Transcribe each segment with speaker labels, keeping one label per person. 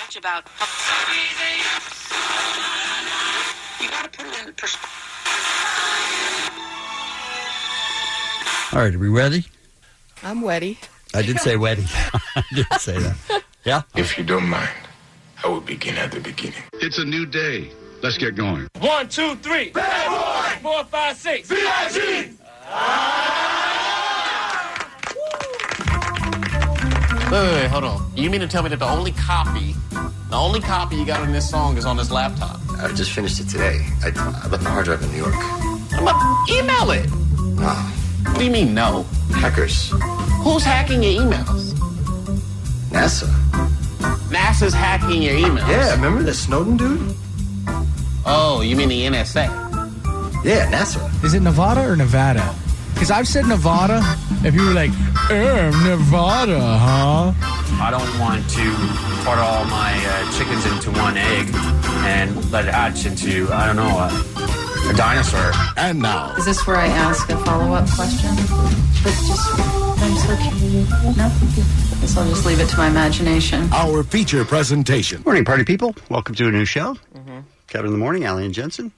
Speaker 1: much about. You gotta put it in perspective.
Speaker 2: All right, are we ready?
Speaker 3: I'm wetty.
Speaker 2: I did say ready. I did say that. Yeah?
Speaker 4: If you don't mind, I will begin at the beginning.
Speaker 5: It's a new day. Let's get going.
Speaker 6: One, two, three. Bad boy. Four, five, six. VIG.
Speaker 7: Ah! Wait, wait, wait, hold on. You mean to tell me that the only copy, the only copy you got on this song is on this laptop?
Speaker 8: I just finished it today. I, I left my hard drive in New York.
Speaker 7: I'm gonna email it.
Speaker 8: No.
Speaker 7: What do you mean, no?
Speaker 8: Hackers.
Speaker 7: Who's hacking your emails?
Speaker 8: NASA.
Speaker 7: NASA's hacking your e- emails.
Speaker 8: Yeah, remember the Snowden dude?
Speaker 7: Oh, you mean the NSA?
Speaker 8: Yeah, NASA.
Speaker 9: Is it Nevada or Nevada? Because I've said Nevada, if you were like, er, Nevada, huh?
Speaker 10: I don't want to part all my uh, chickens into one egg and let it hatch into, I don't know, a, a dinosaur.
Speaker 11: And now.
Speaker 12: Is this where I ask a follow up question? It's just, I'm so curious. No? Guess I'll just leave it to my imagination.
Speaker 13: Our feature presentation.
Speaker 2: Morning, party people. Welcome to a new show.
Speaker 14: Mm-hmm.
Speaker 2: Kevin in the morning, Allie and Jensen.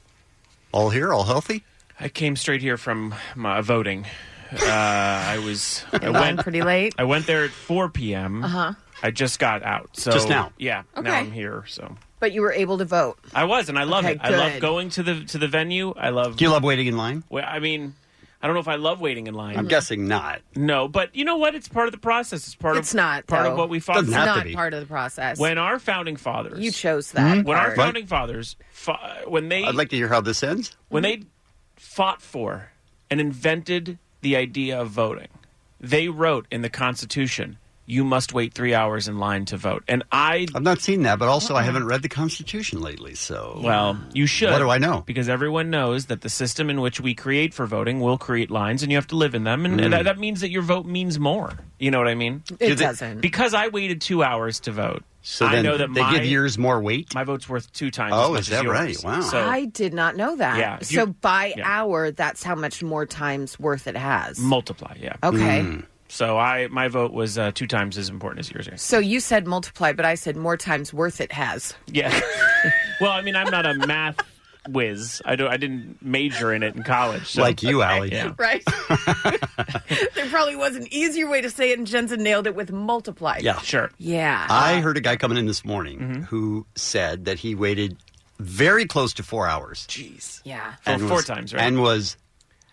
Speaker 2: All here, all healthy.
Speaker 14: I came straight here from my voting. Uh, I was I went
Speaker 12: pretty late.
Speaker 14: I went there at 4 p.m.
Speaker 3: Uh-huh.
Speaker 14: I just got out. So
Speaker 2: Just now?
Speaker 14: Yeah. Now
Speaker 3: Okay.
Speaker 14: I'm here. So
Speaker 3: But you were able to vote.
Speaker 14: I was, and I love
Speaker 3: Okay,
Speaker 14: it. I love
Speaker 3: good.
Speaker 14: going to the to the venue. I love.
Speaker 2: Do you love waiting in line?
Speaker 14: Well, I mean, I don't know if I love waiting in line.
Speaker 2: I'm guessing not.
Speaker 14: No, but you know what? It's part of the process. It's part
Speaker 3: It's
Speaker 14: of
Speaker 3: not,
Speaker 14: part of
Speaker 3: though.
Speaker 14: what we fought.
Speaker 3: Doesn't
Speaker 14: for.
Speaker 3: have to Not be. part of the process.
Speaker 14: When our founding fathers,
Speaker 3: You chose that.
Speaker 14: When our
Speaker 3: part.
Speaker 14: founding fathers, fa- when they,
Speaker 2: Hmm? I'd like to hear how this ends.
Speaker 14: when they fought for and invented the idea of voting, they wrote in the Constitution, "You must wait three hours in line to vote." And I,
Speaker 2: I've not seen that, but also I haven't read the Constitution lately, so.
Speaker 14: well, you should.
Speaker 2: What do I know?
Speaker 14: Because everyone knows that the system in which we create for voting will create lines, and you have to live in them, and,
Speaker 2: Mm.
Speaker 14: that, that means that your vote means more. You know what I mean?
Speaker 2: It Do they- doesn't.
Speaker 14: Because I waited two hours to vote.
Speaker 2: So
Speaker 14: I
Speaker 2: then
Speaker 14: know that
Speaker 2: they
Speaker 14: my,
Speaker 2: give yours more weight.
Speaker 14: My vote's worth two times. as
Speaker 2: Oh,
Speaker 14: much
Speaker 2: is
Speaker 14: as
Speaker 2: that
Speaker 14: yours.
Speaker 2: right? Wow.
Speaker 14: So
Speaker 3: I did not know that.
Speaker 14: Yeah, if
Speaker 3: so
Speaker 14: you-
Speaker 3: by
Speaker 14: yeah.
Speaker 3: hour, that's how much more times worth it has.
Speaker 14: multiply. Yeah.
Speaker 3: Okay.
Speaker 2: Hmm.
Speaker 3: Mm.
Speaker 14: So I my vote was uh, two times as important as yours. Is.
Speaker 3: so you said multiply, but I said more times worth it has.
Speaker 14: Yeah. well, I mean, I'm not a math whiz. I don't. I didn't major in it in college. So.
Speaker 2: Like you, Allie.
Speaker 14: Yeah.
Speaker 3: Right? there probably was an easier way to say it, and Jensen nailed it with multiply.
Speaker 2: Yeah.
Speaker 14: Sure. Mm-hmm.
Speaker 3: Yeah.
Speaker 2: I heard a guy coming in this morning who said that he waited very close to four hours.
Speaker 14: Jeez.
Speaker 3: Yeah.
Speaker 2: and
Speaker 14: four
Speaker 2: was-
Speaker 14: times, right?
Speaker 2: And was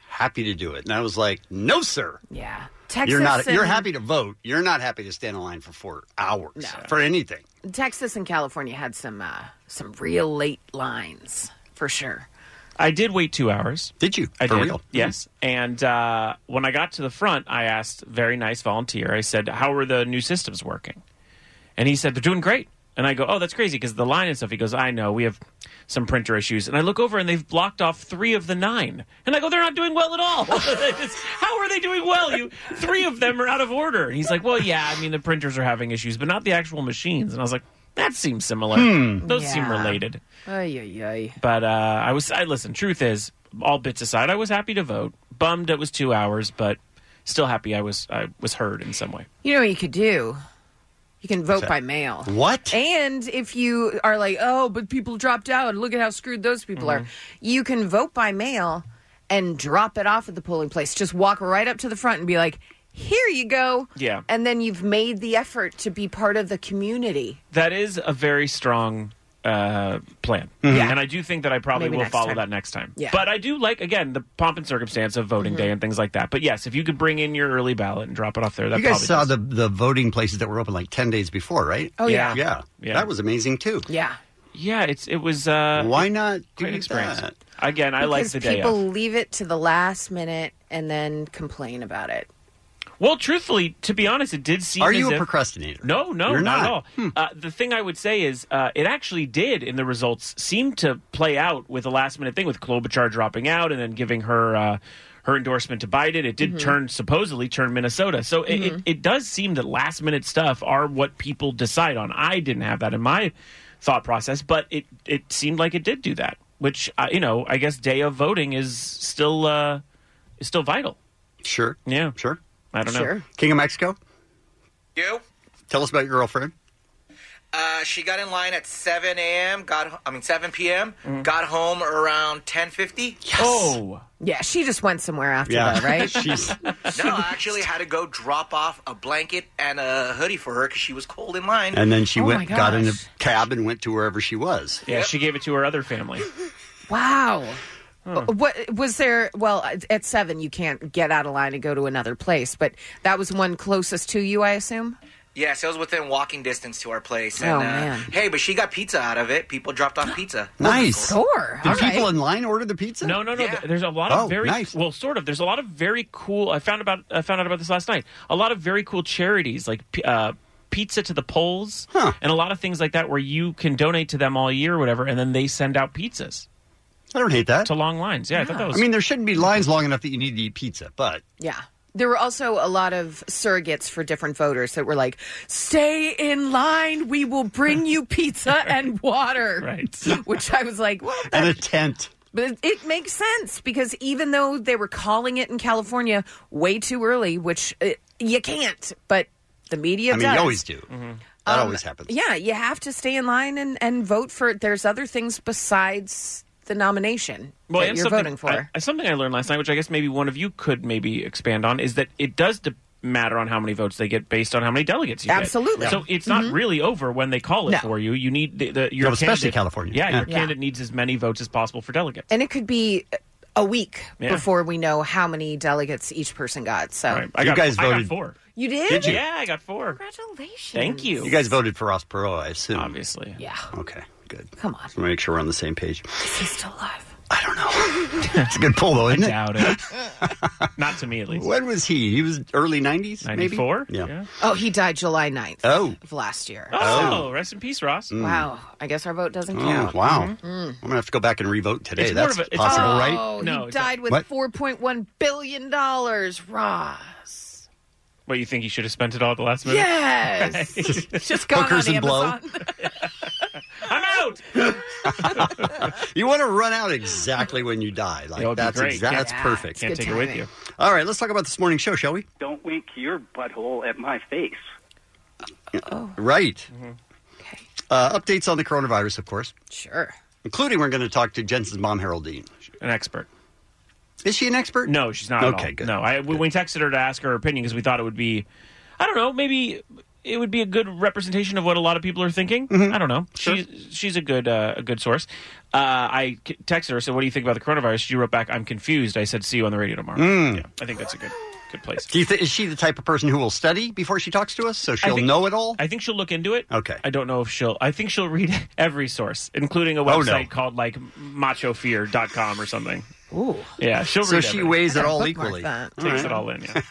Speaker 2: happy to do it. And I was like, no, sir.
Speaker 3: Yeah. Texas
Speaker 2: you're not. You're
Speaker 3: and-
Speaker 2: happy to vote. You're not happy to stand in line for four hours for anything.
Speaker 3: Texas and California had some uh, some real late lines for sure.
Speaker 14: I did wait two hours.
Speaker 2: Did you?
Speaker 14: I
Speaker 2: for
Speaker 14: did.
Speaker 2: real?
Speaker 14: Yes. And uh, when I got to the front, I asked very nice volunteer. I said, "How are the new systems working?" And he said, "They're doing great." And I go, "Oh, that's crazy because the line and stuff." He goes, "I know we have some printer issues." And I look over and they've blocked off three of the nine. And I go, "They're not doing well at all. They just- How are they doing well? You three of them are out of order." And he's like, "Well, yeah. I mean, the printers are having issues, but not the actual machines." And I was like, "That seems similar.
Speaker 2: Hmm.
Speaker 14: Those seem
Speaker 3: Yeah.
Speaker 14: related."
Speaker 3: Ay, ay, ay.
Speaker 14: But uh, I was. I listen. Truth is, all bits aside, I was happy to vote. Bummed it was two hours, but still happy I was. I was heard in some way.
Speaker 3: You know what you could do? You can vote
Speaker 14: that?
Speaker 3: by mail.
Speaker 2: What?
Speaker 3: And if you are like, oh, but people dropped out, look at how screwed those people
Speaker 14: Mm-hmm.
Speaker 3: are, you can vote by mail and drop it off at the polling place. Just walk right up to the front and be like, here you go.
Speaker 14: Yeah.
Speaker 3: And then you've made the effort to be part of the community.
Speaker 14: That is a very strong uh, plan.
Speaker 2: Mm-hmm.
Speaker 3: Yeah.
Speaker 14: And I do think that I probably
Speaker 3: Maybe
Speaker 14: will
Speaker 3: next
Speaker 14: follow
Speaker 3: time.
Speaker 14: that next time.
Speaker 3: Yeah.
Speaker 14: But I do like, again, the pomp and circumstance of voting
Speaker 3: Mhm.
Speaker 14: day and things like that. But yes, if you could bring in your early ballot and drop it off there, that
Speaker 2: you
Speaker 14: probably
Speaker 2: guys saw
Speaker 14: does.
Speaker 2: the, the voting places that were open like 10 days before, right?
Speaker 14: Oh, yeah.
Speaker 2: Yeah.
Speaker 14: Yeah.
Speaker 2: That was amazing, too.
Speaker 3: Yeah.
Speaker 14: Yeah, it's it was. Uh,
Speaker 2: Why not do
Speaker 14: Great experience.
Speaker 2: that?
Speaker 14: Again, I like
Speaker 3: because
Speaker 14: the day
Speaker 3: people
Speaker 14: of.
Speaker 3: leave it to the last minute and then complain about it.
Speaker 14: Well, truthfully, to be honest, it did seem.
Speaker 3: Are
Speaker 14: as
Speaker 3: you a
Speaker 14: if-
Speaker 2: procrastinator?
Speaker 14: No, no,
Speaker 2: You're
Speaker 14: not, at all.
Speaker 2: not.
Speaker 14: Uh, the thing I would say is, uh, it actually did in the results seem to play out with a last minute thing with Klobuchar dropping out and then giving her uh, her endorsement to Biden. It did
Speaker 15: Mhm.
Speaker 14: turn supposedly turn Minnesota. So it, it,
Speaker 15: Mhm.
Speaker 14: it does seem that last minute stuff are what people decide on. I didn't have that in my thought process, but it it seemed like it did do that. Which uh, you know, I guess day of voting is still uh, is still vital.
Speaker 2: Sure.
Speaker 14: Yeah.
Speaker 2: Sure.
Speaker 14: I don't know.
Speaker 2: King of Mexico,
Speaker 16: You?
Speaker 2: tell us about your girlfriend.
Speaker 16: Uh, she got in line at 7 a.m. Got ho- I mean 7 p.m. Got home around 10:50.
Speaker 14: Oh.
Speaker 3: Yeah, she just went somewhere after
Speaker 16: Yeah.
Speaker 3: that, right?
Speaker 16: She's- no, I actually had to go drop off a blanket and a hoodie for her because she was cold in line.
Speaker 2: And then she
Speaker 16: Oh
Speaker 2: went,
Speaker 16: my
Speaker 2: got in a
Speaker 16: gosh.
Speaker 2: cab and went to wherever she was.
Speaker 14: Yeah, she gave it to her other family.
Speaker 3: Wow. Uh, What was there? Well, at- at seven, you can't get out of line and go to another place, but that was one closest to you, I assume.
Speaker 16: Yes, it was within walking distance to our place.
Speaker 3: Oh,
Speaker 16: And, uh,
Speaker 3: man.
Speaker 16: Hey, but she got pizza out of it. People dropped off pizza.
Speaker 2: Nice.
Speaker 3: Sure.
Speaker 2: Did people in line order the pizza?
Speaker 14: No, no, no. th- There's a lot of
Speaker 2: Oh,
Speaker 14: very
Speaker 2: nice.
Speaker 14: well, sort of. There's a lot of very cool. I found about I found out about this last night. A lot of very cool charities like p- uh, Pizza to the Poles and a lot of things like that where you can donate to them all year or whatever, and then they send out pizzas.
Speaker 2: I don't hate that.
Speaker 14: To long lines. Yeah, I thought that was.
Speaker 2: I mean, there shouldn't be lines long enough that you need to eat pizza, but
Speaker 3: Yeah. There were also a lot of surrogates for different voters that were like, stay in line. We will bring you pizza and water.
Speaker 14: Right.
Speaker 3: Which I was like, well,
Speaker 2: and a tent.
Speaker 3: But it- it makes sense because even though they were calling it in California way too early, which uh, you can't, but the media
Speaker 2: I mean,
Speaker 3: does.
Speaker 2: you always do.
Speaker 14: Mm-hmm.
Speaker 2: That
Speaker 3: Um,
Speaker 2: always happens.
Speaker 3: Yeah, you have to stay in line and, and vote for. There's other things besides the nomination
Speaker 14: Well,
Speaker 3: that
Speaker 14: and
Speaker 3: you're
Speaker 14: something-
Speaker 3: voting for.
Speaker 14: I- I- something I learned last night, which I guess maybe one of you could maybe expand on, is that it does de- matter on how many votes they get based on how many delegates you
Speaker 3: Absolutely. Mm-hmm.
Speaker 14: get. So it's not really over when they call it
Speaker 3: No.
Speaker 14: for you. You need the, the your
Speaker 2: No, especially
Speaker 14: candidate-
Speaker 2: California.
Speaker 14: Yeah, your
Speaker 3: Yeah.
Speaker 14: candidate needs as many votes as possible for delegates.
Speaker 3: and it could be a week
Speaker 14: Yeah.
Speaker 3: before we know how many delegates each person got. So
Speaker 14: Right. I You got- guys I got voted- four.
Speaker 3: You did?
Speaker 2: Did you?
Speaker 14: Yeah, I got four.
Speaker 3: Congratulations.
Speaker 14: Thank you.
Speaker 2: You guys voted for Ross Perot, I assume.
Speaker 14: Obviously.
Speaker 3: Yeah.
Speaker 2: Okay, good.
Speaker 3: Come on.
Speaker 2: Just want to make sure we're on the same page.
Speaker 3: Is he still alive?
Speaker 2: It's a good pull, though, isn't it?
Speaker 14: doubt it. Not to me, at least.
Speaker 2: When was he? He was early 90s, maybe?
Speaker 14: 94?
Speaker 2: Yeah.
Speaker 3: Oh, he died July 9th
Speaker 2: Oh.
Speaker 3: of last year.
Speaker 14: Oh, rest in peace, Ross. Mm-hmm.
Speaker 3: So, wow. I guess our vote doesn't
Speaker 2: Oh,
Speaker 3: count.
Speaker 2: wow.
Speaker 3: Mm.
Speaker 2: I'm going to have to go back and revote today.
Speaker 14: It's more
Speaker 2: That's
Speaker 14: of a- it's-
Speaker 2: possible,
Speaker 14: Oh,
Speaker 3: Oh,
Speaker 2: right?
Speaker 3: he died with
Speaker 2: What?
Speaker 3: $4.1 billion. Ross.
Speaker 14: What, you think he should have spent it all at the last minute?
Speaker 3: Yes. Just gone
Speaker 2: Hookers
Speaker 3: on
Speaker 2: and blow.
Speaker 3: Amazon.
Speaker 14: I'm out.
Speaker 2: you want to run out exactly when you die. Like
Speaker 14: That would be
Speaker 2: that's
Speaker 14: great.
Speaker 2: exa-
Speaker 14: Can't-
Speaker 2: that's
Speaker 14: Yeah,
Speaker 2: perfect.
Speaker 14: it's Can't good take it with timing. you.
Speaker 2: All right, let's talk about this morning's show, shall we?
Speaker 17: Don't wink your butthole at my face.
Speaker 2: Right. Uh, updates on the coronavirus, of course.
Speaker 3: Sure.
Speaker 2: Including, we're going to talk to Jensen's mom, Haroldine.
Speaker 14: An expert.
Speaker 2: Is she an expert?
Speaker 14: No, Oh, she's not.
Speaker 2: Okay,
Speaker 14: at all.
Speaker 2: good.
Speaker 14: No, I, we we texted her to ask her opinion because we thought it would be, I don't know, maybe it would be a good representation of what a lot of people are thinking.
Speaker 2: Mm-hmm.
Speaker 14: I don't know. She's she's a good uh, a good source. Uh, I c- texted her. So, what do you think about the coronavirus? She wrote back, "I'm confused." I said, "See you on the radio tomorrow."
Speaker 2: Mm.
Speaker 14: Yeah, I think that's a good good place.
Speaker 2: Do you th- is she the type of person who will study before she talks to us, so
Speaker 14: I
Speaker 2: she'll
Speaker 14: think-
Speaker 2: know it all?
Speaker 14: I think she'll look into it.
Speaker 2: Okay.
Speaker 14: I don't know if she'll. I think she'll read every source, including a
Speaker 2: Oh, no.
Speaker 14: website called like machofear.com or something.
Speaker 3: Ooh.
Speaker 14: Yeah, she'll
Speaker 2: So
Speaker 14: read
Speaker 2: she
Speaker 14: everything.
Speaker 2: weighs it all equally.
Speaker 14: Takes it all in. Yeah.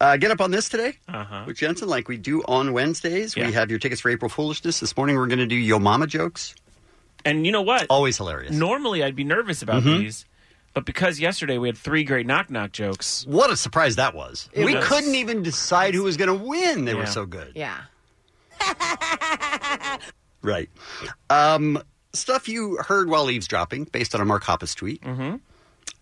Speaker 2: Uh, get up on this today
Speaker 14: Uh-huh.
Speaker 2: with Jensen, like we do on Wednesdays. We have your tickets for April Foolishness. This morning, we're going to do Yo Mama jokes.
Speaker 14: And you know what?
Speaker 2: Always hilarious.
Speaker 14: Normally, I'd be nervous about
Speaker 2: Mhm.
Speaker 14: these, but because yesterday we had three great knock knock jokes.
Speaker 2: What a surprise that was!
Speaker 14: It
Speaker 2: we
Speaker 14: was-
Speaker 2: couldn't even decide who was going to win. They
Speaker 14: Yeah.
Speaker 2: were so good.
Speaker 3: Yeah.
Speaker 2: Right. Um, stuff you heard while eavesdropping, based on a Mark Hoppus tweet.
Speaker 14: Mm.
Speaker 2: Mm-hmm.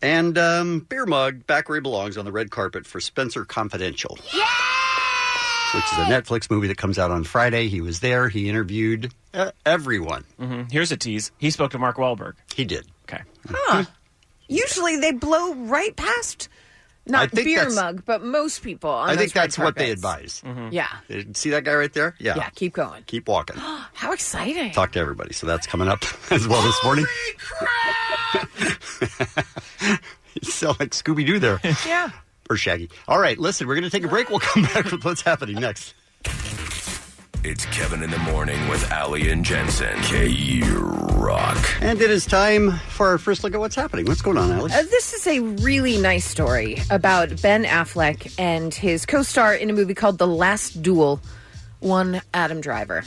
Speaker 2: And um, beer mug back where he belongs on the red carpet for Spencer Confidential. Which is a Netflix movie that comes out on Friday. He was there. He interviewed uh, everyone.
Speaker 14: Mm-hmm. Here's a tease. He spoke to Mark Wahlberg.
Speaker 2: He did.
Speaker 14: Okay.
Speaker 3: Usually they blow right past
Speaker 2: I
Speaker 3: Not
Speaker 2: think
Speaker 3: beer
Speaker 2: that's-
Speaker 3: mug, but most people. On
Speaker 2: I think
Speaker 3: those red
Speaker 2: that's what they
Speaker 3: carpets.
Speaker 2: advise.
Speaker 14: Hmm. Mm-hmm.
Speaker 3: Yeah.
Speaker 2: Uh, See that guy right there? Yeah.
Speaker 3: Yeah, keep going.
Speaker 2: Keep walking.
Speaker 3: How exciting.
Speaker 2: Talk to everybody. So that's coming up as well this morning. you sound like Scooby Doo there.
Speaker 3: Yeah.
Speaker 2: Or Shaggy. All right, listen, we're going to take a break. We'll come back with what's happening next.
Speaker 15: It's Kevin in the Morning with Ali and Jensen. K Rock.
Speaker 2: And it is time for our first look at what's happening. What's going on, Alice?
Speaker 3: Uh, this is a really nice story about Ben Affleck and his co star in a movie called The Last Duel, one Adam Driver.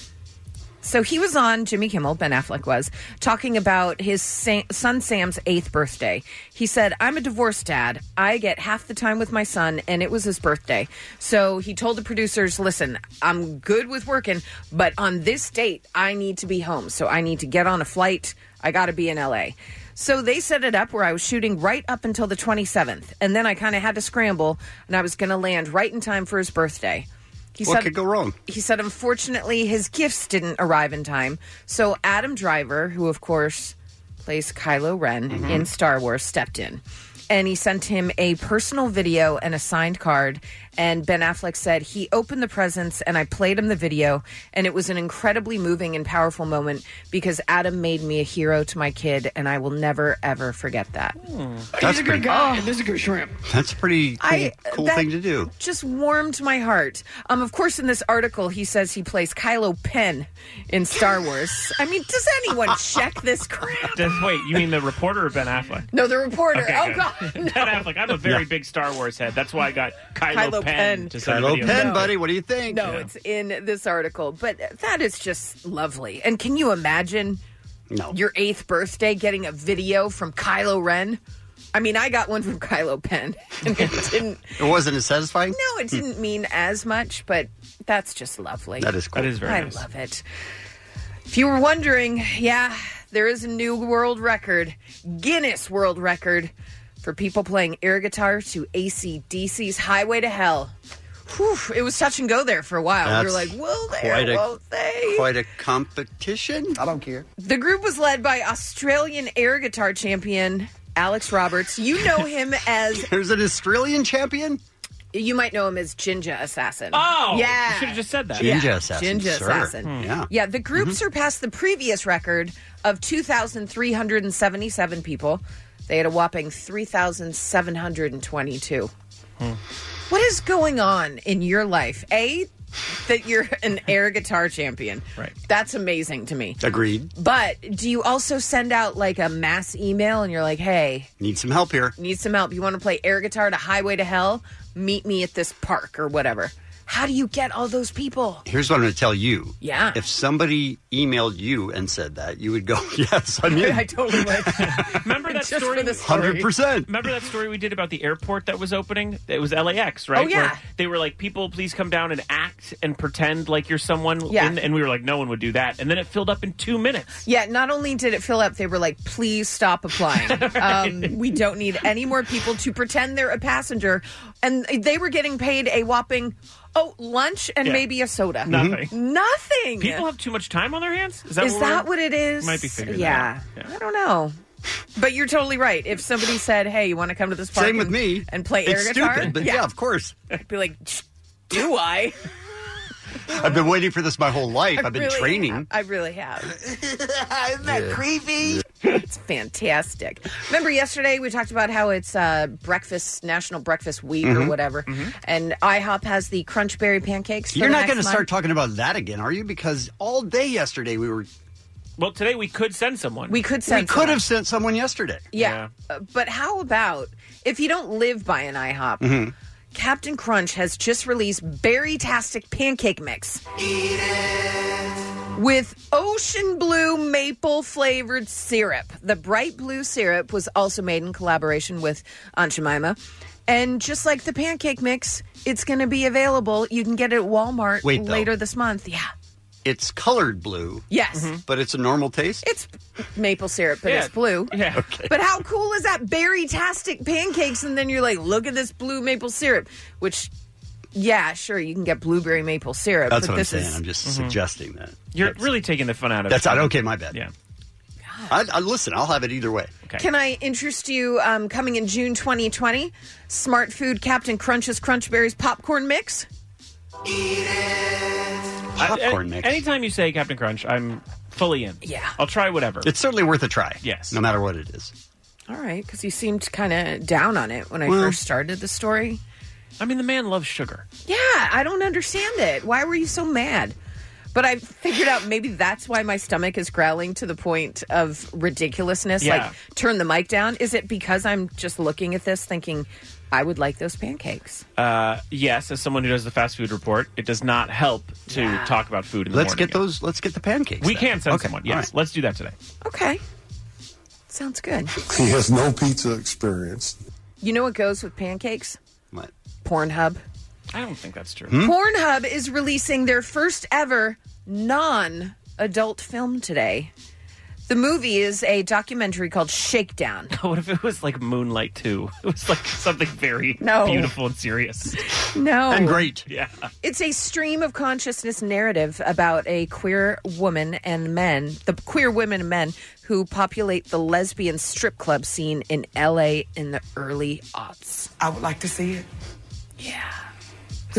Speaker 3: So he was on Jimmy Kimmel, Ben Affleck was, talking about his sa- son Sam's eighth birthday. He said, I'm a divorced dad. I get half the time with my son, and it was his birthday. So he told the producers, listen, I'm good with working, but on this date, I need to be home. So I need to get on a flight. I got to be in LA. So they set it up where I was shooting right up until the 27th, and then I kind of had to scramble, and I was going to land right in time for his birthday. He
Speaker 2: What could go wrong?
Speaker 3: he said, unfortunately, his gifts didn't arrive in time. So Adam Driver, who of course plays Kylo Ren
Speaker 2: Mm-hmm.
Speaker 3: in Star Wars, stepped in. And he sent him a personal video and a signed card. And Ben Affleck said, he opened the presents and I played him the video. And it was an incredibly moving and powerful moment because Adam made me a hero to my kid. And I will never, ever forget that.
Speaker 2: Oh, That's a good pretty-
Speaker 3: guy. and this is a good shrimp.
Speaker 2: That's a pretty cool,
Speaker 3: I-
Speaker 2: cool
Speaker 3: that-
Speaker 2: thing to do.
Speaker 3: just warmed my heart. Um, of course, in this article, he says he plays Kylo Pen in Star Wars. I mean, does anyone check this crap?
Speaker 14: Does- wait, you mean the reporter or Ben Affleck?
Speaker 3: No, the reporter.
Speaker 14: Okay,
Speaker 3: oh
Speaker 14: good.
Speaker 3: God,
Speaker 14: Ben Affleck. I'm a very big Star Wars head. That's why I got Kylo,
Speaker 3: Kylo
Speaker 14: Pen.
Speaker 3: Pen.
Speaker 14: To send
Speaker 2: Kylo
Speaker 14: video.
Speaker 2: Pen, No. buddy, what do you think?
Speaker 3: no, it's in this article, but that is just lovely. And can you imagine
Speaker 2: No.
Speaker 3: your eighth birthday getting a video from Kylo Ren? I mean, I got one from Kylo Pen, and it didn't.
Speaker 2: It wasn't as satisfying?
Speaker 3: No, it didn't mean as much, but that's just lovely.
Speaker 2: Hmm. That is cool. That is very
Speaker 3: I
Speaker 2: nice.
Speaker 3: love it. If you were wondering, yeah, there is a new world record, Guinness World Record, for people playing air guitar to ACDC's Highway to Hell. Whew, it was touch and go there for a while. we were like,
Speaker 2: That's
Speaker 3: will they?
Speaker 2: quite a-
Speaker 3: won't they?
Speaker 2: Quite a competition. I don't care.
Speaker 3: The group was led by Australian air guitar champion Alex Roberts. You know him as.
Speaker 2: There's an Australian champion?
Speaker 3: You might know him as Ginger Assassin.
Speaker 14: Oh,
Speaker 3: yeah.
Speaker 14: You should have just said that.
Speaker 2: Ginger Assassin,
Speaker 3: Ginger
Speaker 2: sure.
Speaker 3: Assassin.
Speaker 2: Hmm. Yeah.
Speaker 3: Yeah, the group surpassed the previous record of 2,377 people. They had a whopping 3,722.
Speaker 14: Hmm.
Speaker 3: What is going on in your life? A, that you're an air guitar champion. Right. That's amazing to me.
Speaker 2: Agreed.
Speaker 3: But do you also send out like a mass email and you're like, hey,
Speaker 2: Need some help here.
Speaker 3: need some help? You want to play air guitar to Highway to Hell? Meet me at this park or whatever. How do you get all those people?
Speaker 2: Here's what I'm going to tell you.
Speaker 3: Yeah.
Speaker 2: If somebody emailed you and said that, you would go, yes, I'm in.
Speaker 3: I totally would.
Speaker 14: Remember that story?
Speaker 2: Hundred percent.
Speaker 14: Remember that story we did about the airport that was opening? It was LAX, right?
Speaker 3: Oh, yeah.
Speaker 14: Where they were like, "People, please come down and act and pretend like you're someone."
Speaker 3: Yeah.
Speaker 14: in- and we were like, "No one would do that." And then it filled up in two minutes.
Speaker 3: Yeah, not only did it fill up, they were like, please stop applying. um, we don't need any more people to pretend they're a passenger. And they were getting paid a whopping, oh, lunch and
Speaker 14: Yeah.
Speaker 3: maybe a soda.
Speaker 14: Nothing.
Speaker 2: Mm-hmm.
Speaker 3: Nothing.
Speaker 14: People have too much time on their hands. Is that
Speaker 3: Is
Speaker 14: what
Speaker 3: that
Speaker 14: we're-
Speaker 3: what it is?
Speaker 14: Might be figuring that
Speaker 3: yeah.
Speaker 14: out. Yeah.
Speaker 3: I don't know. But you're totally right. If somebody said, hey, you want to come to this party?
Speaker 2: Same with me.
Speaker 3: And play air
Speaker 2: it's
Speaker 3: guitar?
Speaker 2: stupid, but yeah. of course.
Speaker 3: I'd be like, do I?
Speaker 2: I've been waiting for this my whole life. I've been
Speaker 3: really
Speaker 2: training.
Speaker 3: have- I really have. Isn't
Speaker 2: that Yeah.
Speaker 3: creepy? It's fantastic. Remember yesterday we talked about how it's uh, breakfast National Breakfast Week or
Speaker 2: Mhm.
Speaker 3: whatever, and IHOP has the Crunch Berry pancakes. for
Speaker 2: You're
Speaker 3: the
Speaker 2: not
Speaker 3: next
Speaker 2: going to start
Speaker 3: month.
Speaker 2: talking about that again, are you? Because all day yesterday we were.
Speaker 14: Well, today we could send someone.
Speaker 3: We could send.
Speaker 2: we could have sent someone yesterday.
Speaker 3: Yeah, Uh, but how about if you don't live by an IHOP?
Speaker 2: Mhm.
Speaker 3: Captain Crunch has just released Berry-tastic pancake mix. With ocean blue maple flavored syrup. The bright blue syrup was also made in collaboration with Aunt Jemima. And just like the pancake mix, it's going to be available. You can get it at Walmart
Speaker 2: Wait, though.
Speaker 3: later this month. Yeah.
Speaker 2: It's colored blue.
Speaker 3: Yes.
Speaker 14: Mm-hmm.
Speaker 3: Mhm.
Speaker 2: But it's a normal taste.
Speaker 3: It's maple syrup, but
Speaker 2: Yeah.
Speaker 3: it's blue.
Speaker 14: Yeah.
Speaker 3: But how cool is that? Berry-tastic pancakes, and then you're like, look at this blue maple syrup, which, yeah, sure, you can get blueberry maple syrup.
Speaker 2: That's
Speaker 3: but
Speaker 2: what I'm
Speaker 3: this
Speaker 2: saying.
Speaker 3: Is,
Speaker 2: I'm just suggesting that.
Speaker 14: You're really taking the Mm-hmm. fun out of
Speaker 2: That's
Speaker 14: it.
Speaker 2: not okay. My bad.
Speaker 14: Yeah.
Speaker 2: I, I, listen, I'll have it either way.
Speaker 3: Can I interest you? Um, coming in June 2020, Smart Food Captain Crunch's Crunchberries popcorn mix.
Speaker 2: Popcorn mix.
Speaker 14: Anytime you say Captain Crunch, I'm fully in.
Speaker 3: Yeah.
Speaker 14: I'll try whatever.
Speaker 2: It's certainly worth a try.
Speaker 14: Yes.
Speaker 2: No matter what it is.
Speaker 3: All right, because you seemed kind of down on it when I
Speaker 2: Well-
Speaker 3: first started the story.
Speaker 14: I mean, the man loves sugar.
Speaker 3: Yeah, I don't understand it. Why were you so mad? But I figured out maybe that's why my stomach is growling to the point of ridiculousness.
Speaker 14: Yeah.
Speaker 3: Like, turn the mic down. Is it because I'm just looking at this thinking, I would like those pancakes?
Speaker 14: Uh, yes, as someone who does the fast food report, it does not help to talk about food in the
Speaker 2: Let's
Speaker 14: morning.
Speaker 2: get those. Let's get the pancakes.
Speaker 14: We
Speaker 2: then.
Speaker 14: can send
Speaker 2: Okay,
Speaker 14: someone.
Speaker 2: all
Speaker 14: Yes,
Speaker 2: right.
Speaker 14: let's do that today.
Speaker 3: Okay. Sounds good.
Speaker 18: He has no pizza experience.
Speaker 3: You know what goes with pancakes?
Speaker 2: What?
Speaker 3: Pornhub.
Speaker 14: I don't think that's true.
Speaker 3: Pornhub is releasing their first ever non adult film today. The movie is a documentary called Shakedown.
Speaker 14: What if it was like Moonlight 2? It was like something very
Speaker 3: No.
Speaker 14: beautiful and serious.
Speaker 3: No. And
Speaker 2: great.
Speaker 14: Yeah.
Speaker 3: It's a stream of consciousness narrative about a queer woman and men, the queer women and men who populate the lesbian strip club scene in LA in the early aughts.
Speaker 19: I would like to see it.
Speaker 3: Who's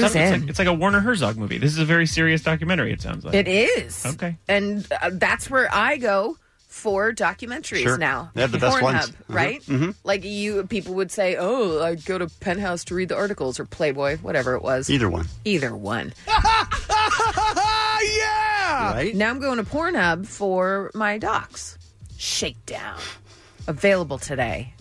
Speaker 14: Sounds- it's,
Speaker 3: in?
Speaker 14: Like, it's like a Warner Herzog movie. This is a very serious documentary, it sounds like.
Speaker 3: It is.
Speaker 14: Okay.
Speaker 3: And uh, that's where I go for documentaries
Speaker 14: Sure.
Speaker 3: now.
Speaker 14: They have the best
Speaker 3: Pornhub,
Speaker 14: ones.
Speaker 2: Mm-hmm.
Speaker 14: Mhm.
Speaker 3: right?
Speaker 14: Mhm.
Speaker 3: Like you people would say, "Oh, I go to Penthouse to read the articles or Playboy, whatever it was."
Speaker 2: Either one.
Speaker 3: Either one.
Speaker 2: yeah. Right?
Speaker 3: Now I'm going to Pornhub for my docs. Shakedown. Available today.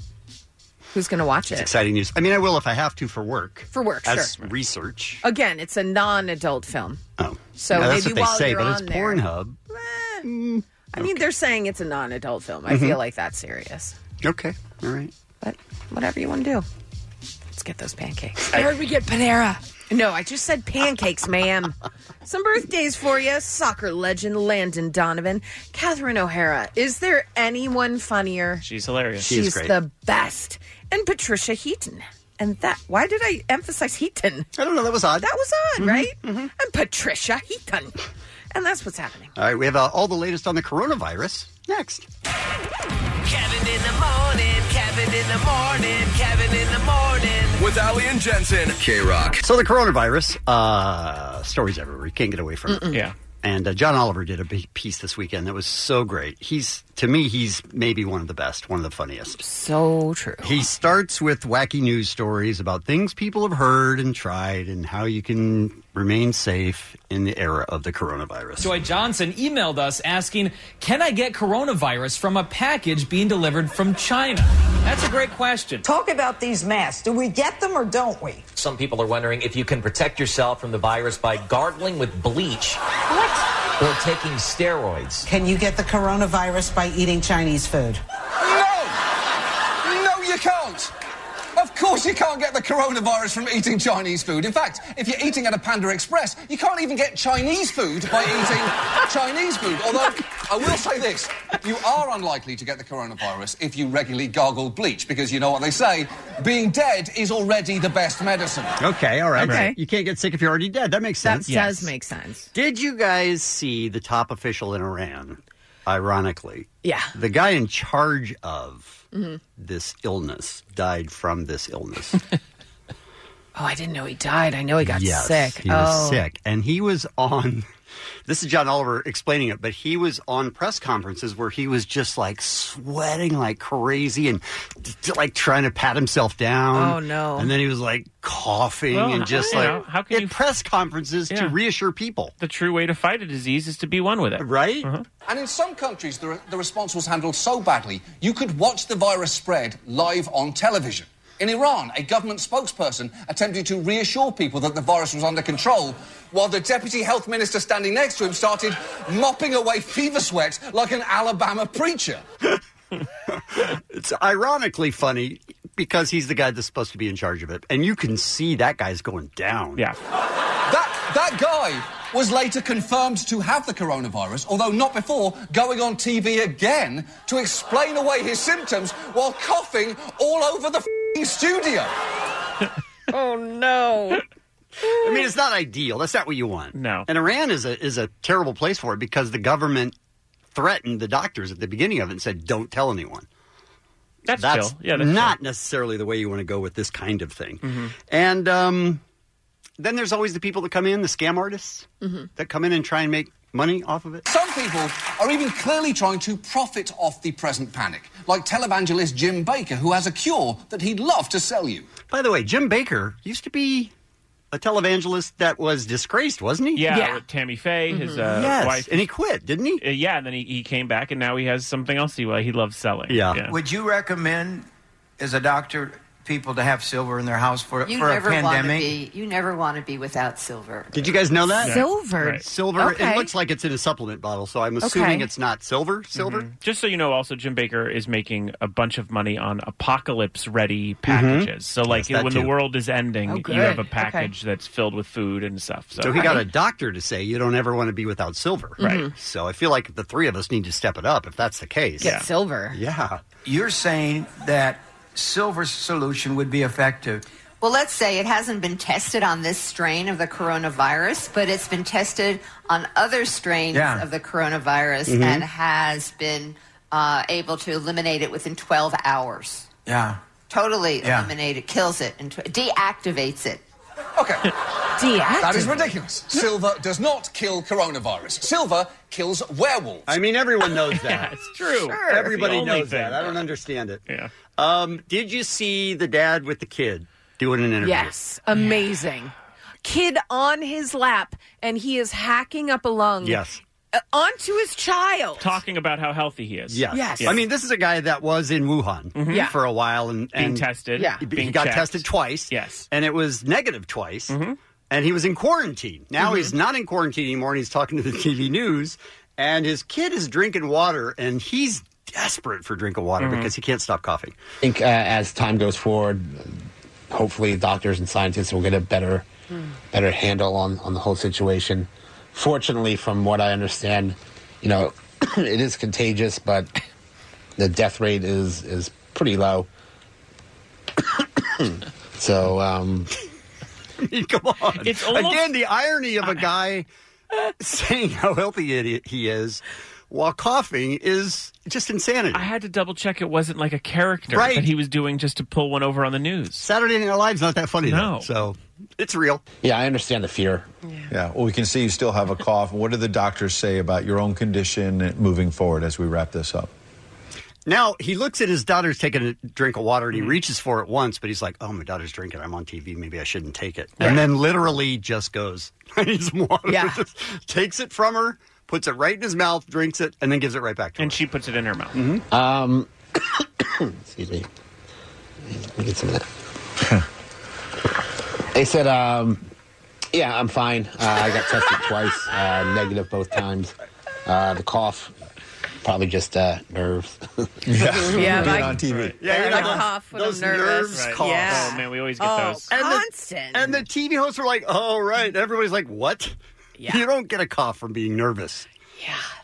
Speaker 3: Who's going to watch
Speaker 2: It's
Speaker 3: it?
Speaker 2: exciting news. I mean, I will if I have to for work.
Speaker 3: For work,
Speaker 2: as
Speaker 3: sure.
Speaker 2: research.
Speaker 3: Again, it's a non-adult film.
Speaker 2: Oh.
Speaker 3: So
Speaker 2: Yeah, that's
Speaker 3: maybe
Speaker 2: what they
Speaker 3: while
Speaker 2: say,
Speaker 3: you're
Speaker 2: but
Speaker 3: on
Speaker 2: it's
Speaker 3: there.
Speaker 2: Pornhub.
Speaker 3: Eh, I mean, they're saying it's a non-adult film. I
Speaker 2: Mhm.
Speaker 3: feel like that's serious.
Speaker 2: Okay. All right.
Speaker 3: But whatever you want to do. Let's get those pancakes.
Speaker 19: Where'd we get Panera?
Speaker 3: No, I just said pancakes, ma'am. Some birthdays for you. Soccer legend Landon Donovan, Catherine O'Hara. Is there anyone funnier?
Speaker 14: She's hilarious.
Speaker 3: She's the best. And Patricia Heaton. And that, why did I emphasize Heaton?
Speaker 2: I don't know. That was odd. Mm-hmm,
Speaker 3: That was odd, right? And Patricia Heaton. And that's what's happening.
Speaker 2: All right. We have uh, all the latest on the coronavirus next.
Speaker 20: Kevin in the morning, Kevin in the morning, Kevin in the morning.
Speaker 15: With Ali and Jensen. K Rock.
Speaker 2: So the coronavirus uh, stories everywhere. You can't get away from it.
Speaker 14: Yeah.
Speaker 2: And uh, John Oliver did a big piece this weekend that was so great. He's to me, he's maybe one of the best, one of the funniest.
Speaker 3: So true.
Speaker 2: He starts with wacky news stories about things people have heard and tried, and how you can remain safe in the era of the coronavirus.
Speaker 21: Joy Johnson emailed us asking, Can I get coronavirus from a package being delivered from China? That's a great question.
Speaker 22: Talk about these masks. Do we get them or don't we?
Speaker 23: Some people are wondering if you can protect yourself from the virus by gargling with bleach or taking steroids.
Speaker 22: Can you get the coronavirus by eating Chinese food?
Speaker 24: No, you can't. Of course, you can't get the coronavirus from eating Chinese food. In fact, if you're eating at a Panda Express, you can't even get Chinese food by eating Chinese food. Although, I will say this you are unlikely to get the coronavirus if you regularly gargle bleach, because you know what they say being dead is already the best medicine.
Speaker 2: Okay, all right.
Speaker 3: Okay.
Speaker 2: You can't get sick if you're already dead. That makes sense.
Speaker 3: does make sense.
Speaker 2: Did you guys see the top official in Iran? Ironically,
Speaker 3: Yeah.
Speaker 2: the guy in charge of
Speaker 3: Mhm.
Speaker 2: this illness died from this illness.
Speaker 3: Oh, I didn't know he died. I know he got
Speaker 2: yes,
Speaker 3: sick.
Speaker 2: He
Speaker 3: oh.
Speaker 2: was sick, and he was on. This is John Oliver explaining it, but he was on press conferences where he was just like sweating like crazy and t- t- like trying to pat himself down.
Speaker 3: Oh, no.
Speaker 2: And then he was like coughing
Speaker 14: Well,
Speaker 2: and just
Speaker 14: you
Speaker 2: like
Speaker 14: know, how can
Speaker 2: at press conferences to
Speaker 14: Yeah.
Speaker 2: reassure people.
Speaker 14: The true way to fight a disease is to be one with it. Uh-huh.
Speaker 2: Right?
Speaker 24: And in some countries, the, re- the response was handled so badly, you could watch the virus spread live on television. In Iran, a government spokesperson attempted to reassure people that the virus was under control, while the deputy health minister standing next to him started mopping away fever sweat like an Alabama preacher.
Speaker 2: It's ironically funny because he's the guy that's supposed to be in charge of it, and you can see that guy's going down.
Speaker 14: Yeah.
Speaker 24: That, that guy was later confirmed to have the coronavirus, although not before going on TV again to explain away his symptoms while coughing all over the f***ing studio.
Speaker 3: oh no.
Speaker 2: I mean, it's not ideal. That's not what you want. No. And Iran is a is a terrible place for it because the government threatened the doctors at the beginning of it and said, "Don't tell anyone."
Speaker 14: That's, chill. Yeah, that's
Speaker 2: not necessarily the way you want to go with this kind of thing.
Speaker 14: Mm-hmm.
Speaker 2: And um, then there's always the people that come in, the scam artists that come in and try and make money off of it.
Speaker 24: Some people are even clearly trying to profit off the present panic, like televangelist Jim Baker, who has a cure that he'd love to sell you.
Speaker 2: By the way, Jim Baker used to be a televangelist that was disgraced, wasn't he?
Speaker 14: Yeah, with Tammy Faye, his uh,
Speaker 2: Yes,
Speaker 14: wife, Uh,
Speaker 2: and he quit, didn't he?
Speaker 14: yeah, and then he, he came back, and now he has something else he he loves selling. yeah.
Speaker 10: Would you recommend, as a doctor, people to have silver in their house for,
Speaker 25: You
Speaker 10: for a
Speaker 25: never want to
Speaker 10: pandemic?
Speaker 25: be. You never want to be without silver.
Speaker 2: Did you guys know that?
Speaker 25: Yeah. Silver. Right.
Speaker 2: Silver.
Speaker 25: Okay.
Speaker 2: It looks like it's in a supplement bottle, so I'm assuming
Speaker 25: Okay.
Speaker 2: it's not silver. Silver.
Speaker 14: Just so Mm-hmm. you know, also Jim Baker is making a bunch of money on apocalypse-ready packages. So, like
Speaker 2: Mm-hmm. Yes, that
Speaker 14: when
Speaker 2: too.
Speaker 14: the world is ending,
Speaker 2: Oh,
Speaker 14: you have a
Speaker 2: good.
Speaker 14: package that's filled with food and stuff. So,
Speaker 2: So, he got a doctor to say you don't ever want to be without silver.
Speaker 14: Right.
Speaker 25: Mm-hmm.
Speaker 14: Mhm.
Speaker 2: So I feel like the three of us need to step it up if that's the case.
Speaker 10: Get Yeah.
Speaker 3: silver.
Speaker 2: Yeah.
Speaker 10: You're saying that silver solution would be effective.
Speaker 25: Well, let's say it hasn't been tested on this strain of the coronavirus, but it's been tested on other strains
Speaker 10: Yeah.
Speaker 25: of the coronavirus
Speaker 10: Mhm.
Speaker 25: and has been uh, able to eliminate it within 12 hours.
Speaker 10: Yeah.
Speaker 25: Totally
Speaker 10: Yeah.
Speaker 25: eliminate it, kills it, and tw- deactivates it.
Speaker 24: That is ridiculous. Silver does not kill coronavirus. Silver kills werewolves.
Speaker 2: I mean, everyone knows that.
Speaker 24: it's
Speaker 14: true.
Speaker 2: Everybody knows that. I don't understand it. Yeah. Um, did you see the dad with the kid doing an interview?
Speaker 3: Yes, amazing. Kid on his lap, and he is hacking up a lung.
Speaker 2: Yes.
Speaker 3: uh, onto his child.
Speaker 14: talking about how healthy he is.
Speaker 2: Yes.
Speaker 3: Yes.
Speaker 2: I mean, this is a guy that was in Wuhan
Speaker 3: Yeah.
Speaker 2: for a while and,
Speaker 14: Being
Speaker 2: and
Speaker 14: tested,
Speaker 2: He, he
Speaker 14: being
Speaker 2: got
Speaker 14: checked.
Speaker 2: tested twice.
Speaker 14: Yes. Mm-hmm.
Speaker 2: And it was negative twice. And he was in quarantine. Now he's not in quarantine anymore and he's talking to the TV news. And his kid is drinking water and he's desperate for drink of water
Speaker 14: Mm-hmm.
Speaker 8: Mhm.
Speaker 2: because he can't stop coughing.
Speaker 8: I think uh, as time goes forward, hopefully doctors and scientists will get a better,
Speaker 7: Hmm.
Speaker 8: better handle on, on the whole situation. Fortunately, from what I understand, you know, it is contagious, but the death rate is is pretty low. so um,
Speaker 2: Come on.
Speaker 8: It's almost-
Speaker 2: Again, the irony of a guy saying how healthy it- he is while coughing is just insanity.
Speaker 14: I had to double check it wasn't like a character
Speaker 2: Right.
Speaker 14: that he was doing just to pull one over on the news.
Speaker 2: Saturday Night Live's not that funny,
Speaker 14: no.
Speaker 2: So it's real.
Speaker 8: Yeah, I understand the fear.
Speaker 4: Yeah, well, we can see you still have a cough. What do the doctors say about your own condition moving forward as we wrap this up?
Speaker 2: Now he looks at his daughter's taking a drink of water and
Speaker 3: Mm-hmm.
Speaker 2: he reaches for it once, but he's like, "Oh, my daughter's drinking. I'm on TV. Maybe I shouldn't take it." And then literally just goes, "I need some water."
Speaker 3: Yeah.
Speaker 2: Just takes it from her, puts it right in his mouth, drinks it, and then gives it right back
Speaker 14: and
Speaker 2: to
Speaker 14: her. And she puts it in her mouth.
Speaker 8: Um, excuse me. Let me get some of that. they said, um, yeah, I'm fine. Uh, I got tested twice, uh, negative both times. Uh, the cough, probably just uh, nerves.
Speaker 2: Yeah. Yeah,
Speaker 8: Being
Speaker 2: like-
Speaker 8: on TV.
Speaker 2: Yeah,
Speaker 8: I
Speaker 2: those-
Speaker 3: cough when I'm
Speaker 2: those
Speaker 3: nervous.
Speaker 2: nerves
Speaker 3: Right.
Speaker 2: cough.
Speaker 3: Yeah. Oh,
Speaker 14: man, we always
Speaker 3: get Oh, those.
Speaker 2: And the-
Speaker 3: constant.
Speaker 2: And the, TV hosts were like, "Oh, right."
Speaker 3: Mm-hmm.
Speaker 2: Everybody's like, "What? You don't get a cough from being nervous."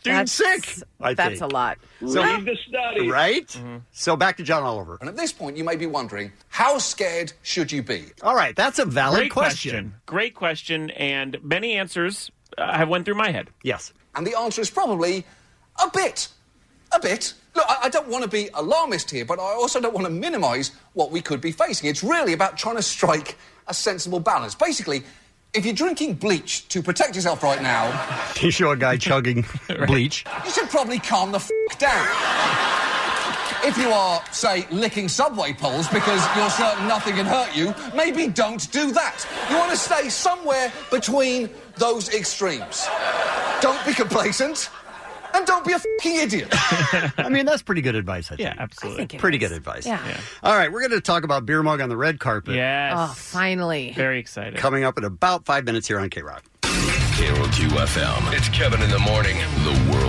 Speaker 2: Dude,
Speaker 3: That's-
Speaker 2: sick. I
Speaker 3: that's
Speaker 2: think.
Speaker 3: a lot.
Speaker 2: So- Read the
Speaker 24: study.
Speaker 2: Right. So back to John Oliver.
Speaker 24: And at this point, you may be wondering, how scared should you be?
Speaker 2: All right, that's a valid
Speaker 14: Great question. Great question, and many answers uh, have went through my head.
Speaker 2: Yes.
Speaker 24: And the answer is probably a bit. A bit. Look, I, I don't want to be alarmist here, but I also don't want to minimise what we could be facing. It's really about trying to strike a sensible balance. Basically, if you're drinking bleach to protect yourself right now,
Speaker 2: You show a guy chugging bleach.
Speaker 24: you should probably calm the f down. If you are, say, licking subway poles because you're certain nothing can hurt you, maybe don't do that. You want to stay somewhere between those extremes. Don't be complacent, and don't be a fing idiot.
Speaker 2: I mean, that's pretty good advice, I think.
Speaker 14: Yeah, absolutely.
Speaker 2: Pretty good advice.
Speaker 3: Yeah. Yeah.
Speaker 2: All right, we're going to talk about Beer Mug on the Red Carpet.
Speaker 14: Yes.
Speaker 3: Oh, finally.
Speaker 14: Very excited.
Speaker 2: Coming up in about five minutes here on K Rock.
Speaker 15: Carol QFM. It's Kevin in the morning. The world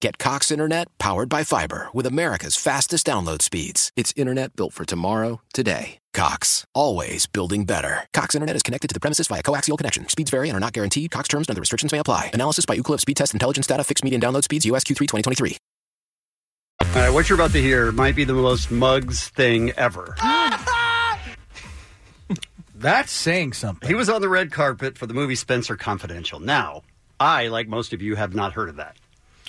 Speaker 13: Get Cox Internet powered by fiber with America's fastest download speeds. It's internet built for tomorrow, today. Cox, always building better. Cox Internet is connected to the premises via coaxial connection. Speeds vary and are not guaranteed. Cox terms and other restrictions may apply. Analysis by Ookla of speed test intelligence data. Fixed median download speeds. USQ3 2023.
Speaker 2: All right, what you're about to hear might be the most mugs thing ever. That's saying something. He was on the red carpet for the movie Spencer Confidential. Now, I, like most of you, have not heard of that.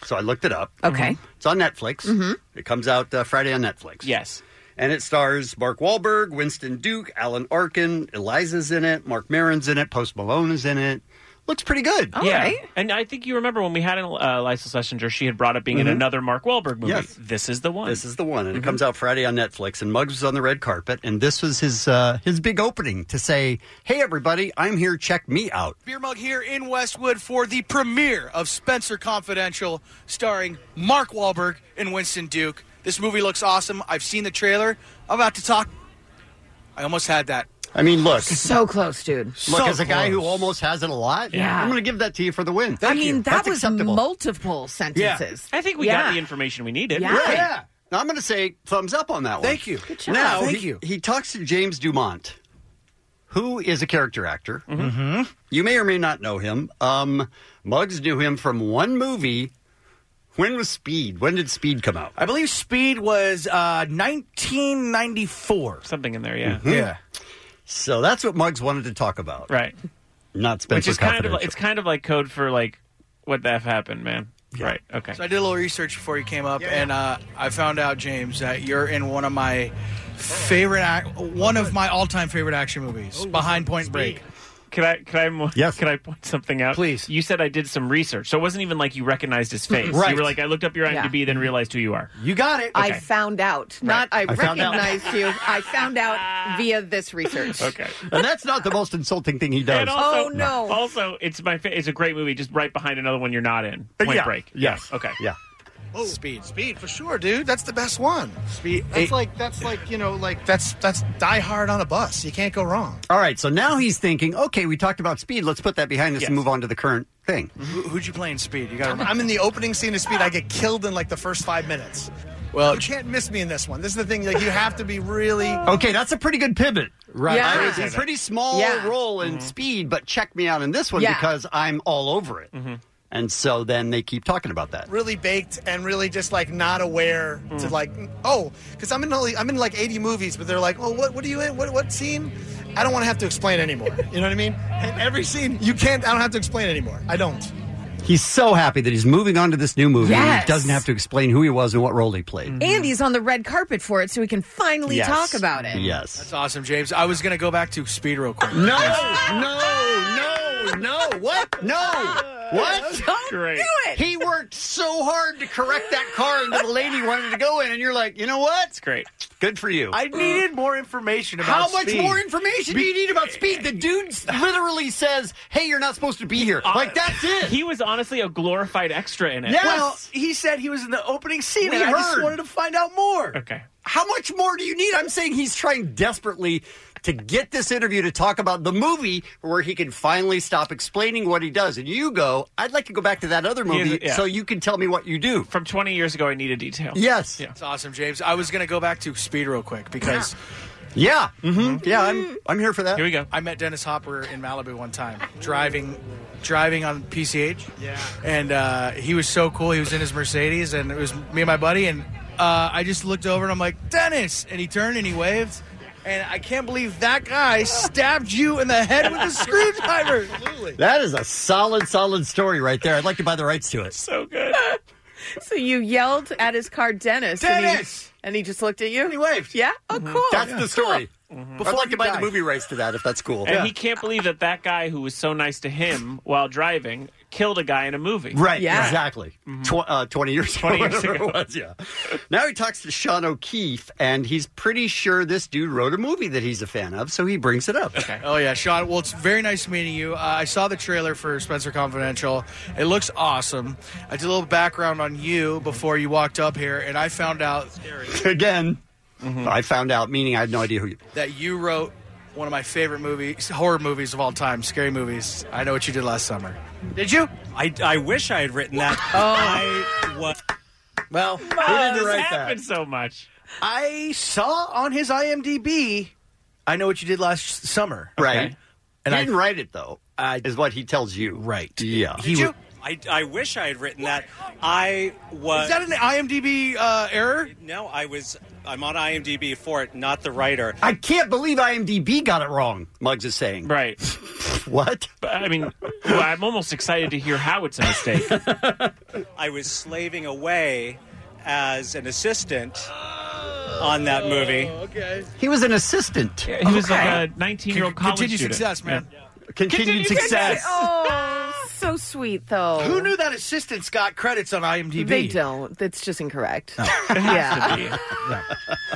Speaker 2: So I looked it up. Mm-hmm.
Speaker 3: Okay.
Speaker 2: It's on Netflix.
Speaker 3: Mhm.
Speaker 2: It comes out uh, Friday on Netflix.
Speaker 14: Yes.
Speaker 2: And it stars Mark Wahlberg, Winston Duke, Alan Arkin, Eliza's in it, Mark Maron's in it, Post Malone is in it. Looks pretty good.
Speaker 14: yeah. And I think you remember when we had uh, Lisa Schlesinger, she had brought up being
Speaker 2: Mhm.
Speaker 14: in another Mark Wahlberg movie.
Speaker 2: Yes.
Speaker 14: This is the one.
Speaker 2: This is the one,
Speaker 3: Mm-hmm.
Speaker 2: and it comes out Friday on Netflix. And Muggs was on the red carpet, and this was his uh, his big opening to say, "Hey, everybody, I'm here. Check me out."
Speaker 9: Beer Mug here in Westwood for the premiere of Spencer Confidential, starring Mark Wahlberg and Winston Duke. This movie looks awesome. I've seen the trailer. I'm about to talk. I almost had that.
Speaker 2: I mean, look,
Speaker 9: So
Speaker 3: close, dude. Look,
Speaker 9: So
Speaker 2: as a guy who
Speaker 9: close.
Speaker 2: almost has it a lot,
Speaker 3: Yeah.
Speaker 2: I'm going to give that to you for the win.
Speaker 3: I
Speaker 2: Thank
Speaker 3: mean,
Speaker 2: you.
Speaker 3: that
Speaker 2: That's
Speaker 3: was
Speaker 2: acceptable.
Speaker 3: multiple sentences.
Speaker 14: I think we
Speaker 3: Yeah.
Speaker 14: got the information we needed.
Speaker 3: Yeah.
Speaker 2: Right. Now, I'm going to say thumbs up on that one.
Speaker 3: Thank you. Good job.
Speaker 2: Now,
Speaker 3: Thank
Speaker 2: he,
Speaker 3: you.
Speaker 2: He talks to James Dumont, who is a character actor. Mm-hmm. You may or may not know him. Um, Muggs knew him from one movie. When was Speed? When did Speed come out?
Speaker 6: I believe Speed was uh, 1994.
Speaker 14: Something in there, yeah.
Speaker 2: Mhm. So that's what Muggs wanted to talk about.
Speaker 14: Right.
Speaker 2: Not Spencer
Speaker 14: Which is kind of
Speaker 2: Confidential.
Speaker 14: it's kind of like code for like what the f happened, man. Right. Okay.
Speaker 9: So I did a little research before you came up, and uh, I found out, James, that you're in one of my favorite, ac- one of my all-time favorite action
Speaker 6: Oh,
Speaker 9: movies, Behind Point Break.
Speaker 14: Can I can I yes. can I point something out? Please. You said I did some research, so it wasn't even like you recognized his face.
Speaker 3: Right.
Speaker 14: You were like, I looked up your
Speaker 3: Yeah.
Speaker 14: IMDb, then realized who you are.
Speaker 2: You got it.
Speaker 3: I found out. Not I,
Speaker 2: I found out.
Speaker 3: recognized you. I found out via this research.
Speaker 2: and that's not the most insulting thing he does.
Speaker 14: And also,
Speaker 3: Oh, no.
Speaker 14: Also, it's my fa- it's a great movie, just right behind another one you're not in. Point
Speaker 2: Yeah.
Speaker 14: Break.
Speaker 2: Yes.
Speaker 14: Okay.
Speaker 2: Yeah.
Speaker 9: Oh,
Speaker 6: Speed, speed for sure, dude. That's the best one. Speed. That's
Speaker 9: eight-
Speaker 6: like that's like you know like that's that's Die Hard on a bus. You can't go wrong.
Speaker 2: All right, so now he's thinking, okay, we talked about speed. Let's put that behind us and move on to the current thing.
Speaker 9: Who, who'd you play in Speed? You got to
Speaker 6: I'm,
Speaker 9: remember.
Speaker 6: I'm in the opening scene of Speed. I get killed in like the first five minutes.
Speaker 9: Well,
Speaker 6: you can't miss me in this one. This is the thing. Like you have to be really.
Speaker 2: Okay, that's a pretty good pivot. Mm-hmm. Right.
Speaker 6: Yeah.
Speaker 2: I was a pretty small
Speaker 6: Yeah.
Speaker 2: role
Speaker 3: Mm-hmm.
Speaker 2: in speed, but check me out in this one
Speaker 6: Yeah.
Speaker 2: because I'm all over it. And so then they keep talking about that.
Speaker 6: really baked and really just like not aware to like oh because I'm in only I'm in like 80 movies but they're like oh what what are you in what what scene I don't want to have to explain anymore you know what I mean and every scene you can't I don't have to explain anymore I don't
Speaker 2: He's so happy that he's moving on to this new movie and
Speaker 3: Yes.
Speaker 2: he doesn't have to explain who he was and what role he played.
Speaker 3: And he's on the red carpet for it, so we can finally
Speaker 2: Mm-hmm. Yes.
Speaker 3: talk about it.
Speaker 2: Yes.
Speaker 9: That's awesome, James. I was going to go back to Speed real quick.
Speaker 2: No, no, no, no. What? No. What?
Speaker 14: Great.
Speaker 3: do it.
Speaker 2: He worked so hard to correct that car into the lane he wanted to go in, and you're like, you know what? It's
Speaker 14: great.
Speaker 2: Good for you.
Speaker 6: I needed more information about
Speaker 2: How much
Speaker 6: Speed.
Speaker 2: more information do you need about speed? The dude s- literally says, "Hey, you're not supposed to be here."
Speaker 6: Uh,
Speaker 2: Like that's it.
Speaker 14: He was honestly a glorified extra in it.
Speaker 6: well he said he was in the opening scene
Speaker 2: We
Speaker 6: and I just
Speaker 2: heard.
Speaker 6: wanted to find out more
Speaker 14: okay
Speaker 2: How much more do you need? I'm saying he's trying desperately to get this interview to talk about the movie where he can finally stop explaining what he does. And you go, I'd like to go back to that other movie
Speaker 9: yeah.
Speaker 2: so you can tell me what you do.
Speaker 14: From 20 years ago, I need a detail.
Speaker 2: Yes. Yeah.
Speaker 9: It's awesome, James. I was going to go back to Speed real quick because
Speaker 2: Yeah. Mm-hmm. Yeah, I'm I'm here for that.
Speaker 9: we go. I met Dennis Hopper in Malibu one time driving driving on PCH. Yeah. And uh, he was so cool. He was in his Mercedes and it was me and my buddy and uh, I just looked over and I'm like, "Dennis." And he turned and he waved. And I can't believe that guy stabbed you in the head with a screwdriver.
Speaker 2: That is a solid, solid story right there. I'd like to buy the rights to it.
Speaker 14: So good.
Speaker 3: So you yelled at his car, Dennis. And he, and he just looked at you. And he
Speaker 2: waved. Mm-hmm.
Speaker 3: Yeah. Oh, cool.
Speaker 2: That's the story.
Speaker 14: Mm-hmm.
Speaker 2: I'd like to buy the movie rights to that if that's cool.
Speaker 14: And he can't believe that that guy who was so nice to him while driving killed a guy in a movie.
Speaker 2: Right, exactly. Tw- uh, 20 years
Speaker 14: 20
Speaker 2: ago,
Speaker 14: Mm-hmm. years
Speaker 2: whatever
Speaker 14: ago.
Speaker 2: it was, yeah. Now he talks to Sean O'Keefe, and he's pretty sure this dude wrote a movie that he's a fan of, so he brings it up. Okay.
Speaker 9: Oh yeah, Sean. Well, it's very nice meeting you. Uh, I saw the trailer for Spencer Confidential. It looks awesome. I did a little background on you before you walked up here, and I found out
Speaker 2: Again,
Speaker 14: Mm-hmm.
Speaker 2: I found out, meaning I had no idea who you...
Speaker 9: that you wrote one of my favorite movies, horror movies of all time, scary movies. I know what you did last summer. Did you? Oh.
Speaker 26: I, I wish I had written that. I was.
Speaker 2: Well,
Speaker 26: who didn't write that?
Speaker 14: so much.
Speaker 27: I saw on his IMDb. I know what you did last summer,
Speaker 2: Right.
Speaker 27: And
Speaker 2: he
Speaker 27: I-
Speaker 2: didn't write it, though, is what he tells you. Right. Yeah.
Speaker 26: Did you? I, I wish I had written that. I was.
Speaker 9: Is that an IMDb uh, error?
Speaker 26: No, I was. I'm on IMDb for it, not the writer.
Speaker 2: I can't believe IMDb got it wrong, Muggs is saying.
Speaker 14: Right.
Speaker 2: what?
Speaker 14: But, I mean, well, I'm almost excited to hear how it's a mistake.
Speaker 26: I was slaving away as an assistant on that movie.
Speaker 9: Okay.
Speaker 2: He was an assistant.
Speaker 14: he was like a 19 year old college
Speaker 9: Continued
Speaker 14: student.
Speaker 9: success, man.
Speaker 2: Continued,
Speaker 9: success.
Speaker 3: Oh, so sweet though.
Speaker 27: Who knew that assistant's got credits on IMDb?
Speaker 3: They don't. That's just incorrect.
Speaker 2: yeah.
Speaker 3: yeah.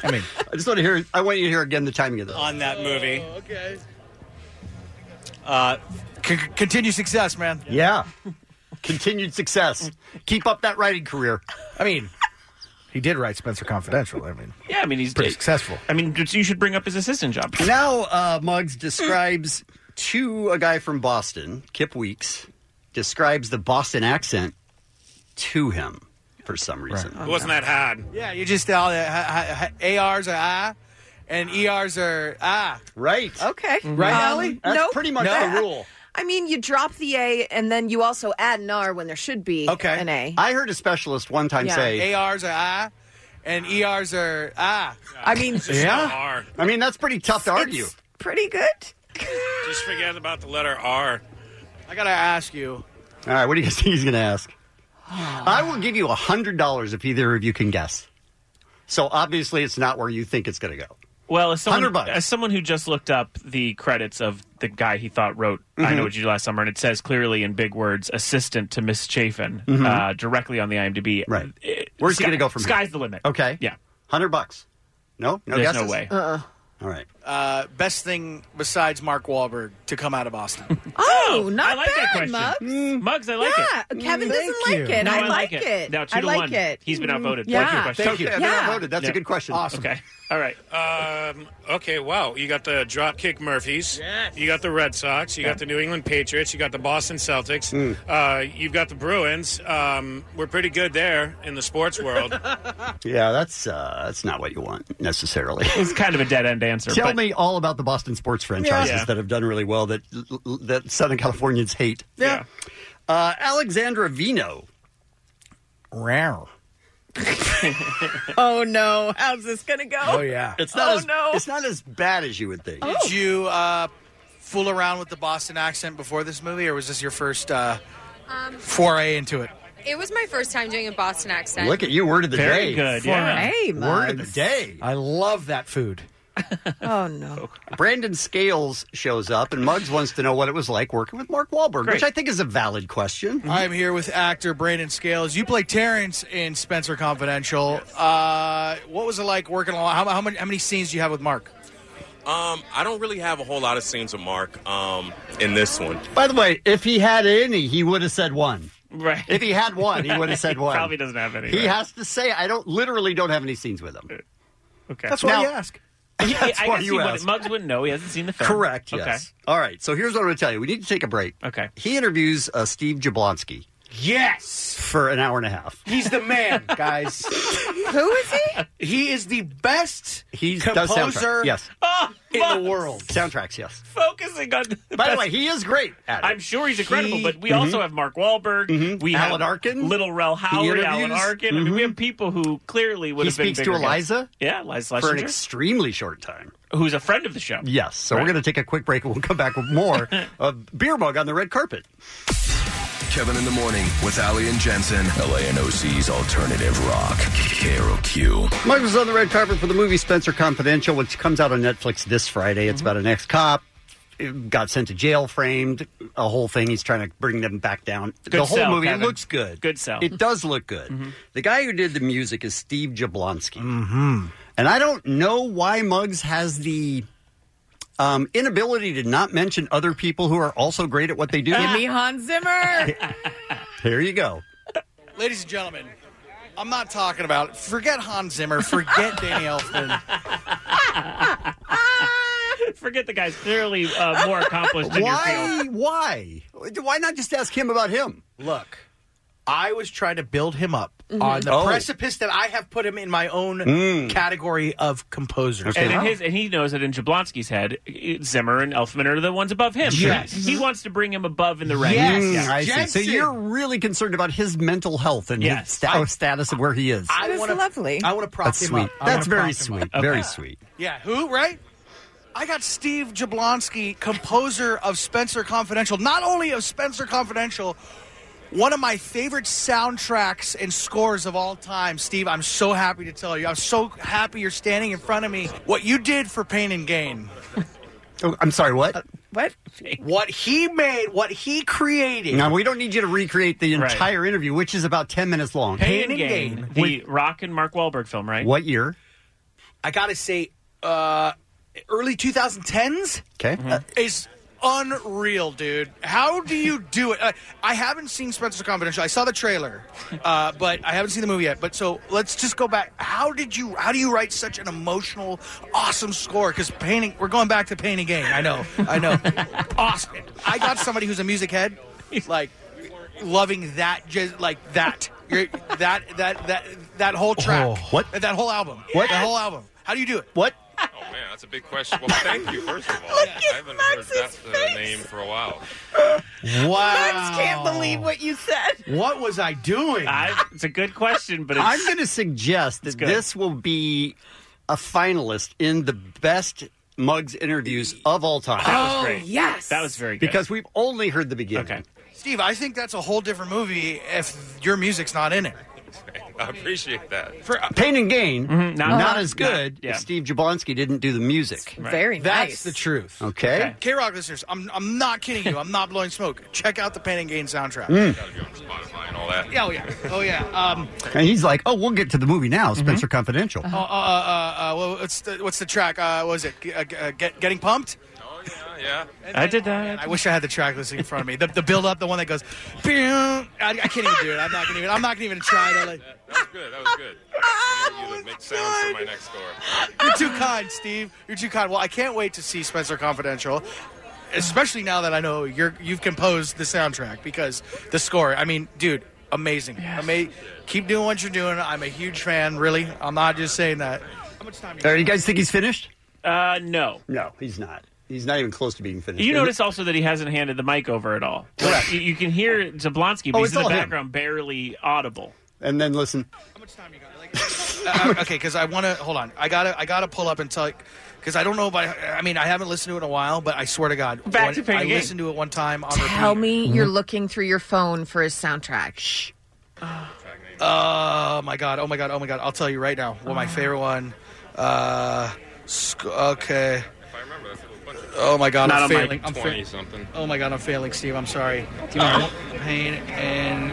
Speaker 2: I mean, I just want to hear. I want you to hear again the timing of this.
Speaker 26: On that movie.
Speaker 9: Oh, Okay.
Speaker 26: Uh,
Speaker 9: c- continue success, man.
Speaker 2: Yeah. Continued success. Keep up that writing career.
Speaker 27: I mean, he did write Spencer Confidential. I mean,
Speaker 14: Yeah, I mean, he's
Speaker 27: pretty successful.
Speaker 14: I mean, you should bring up his assistant job.
Speaker 2: Now, uh, Muggs describes to a guy from Boston, Kip Weeks, describes the Boston accent to him for some reason.
Speaker 9: It wasn't
Speaker 26: that hard.
Speaker 9: Oh, Yeah, you just uh, all the ha- ha- ha- ARs are ah, and ERs are ah.
Speaker 2: Right.
Speaker 3: Okay. Um,
Speaker 9: Right, Allie? That's pretty much No. the rule.
Speaker 3: I mean, you drop the A and then you also add an R when there should be an A.
Speaker 2: I heard a specialist one time
Speaker 3: Yeah.
Speaker 2: say,
Speaker 9: ARs are ah, and ERs are ah.
Speaker 3: I mean,
Speaker 2: I mean, that's pretty tough to argue.
Speaker 3: pretty good.
Speaker 26: Just forget about the letter R.
Speaker 9: I gotta ask you.
Speaker 2: All right, what do you guys think he's going to ask? I will give you $100 if either of you can guess. So obviously, it's not where you think it's going to go.
Speaker 14: Well, as someone,
Speaker 2: 100 bucks.
Speaker 14: as someone who just looked up the credits of the guy he thought wrote I
Speaker 2: Mhm.
Speaker 14: Know What You Did Last Summer, and it says clearly in big words, assistant to Miss Chafin,
Speaker 2: Mhm.
Speaker 14: uh, directly on the IMDb. Right.
Speaker 2: Where's he going to go from here?
Speaker 14: Uh, Sky's the limit.
Speaker 2: Okay.
Speaker 14: Yeah.
Speaker 2: 100 bucks. No? No
Speaker 14: There's no
Speaker 2: guesses?
Speaker 14: way.
Speaker 3: Uh-uh.
Speaker 2: All right.
Speaker 9: Uh, best thing besides Mark Wahlberg to come out of Boston.
Speaker 3: Oh, not
Speaker 14: I like that
Speaker 3: bad,
Speaker 14: question. Mm,
Speaker 3: Muggs.
Speaker 14: Muggs, I like it.
Speaker 3: Yeah, Kevin doesn't
Speaker 14: Thank
Speaker 3: like
Speaker 14: you.
Speaker 3: it.
Speaker 14: No,
Speaker 3: I,
Speaker 14: I like
Speaker 3: like
Speaker 14: it.
Speaker 3: it.
Speaker 14: Now, two
Speaker 3: I
Speaker 14: to
Speaker 3: like
Speaker 14: one.
Speaker 3: it.
Speaker 14: He's been
Speaker 3: Mm,
Speaker 14: outvoted.
Speaker 3: Yeah.
Speaker 14: Thank you, question.
Speaker 3: Thank you.
Speaker 14: Okay, I've been
Speaker 3: Yeah.
Speaker 14: outvoted. That's a Yeah. good question. Awesome. Okay. All right.
Speaker 28: Um, okay. Wow. You got the Dropkick Murphys. Yes. You got the Red Sox. You got the New England Patriots. You got the Boston Celtics.
Speaker 2: Mm.
Speaker 28: Uh, you've got the Bruins. Um, we're pretty good there in the sports world.
Speaker 2: Yeah, that's uh, that's not what you want necessarily.
Speaker 14: It's kind of a dead end answer.
Speaker 2: Tell
Speaker 14: but-
Speaker 2: me all about the Boston sports franchises
Speaker 14: Yeah.
Speaker 2: that have done really well that that Southern Californians hate.
Speaker 14: Yeah.
Speaker 2: Uh, Alexandra Vino. Rare.
Speaker 3: Oh no, how's this gonna go?
Speaker 2: It's not
Speaker 3: oh
Speaker 2: as
Speaker 3: no.
Speaker 2: it's not as bad as you would think.
Speaker 9: Did you uh, fool around with the Boston accent before this movie, or was this your first uh,
Speaker 12: Um,
Speaker 9: foray into it?
Speaker 12: it was my first time doing a Boston accent.
Speaker 2: Look at you, word of the
Speaker 9: Very
Speaker 2: day.
Speaker 9: good, yeah.
Speaker 3: Foray,
Speaker 2: word of the
Speaker 3: Muggs.
Speaker 2: day. I love that food.
Speaker 3: oh no.
Speaker 2: Brandon Scales shows up, and Muggs wants to know what it was like working with Mark Wahlberg,
Speaker 9: Great.
Speaker 2: which I think is a valid question.
Speaker 14: Mm-hmm.
Speaker 9: I am here with actor Brandon Scales. You play Terrence in Spencer Confidential. Uh, what was it like working along? How, how many how many scenes do you have with Mark?
Speaker 16: Um, I don't really have a whole lot of scenes with Mark um, in this one.
Speaker 2: By the way, if he had any, he would have said one.
Speaker 14: Right.
Speaker 2: If he had one, he would have said
Speaker 14: He
Speaker 2: one.
Speaker 14: probably doesn't have any,
Speaker 2: He
Speaker 14: right.
Speaker 2: has to say, I don't literally don't have any scenes with him.
Speaker 14: Okay.
Speaker 2: That's why Now- you
Speaker 14: ask.
Speaker 2: That's
Speaker 14: I
Speaker 2: why
Speaker 14: guess
Speaker 2: you
Speaker 14: he wouldn't-
Speaker 2: ask.
Speaker 14: Muggs wouldn't know. He hasn't seen the film.
Speaker 2: Correct.
Speaker 14: Okay.
Speaker 2: Yes. All right. So here's what I'm going to tell you. We need to take a break. Okay. He interviews uh, Steve Jablonski
Speaker 27: Yes,
Speaker 2: for an hour and a half.
Speaker 27: he's the man, guys.
Speaker 3: Who is he?
Speaker 27: He is the best
Speaker 2: He does
Speaker 27: composer.
Speaker 2: soundtrack. Yes.
Speaker 27: in the world.
Speaker 2: Soundtracks. Yes.
Speaker 14: Focusing on.
Speaker 2: By the way, he is great. At it.
Speaker 14: I'm sure he's incredible,
Speaker 2: He-
Speaker 14: but we
Speaker 2: Mhm.
Speaker 14: also have Mark Wahlberg. We
Speaker 2: Mm-hmm. Alan
Speaker 14: have
Speaker 2: Arkin.
Speaker 14: Little Rel
Speaker 2: He
Speaker 14: Howard, Alan
Speaker 2: interviews- Mm-hmm.
Speaker 14: Arkin. I mean, we have people who clearly would
Speaker 2: He
Speaker 14: have been
Speaker 2: speaks to
Speaker 14: bigger guys.
Speaker 2: Eliza?
Speaker 14: Yeah, Eliza
Speaker 2: for an
Speaker 14: Schlesinger,
Speaker 2: extremely short time.
Speaker 14: who's a friend of the show.
Speaker 2: Yes. So
Speaker 14: Right.
Speaker 2: we're going to take a quick break and we'll come back with more of Beer Mug on the red carpet.
Speaker 15: Kevin in the Morning with Ali and Jensen. LA and OC's alternative rock. KROQ.
Speaker 2: Mike was on the red carpet for the movie Spencer Confidential, which comes out on Netflix this Friday.
Speaker 27: Mm-hmm.
Speaker 2: It's about an ex cop. Got sent to jail, framed, a whole thing. He's trying to bring them back down.
Speaker 27: Good
Speaker 2: the whole
Speaker 27: sell,
Speaker 2: movie it
Speaker 27: Kevin. Mm-hmm.
Speaker 2: looks good.
Speaker 27: Good sell.
Speaker 2: It does look good. The guy who did the music is Steve Jablonsky.
Speaker 27: Mm-hmm.
Speaker 2: And I don't know why Muggs has the um, inability to not mention other people who are also great at what they do.
Speaker 3: Give me Uh, Hans Zimmer.
Speaker 2: Here you go.
Speaker 9: Ladies and gentlemen, I'm not talking about. Forget Hans Zimmer. Forget Danny Elfman.
Speaker 14: Forget the guy's clearly uh, more accomplished in your field.
Speaker 2: Why? Why? Why not just ask him about him?
Speaker 27: Look, I was trying to build him up
Speaker 14: Mhm.
Speaker 27: on the
Speaker 14: Oh.
Speaker 27: precipice that I have put him in my own
Speaker 14: Mm.
Speaker 27: category of composers.
Speaker 14: And, in his, and he knows that in Jablonski's head, Zimmer and Elfman are the ones above him.
Speaker 2: Yes.
Speaker 14: He wants to bring him above in the ranks.
Speaker 2: Mm, I see. So you're really concerned about his mental health and his sta- status of where he is.
Speaker 27: I want lovely. I want to prop
Speaker 2: That's
Speaker 27: him
Speaker 2: sweet.
Speaker 27: up. I
Speaker 2: That's
Speaker 27: wanna
Speaker 2: very
Speaker 27: prop him
Speaker 2: sweet.
Speaker 27: up.
Speaker 2: Very sweet.
Speaker 9: Yeah, who, right? I got Steve Jablonsky, composer of Spencer Confidential, not only of Spencer Confidential, one of my favorite soundtracks and scores of all time. Steve, I'm so happy to tell you. I'm so happy you're standing in front of me. What you did for Pain and Gain.
Speaker 2: Oh, I'm sorry.
Speaker 14: Uh,
Speaker 2: What?
Speaker 27: What? What he made, what he created.
Speaker 2: Now we don't need you to recreate the
Speaker 14: Right.
Speaker 2: entire interview, which is about ten minutes long.
Speaker 14: Pain and Gain, the Rock and Mark Wahlberg film, right?
Speaker 2: What year?
Speaker 27: I gotta say, uh, early 2010s.
Speaker 2: Okay.
Speaker 14: Mm-hmm.
Speaker 2: Uh,
Speaker 9: is unreal, dude. How do you do it? Uh, I haven't seen Spencer Confidential. I saw the trailer, uh, but I haven't seen the movie yet. But so let's just go back. How did you? How do you write such an emotional, awesome score? Because painting, we're going back to painting game. I know, I know. awesome. I got somebody who's a music head, like loving that, just like that. You're, that that that that whole track.
Speaker 2: Oh, what?
Speaker 9: That whole album.
Speaker 2: What?
Speaker 9: That whole album. How do you do it?
Speaker 2: What?
Speaker 17: Oh man, that's a big question. Well, thank you first of all. I haven't heard that uh, name for a while.
Speaker 27: Wow.
Speaker 17: Max can't believe
Speaker 3: what you said.
Speaker 27: What was I doing?
Speaker 14: it's a good question, but
Speaker 2: I'm going to suggest that this will be a finalist in the best Muggs interviews of all time.
Speaker 9: That was great. Oh, yes. That was very good.
Speaker 2: Because we've only heard the beginning. Okay.
Speaker 9: Steve, I think that's a whole different movie if your music's not in it.
Speaker 17: I appreciate that.
Speaker 2: Pain and Gain, not,
Speaker 9: not-
Speaker 2: as good
Speaker 9: not- yeah.
Speaker 2: if Steve Jablonski didn't do the music.
Speaker 9: Very
Speaker 2: That's
Speaker 9: nice.
Speaker 2: the truth. Okay.
Speaker 9: K Rock uh, listeners, I'm, I'm not kidding you. I'm not blowing smoke. Check out the Pain and Gain soundtrack.
Speaker 2: Mm.
Speaker 17: and all that.
Speaker 9: Yeah, oh yeah. Oh yeah. Um,
Speaker 2: And he's like, oh, we'll get to the movie now, Spencer Confidential.
Speaker 9: uh, uh, uh, uh, well, what's, the, what's the track? Uh, what was it? G- Uh, g- uh, get, getting Pumped?
Speaker 17: Oh, Yeah.
Speaker 14: I did that.
Speaker 9: I wish I had the track listing in front of me. The, the build up, the one that goes, "Pew." I, I can't even do it. I'm not gonna even. I'm not gonna even try to. Like,
Speaker 17: That was good. That was good. I'm gonna give you the mixed sound for my next score.
Speaker 9: You're too kind, Steve. You're too kind. Well, I can't wait to see Spencer Confidential, especially now that I know you're you've composed the soundtrack because the score. I mean, dude, amazing. Ama- keep doing what you're doing. I'm a huge fan. Really, I'm not just saying that.
Speaker 2: Uh, you guys think he's finished?
Speaker 14: Uh, no.
Speaker 2: No, he's not. He's not even close to being finished.
Speaker 14: You notice also that he hasn't handed the mic over at all. Like, you, you can hear Jablonski, but
Speaker 2: Oh,
Speaker 14: he's
Speaker 2: it's
Speaker 14: in the
Speaker 2: all him.
Speaker 14: background, barely audible.
Speaker 2: And then listen.
Speaker 9: Uh, okay, because I want to hold on. I gotta I gotta pull up and tell because I don't know. But I mean, I haven't listened to it in a while. But I swear to God,
Speaker 3: Back
Speaker 9: when-
Speaker 3: to Pain
Speaker 9: I
Speaker 3: Again.
Speaker 9: listened to it one time on
Speaker 3: Tell
Speaker 9: repeat.
Speaker 3: me you're looking through your phone for his soundtrack. Shh.
Speaker 9: Oh my god! Oh my god! Oh my god! I'll tell you right now. Well, my favorite one. Uh, sc- okay. Oh my god!
Speaker 17: Not
Speaker 9: I'm
Speaker 17: on my
Speaker 9: failing. I'm
Speaker 17: 20
Speaker 9: failing.
Speaker 17: something.
Speaker 9: Oh my god! I'm failing, Steve. I'm sorry.
Speaker 2: alright.
Speaker 9: Pain and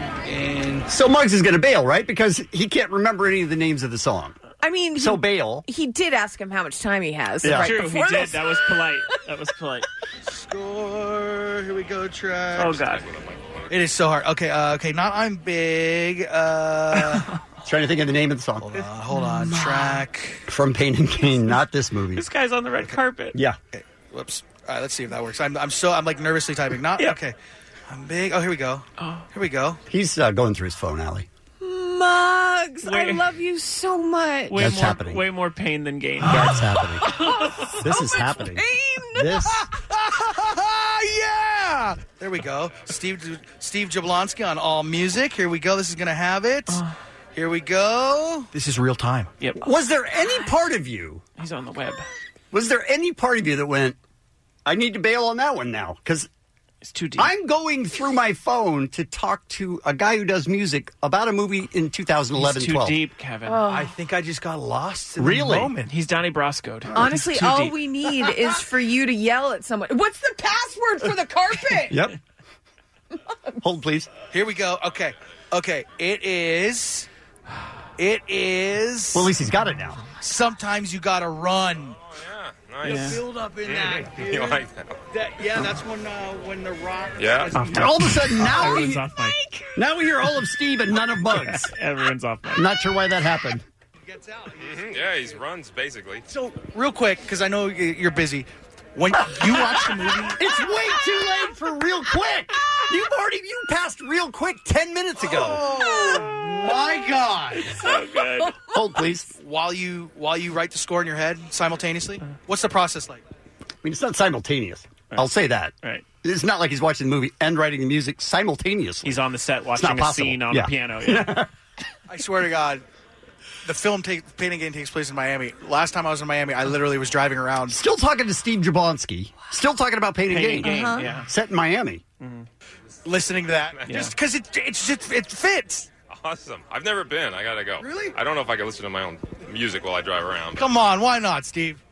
Speaker 9: and
Speaker 2: So Muggs is going to bail, right? Because he can't remember any of the names of the song.
Speaker 3: I mean, he,
Speaker 2: So bail.
Speaker 3: He did ask him how much time he has.
Speaker 2: Yeah.
Speaker 3: right
Speaker 2: True, he
Speaker 3: before
Speaker 2: did.
Speaker 3: this.
Speaker 14: That was polite. That was polite.
Speaker 9: score. Here we go, track.
Speaker 14: Oh god.
Speaker 9: It is so hard. Okay. Uh, okay. Not I'm big. Uh,
Speaker 2: Trying to think of the name of the song.
Speaker 9: uh, hold on. Track.
Speaker 2: From Pain and Gain, not this movie.
Speaker 14: This guy's on the red carpet.
Speaker 2: Yeah.
Speaker 9: Whoops. All right. Let's see if that works. I'm I'm so I'm like nervously typing. Not okay. I'm big. Oh, here we go. Here we go.
Speaker 2: He's uh, going through his phone, Allie.
Speaker 3: Mugs, I
Speaker 14: Wait.
Speaker 3: love you so much.
Speaker 14: Way
Speaker 2: That's
Speaker 14: more,
Speaker 2: happening.
Speaker 14: Way more pain than gain.
Speaker 2: That's happening. this is happening. This.
Speaker 9: yeah. There we go. Steve Steve Jablonski on All Music. Here we go. This is gonna have it. Here we go.
Speaker 27: This is real time.
Speaker 14: Yep.
Speaker 2: Was there any part of you?
Speaker 14: He's on the web.
Speaker 2: Was there any part of you that went, I need to bail on that one now? Because
Speaker 14: It's too deep.
Speaker 2: I'm going through my phone to talk to a guy who does music about a movie in 2011
Speaker 14: He's too
Speaker 2: 12.
Speaker 14: deep, Kevin.
Speaker 3: Oh.
Speaker 14: I think I just got lost
Speaker 2: in the Really?
Speaker 14: moment. He's Donnie Brascoed.
Speaker 3: Honestly, all we need is for you to yell at someone. What's the password for the carpet?
Speaker 2: Yep. Hold, please.
Speaker 9: Here we go. Okay. Okay. It is. It is.
Speaker 2: Well, at least he's got it now.
Speaker 9: Sometimes you gotta run.
Speaker 17: Oh, Nice.
Speaker 9: The build up in
Speaker 17: Yeah.
Speaker 9: that.
Speaker 17: You
Speaker 9: dude.
Speaker 17: like that one?
Speaker 9: That- yeah, that's when uh, when the rock.
Speaker 17: Yeah.
Speaker 2: All of a sudden, now we,
Speaker 17: Everyone's off mic.
Speaker 2: now we hear all of Steve and none of Bugs.
Speaker 14: Everyone's off mic.
Speaker 2: Not sure why that happened.
Speaker 17: Mhm, Yeah, he runs basically.
Speaker 9: So real quick, because I know y- you're busy. When you watch the movie,
Speaker 2: It's way too late for real quick. You've already you passed real quick ten minutes ago.
Speaker 9: Oh. my God.
Speaker 17: So good.
Speaker 2: Hold, please.
Speaker 9: While you while you write the score in your head simultaneously, what's the process like?
Speaker 2: I mean, it's not simultaneous. I'll say that.
Speaker 14: Right.
Speaker 2: It's not like he's watching the movie and writing the music simultaneously.
Speaker 14: He's on the set
Speaker 2: It's not
Speaker 14: watching a
Speaker 2: possible.
Speaker 14: scene on
Speaker 2: Yeah.
Speaker 14: a piano. Yeah.
Speaker 9: I swear to God, the film take, painting game takes place in Miami. Last time I was in Miami, I literally was driving around.
Speaker 2: Still talking to Steve Jablonski. Still talking about Painting
Speaker 9: Painting
Speaker 2: Game.
Speaker 9: Game, Uh-huh. yeah.
Speaker 2: Set in Miami.
Speaker 17: Mm-hmm.
Speaker 9: listening to that just because it it's just it fits.
Speaker 17: Awesome. I've never been. I gotta go.
Speaker 9: Really?
Speaker 17: I don't know if I can listen to my own music while I drive around.
Speaker 9: Come on, why not, Steve?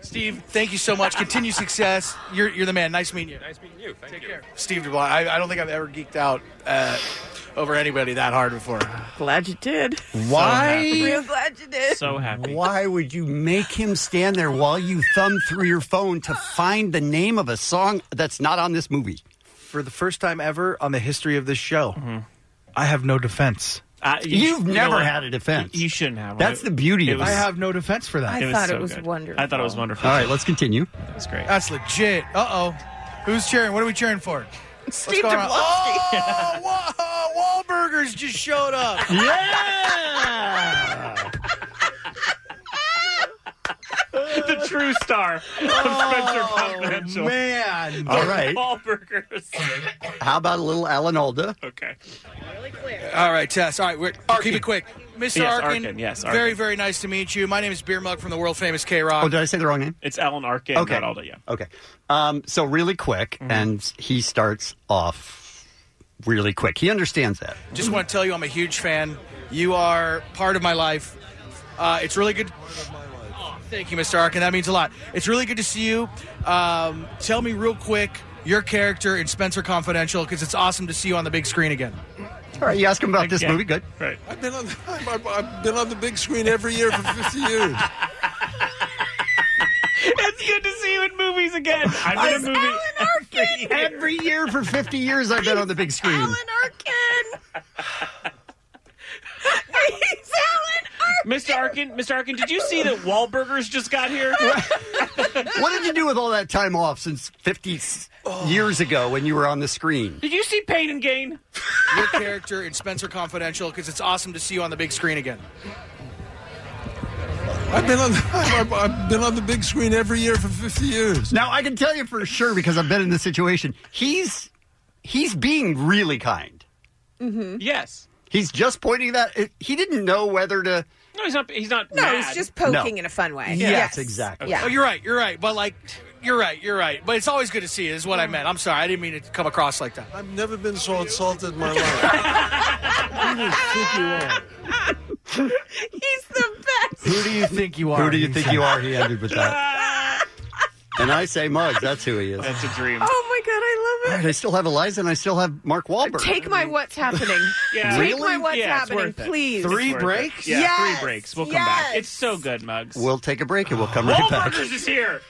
Speaker 9: Steve, thank you so much. Continue success. You're you're the man. Nice meeting you,
Speaker 17: Nice meeting you. Thank you.
Speaker 9: Steve DeBlanc. I, I don't think I've ever geeked out uh, over anybody that hard before.
Speaker 3: Glad you did.
Speaker 2: Why?
Speaker 3: Real glad you did.
Speaker 14: happy.
Speaker 2: Why would you make him stand there while you thumb through your phone to find the name of a song that's not on this movie?
Speaker 27: For the first time ever on the history of this show, I have no defense.
Speaker 14: I-
Speaker 2: You've
Speaker 14: Mm-hmm. Uh, you know
Speaker 2: never
Speaker 14: what?
Speaker 2: had a defense.
Speaker 14: You shouldn't have. one.
Speaker 2: That's
Speaker 14: It-
Speaker 2: the beauty
Speaker 14: it
Speaker 2: of
Speaker 14: was-
Speaker 2: it.
Speaker 27: I have no defense for that.
Speaker 14: it was
Speaker 3: thought it
Speaker 14: so
Speaker 3: was
Speaker 14: good.
Speaker 3: wonderful.
Speaker 14: I thought it was wonderful.
Speaker 2: All right, let's continue.
Speaker 14: It was great.
Speaker 9: That's legit. Uh oh, who's cheering? What are we cheering for? What's
Speaker 3: Steve
Speaker 9: going on?
Speaker 3: Jablonski.
Speaker 9: Oh, whoa, Wahlburgers just showed up.
Speaker 2: Yeah!
Speaker 14: the true star of Spencer
Speaker 9: Oh.
Speaker 10: Oh,
Speaker 14: Confidential.
Speaker 2: Man. All right.
Speaker 14: Wahlburgers.
Speaker 2: How about a little Alan Alda?
Speaker 14: okay.
Speaker 9: All right, Tess. All right, we're, keep it quick. Mr.
Speaker 14: Yes,
Speaker 9: Arkin,
Speaker 14: Arkin, yes,
Speaker 9: very,
Speaker 14: Arkin.
Speaker 9: very nice to meet you. My name is Beer Mug from the world famous K
Speaker 2: Oh,
Speaker 9: Rock.
Speaker 2: did I say the wrong name?
Speaker 14: It's Alan Arkin,
Speaker 2: Okay.
Speaker 14: not Alda. Yeah.
Speaker 2: Okay. Um, so really quick,
Speaker 14: Mm-hmm.
Speaker 2: and he starts off really quick. He understands that.
Speaker 9: Just want to tell you I'm a huge fan. You are part of my life. Uh, it's really good. Oh, thank you, Mr. Arkin. That means a lot. It's really good to see you. Um, tell me real quick your character in Spencer Confidential because it's awesome to see you on the big screen again.
Speaker 2: All right, you ask him about this
Speaker 9: Again.
Speaker 2: movie. Good.
Speaker 14: Right.
Speaker 18: I've been on the, I've, I've been on the big screen every year for 50 years.
Speaker 14: it's good to see you in movies again. I'm in a movie.
Speaker 2: Every year for 50 years, I've been on the big screen.
Speaker 3: Arkin. He's
Speaker 14: Mr. Arkin, Mr. Arkin, did you see that Wahlburgers just got here?
Speaker 2: What did you do with all that time off since 50 s-
Speaker 9: Oh.
Speaker 2: years ago when you were on the screen?
Speaker 14: Did you see Pain and Gain?
Speaker 9: Your character in Spencer Confidential because it's awesome to see you on the big screen again.
Speaker 18: I've been on the, I've, I've been on the big screen every year for 50 years.
Speaker 2: Now I can tell you for sure because I've been in this situation. He's he's being really kind.
Speaker 14: Yes.
Speaker 2: He's just pointing that it, he didn't know whether to.
Speaker 14: No, he's not. He's not.
Speaker 3: No,
Speaker 14: mad.
Speaker 3: he's just poking
Speaker 2: No.
Speaker 3: in a fun way.
Speaker 2: Yes, exactly.
Speaker 3: Yeah.
Speaker 9: Oh, you're right. You're right. But like, you're right. You're right. But it's always good to see you. Is what I meant. I'm sorry. I didn't mean to come across like that.
Speaker 18: I've never been so insulted in my life.
Speaker 3: He's the best.
Speaker 27: Who do you think you are?
Speaker 2: Who do you think you are? He ended with that. And I say Muggs. That's who he is.
Speaker 14: That's a dream.
Speaker 3: Oh my god, I love it.
Speaker 2: All right, I still have Eliza and I still have Mark Wahlberg.
Speaker 3: Take my what's happening.
Speaker 14: Yeah.
Speaker 3: Take
Speaker 2: Really?
Speaker 3: my what's
Speaker 14: Yeah, it's
Speaker 3: happening,
Speaker 14: worth it.
Speaker 3: please.
Speaker 14: It's worth it. Yeah,
Speaker 3: Yes.
Speaker 14: three breaks. We'll come back.
Speaker 3: Yes.
Speaker 14: It's so good, Mugs.
Speaker 2: We'll take a break and we'll come right back.
Speaker 14: Wahlburgers is here.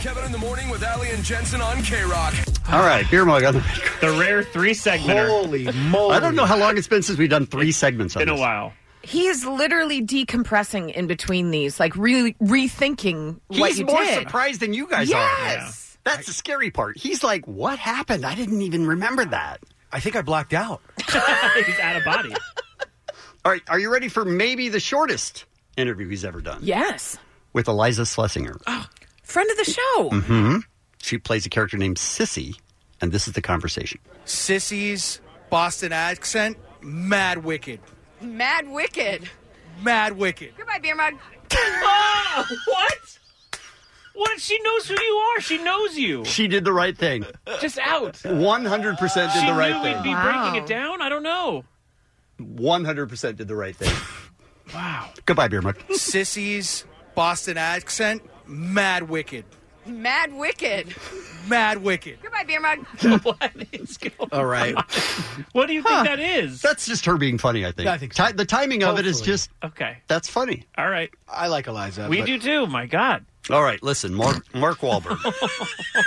Speaker 15: Kevin in the morning with Ali and Jensen on K Rock.
Speaker 2: All right, beer mug. On the-
Speaker 14: The rare three segmenter.
Speaker 27: Holy moly!
Speaker 2: I don't know how long it's been since we've done three segments on
Speaker 14: Been a
Speaker 2: this.
Speaker 14: while.
Speaker 3: He is literally decompressing in between these, like really rethinking what
Speaker 2: He's
Speaker 3: you
Speaker 2: more
Speaker 3: did.
Speaker 2: surprised than you guys are.
Speaker 3: yes.
Speaker 2: That's the scary part. He's like, "What happened? I didn't even remember that."
Speaker 27: I think I blacked out.
Speaker 14: he's out of body.
Speaker 2: All right, are you ready for maybe the shortest interview he's ever done
Speaker 3: Yes.
Speaker 2: with Eliza Schlesinger? Mm-hmm.
Speaker 3: Friend of the
Speaker 14: Oh.
Speaker 3: show.
Speaker 2: She plays a character named Sissy, and this is the conversation.
Speaker 9: Sissy's Boston accent, mad wicked.
Speaker 12: Mad Wicked.
Speaker 9: Mad wicked.
Speaker 14: Ah!
Speaker 12: Goodbye, beer mug.
Speaker 14: Oh, what? What? She knows who you are. She knows you.
Speaker 2: She did the right thing.
Speaker 14: Just out.
Speaker 2: 100% did
Speaker 14: she
Speaker 2: the right
Speaker 14: knew
Speaker 2: thing.
Speaker 14: we'd be breaking it down. I don't know.
Speaker 2: 100% did the right thing.
Speaker 14: wow.
Speaker 2: Goodbye, Beer Mug.
Speaker 9: Sissy's Boston accent, mad wicked.
Speaker 12: Mad Wicked.
Speaker 9: Mad wicked.
Speaker 12: Goodbye, beer mug.
Speaker 2: All right.
Speaker 14: What do you think that is?
Speaker 2: That's just her being funny, I think.
Speaker 14: I think so.
Speaker 2: Ti- the timing of it is
Speaker 14: Hopefully.
Speaker 2: just.
Speaker 14: Okay.
Speaker 2: That's funny.
Speaker 14: All right.
Speaker 2: I like Eliza.
Speaker 14: We do too. My God.
Speaker 2: All right, listen, Mark, Mark Wahlberg.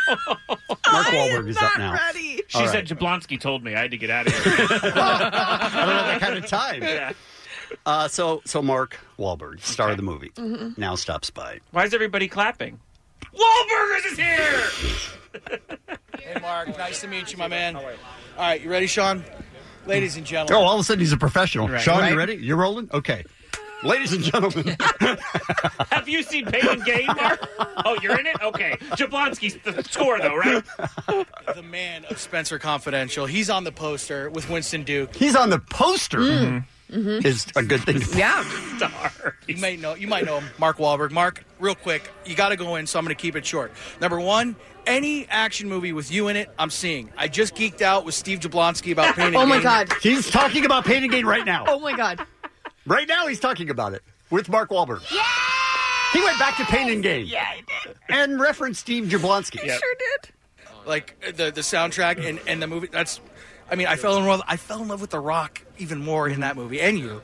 Speaker 2: Mark Wahlberg is up now.
Speaker 14: She
Speaker 2: All
Speaker 14: said
Speaker 2: right.
Speaker 14: Jablonski told me I had to get out of here. I
Speaker 2: don't have that kind of time.
Speaker 14: Yeah.
Speaker 2: Uh, so, so Mark Wahlberg, star of the movie, now stops by.
Speaker 14: Mm-hmm. Why is everybody clapping? Wahlburgers is here.
Speaker 9: Hey, Mark. Nice to meet you, my man. All right, you ready, Sean? Ladies and gentlemen.
Speaker 2: Oh, all of a sudden he's a professional.
Speaker 9: Right.
Speaker 2: Sean,
Speaker 9: Right.
Speaker 2: you ready? You're rolling? Okay. Ladies and gentlemen,
Speaker 14: Have you seen Pain and Gain, Mark? Oh, you're in it. Okay. Jablonski's the score, though, right?
Speaker 9: the man of Spencer Confidential. He's on the poster with Winston Duke.
Speaker 2: he's on the poster.
Speaker 9: Mm-hmm.
Speaker 2: Is a good thing. To
Speaker 9: Yeah,
Speaker 14: star.
Speaker 9: You may know. You might know him, Mark Wahlberg. Mark, real quick, you got to go in, so I'm going to keep it short. Number one, any action movie with you in it, I'm seeing. I just geeked out with Steve Jablonsky about painting.
Speaker 3: Oh, my God.
Speaker 2: He's talking about Pain and Gain right now.
Speaker 3: Oh my god.
Speaker 14: Mm-hmm.
Speaker 2: Right now, he's talking about it with Mark Wahlberg. Yeah. He went back to Pain and Gain. Yeah, he did. And referenced Steve Jablonsky.
Speaker 3: did.
Speaker 9: Like uh, the the soundtrack and and the movie. That's, I mean, I fell in love. I fell in love with The Rock even more in that movie. And you,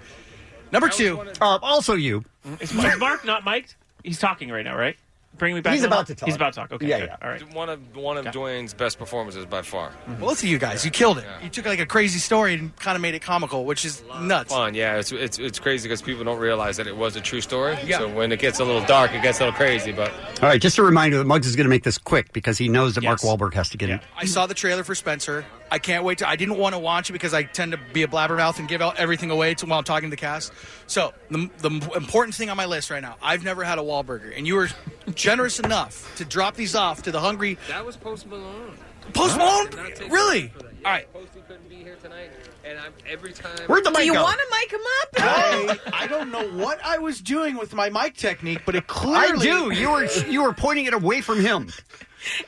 Speaker 9: number two,
Speaker 2: uh, also you.
Speaker 14: Is Mark, is Mark not mic'd? He's talking right now, right? Bring me back.
Speaker 17: He's
Speaker 14: now?
Speaker 17: about to talk.
Speaker 14: He's about to talk. Okay.
Speaker 17: Yeah,
Speaker 14: good.
Speaker 17: yeah.
Speaker 14: All right.
Speaker 17: One of one of Dwayne's best performances by far.
Speaker 9: both of you guys, you killed it. You took like a crazy story and kind of made it comical, which is nuts.
Speaker 17: Fun, yeah. It's it's, it's crazy because people don't realize that it was a true story. So when it gets a little dark, it gets a little crazy. But
Speaker 2: All right, just a reminder that Muggs is going to make this quick because he knows that Mark Wahlberg has to get in.
Speaker 9: I saw the trailer for Spencer. I can't wait to. I didn't want to watch it because I tend to be a blabbermouth and give out everything away to, while I'm talking to the cast. So the, the important thing on my list right now, I've never had a Wahlburger, and you were generous enough to drop these off to the hungry.
Speaker 17: that was Post Malone.
Speaker 9: Post Malone? Really? All right.
Speaker 17: Posty couldn't be here tonight, and I'm, every time.
Speaker 3: Do you want to mic him up?
Speaker 9: I, I don't know what I was doing with my mic technique, but it
Speaker 2: I do. You were you were pointing it away from him.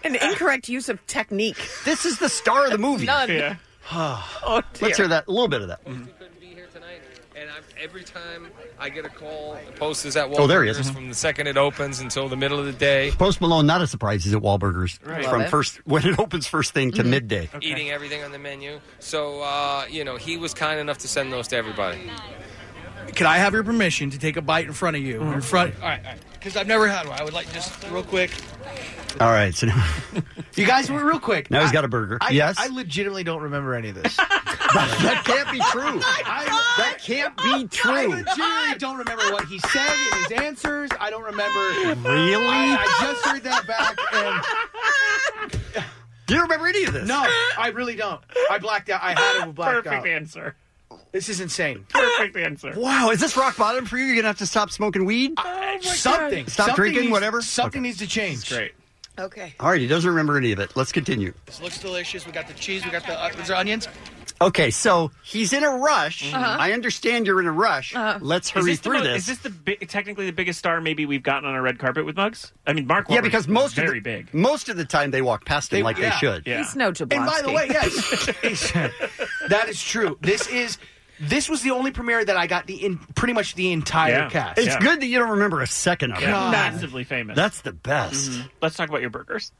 Speaker 3: An incorrect use of technique.
Speaker 2: This is the star of the movie.
Speaker 3: None. Yeah.
Speaker 2: oh,
Speaker 3: dear.
Speaker 2: Let's hear that a little bit of that.
Speaker 17: And I'm, every time I get a call, Post is at Wahlburgers
Speaker 2: Oh, there he is.
Speaker 14: Mm-hmm.
Speaker 2: Mhm.
Speaker 17: from the second it opens until the middle of the day.
Speaker 2: Post Malone, not a surprise, is at Wahlburgers
Speaker 17: Right. Love
Speaker 2: from
Speaker 17: it. Mm-hmm.
Speaker 2: first when it opens first thing to midday.
Speaker 17: Eating everything on the menu. So, uh, you know, he was kind enough to send those to everybody.
Speaker 9: Can I have your permission to take a bite in front of you? In front. All right. All right. Because I've never had one. I would like just real quick.
Speaker 2: All right, so now,
Speaker 27: You guys, were real quick.
Speaker 2: now he's got a burger.
Speaker 27: I,
Speaker 2: yes,
Speaker 27: I legitimately don't remember any of this.
Speaker 2: that can't be true. that can't be
Speaker 27: Oh I
Speaker 2: true.
Speaker 27: legitimately don't remember what he said in his answers. I don't remember.
Speaker 2: Really?
Speaker 27: I, I just heard that back, and
Speaker 2: do you remember any of this?
Speaker 27: No, I really don't. I blacked out. I had it blacked
Speaker 14: Perfect
Speaker 27: out.
Speaker 14: answer.
Speaker 27: This is insane.
Speaker 14: Perfect answer.
Speaker 2: Wow, is this rock bottom for you? You're gonna have to stop smoking weed.
Speaker 27: something.
Speaker 2: oh Stop
Speaker 27: Oh something
Speaker 2: drinking,
Speaker 27: needs-
Speaker 2: whatever?
Speaker 27: Something needs to change.
Speaker 14: great.
Speaker 3: Okay.
Speaker 2: All right, he doesn't remember any of it. Let's continue.
Speaker 9: This looks delicious. We got the cheese. We got the. Uh, is there onions?
Speaker 2: Okay, so he's in a rush.
Speaker 9: Uh-huh.
Speaker 2: I understand you're in a rush. Let's
Speaker 14: Is
Speaker 2: hurry
Speaker 14: this the
Speaker 2: through
Speaker 14: mo-
Speaker 2: this.
Speaker 14: Is this the bi- technically the biggest star maybe we've gotten on a red carpet with Mugs? I mean, Mark.
Speaker 2: yeah,
Speaker 14: Wahlberg's
Speaker 2: because most
Speaker 14: very
Speaker 2: of the,
Speaker 14: big.
Speaker 2: most of the time they walk past him
Speaker 27: They-
Speaker 2: like they
Speaker 27: yeah.
Speaker 2: should.
Speaker 27: Yeah.
Speaker 3: He's no
Speaker 27: And by the
Speaker 3: Jablonski.
Speaker 27: way, yes, that is true. This is this was the only premiere that I got the in, pretty much the entire cast.
Speaker 2: It's good that you don't remember a second of it.
Speaker 14: Yeah, massively famous. Mm-hmm.
Speaker 2: That's the best.
Speaker 14: Let's talk about your burgers.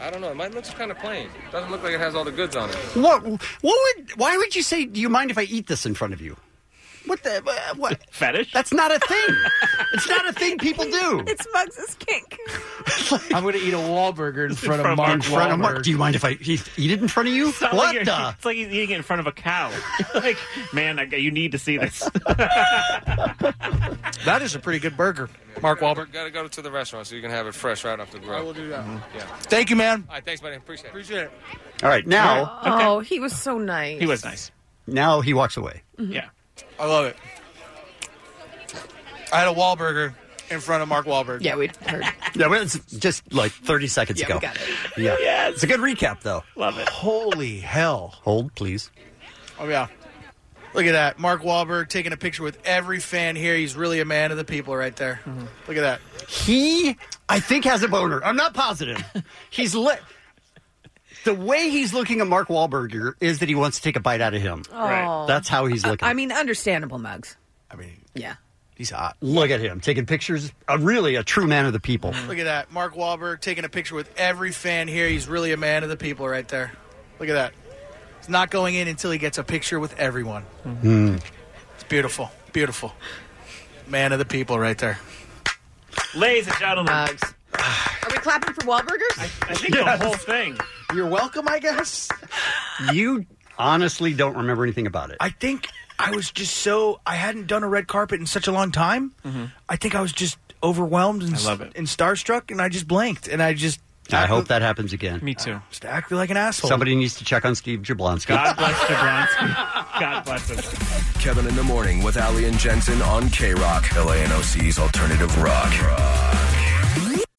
Speaker 17: I don't know. Mine looks kind of plain. Doesn't look like it has all the goods on it.
Speaker 2: What? What would? Why would you say? Do you mind if I eat this in front of you? What the? uh, What?
Speaker 14: Fetish?
Speaker 2: That's not a thing. it's not a thing people do.
Speaker 3: It's Muggs's kink.
Speaker 27: I'm going to eat a Wahlburger in front of
Speaker 2: From-
Speaker 27: Mark
Speaker 2: in front of Mark.
Speaker 27: Wahlberg.
Speaker 2: Do you mind if I eat eat it in front of you?
Speaker 14: It's not
Speaker 2: What
Speaker 14: like you're-
Speaker 2: the?
Speaker 14: It's like he's eating it in front of a cow. like, man, I, you need to see this.
Speaker 9: That is a pretty good burger. Mark Wahlberg.
Speaker 17: Got to go to the restaurant so you can have it fresh right off the grill. I will
Speaker 9: do that.
Speaker 17: Yeah.
Speaker 9: Thank you, man.
Speaker 17: All right, thanks, buddy. Appreciate it.
Speaker 9: Appreciate it.
Speaker 2: All right, now
Speaker 3: Oh, he was so nice. Mm-hmm.
Speaker 14: he was nice.
Speaker 2: now he walks away.
Speaker 14: Yeah.
Speaker 9: I love it. I had a Wahlburger in front of Mark Wahlberg.
Speaker 3: Yeah, we heard.
Speaker 2: Yeah, well, it's just like thirty seconds
Speaker 9: Yeah, we
Speaker 2: ago.
Speaker 9: got it.
Speaker 2: Yeah, it's a good recap though.
Speaker 14: Love it.
Speaker 27: Holy hell!
Speaker 2: Hold, please.
Speaker 9: Oh yeah. Look at that. Mark Wahlberg taking a
Speaker 27: Mm-hmm.
Speaker 9: picture with every fan here. He's really a man of the people right there. Look at that.
Speaker 2: He, I think has a boner. I'm not positive. He's lit. The way he's looking at Mark Wahlberger is that he wants to take a bite out of him.
Speaker 3: Oh.
Speaker 2: That's how he's looking.
Speaker 3: I, I mean, understandable mugs. I
Speaker 2: mean,
Speaker 3: yeah.
Speaker 2: he's hot. Look at him taking pictures. A, really, a true man of the people.
Speaker 9: Look at that. Mark Wahlberg taking a picture with every fan here. He's really a man of the people right there. Look at that. He's not going in until he gets a picture with everyone. It's beautiful. Beautiful. Man of the people right there.
Speaker 14: Ladies and gentlemen.
Speaker 3: Are we clapping for Wahlburgers?
Speaker 14: I think the whole thing.
Speaker 27: You're welcome, I guess.
Speaker 2: You honestly don't remember anything about it.
Speaker 9: I think I was just so I hadn't done a red carpet in such a long time.
Speaker 14: Mm-hmm.
Speaker 9: I think I was just overwhelmed and,
Speaker 2: I love
Speaker 9: and starstruck, and I just blanked, and I just
Speaker 2: I hope that happens again.
Speaker 14: Me too.
Speaker 9: just acted like an asshole.
Speaker 2: Somebody needs to check on Steve Jablonski.
Speaker 9: God
Speaker 14: bless Jablonski. God bless him.
Speaker 15: Kevin in the Morning with Ali and Jensen on K Rock, LANOC's alternative rock.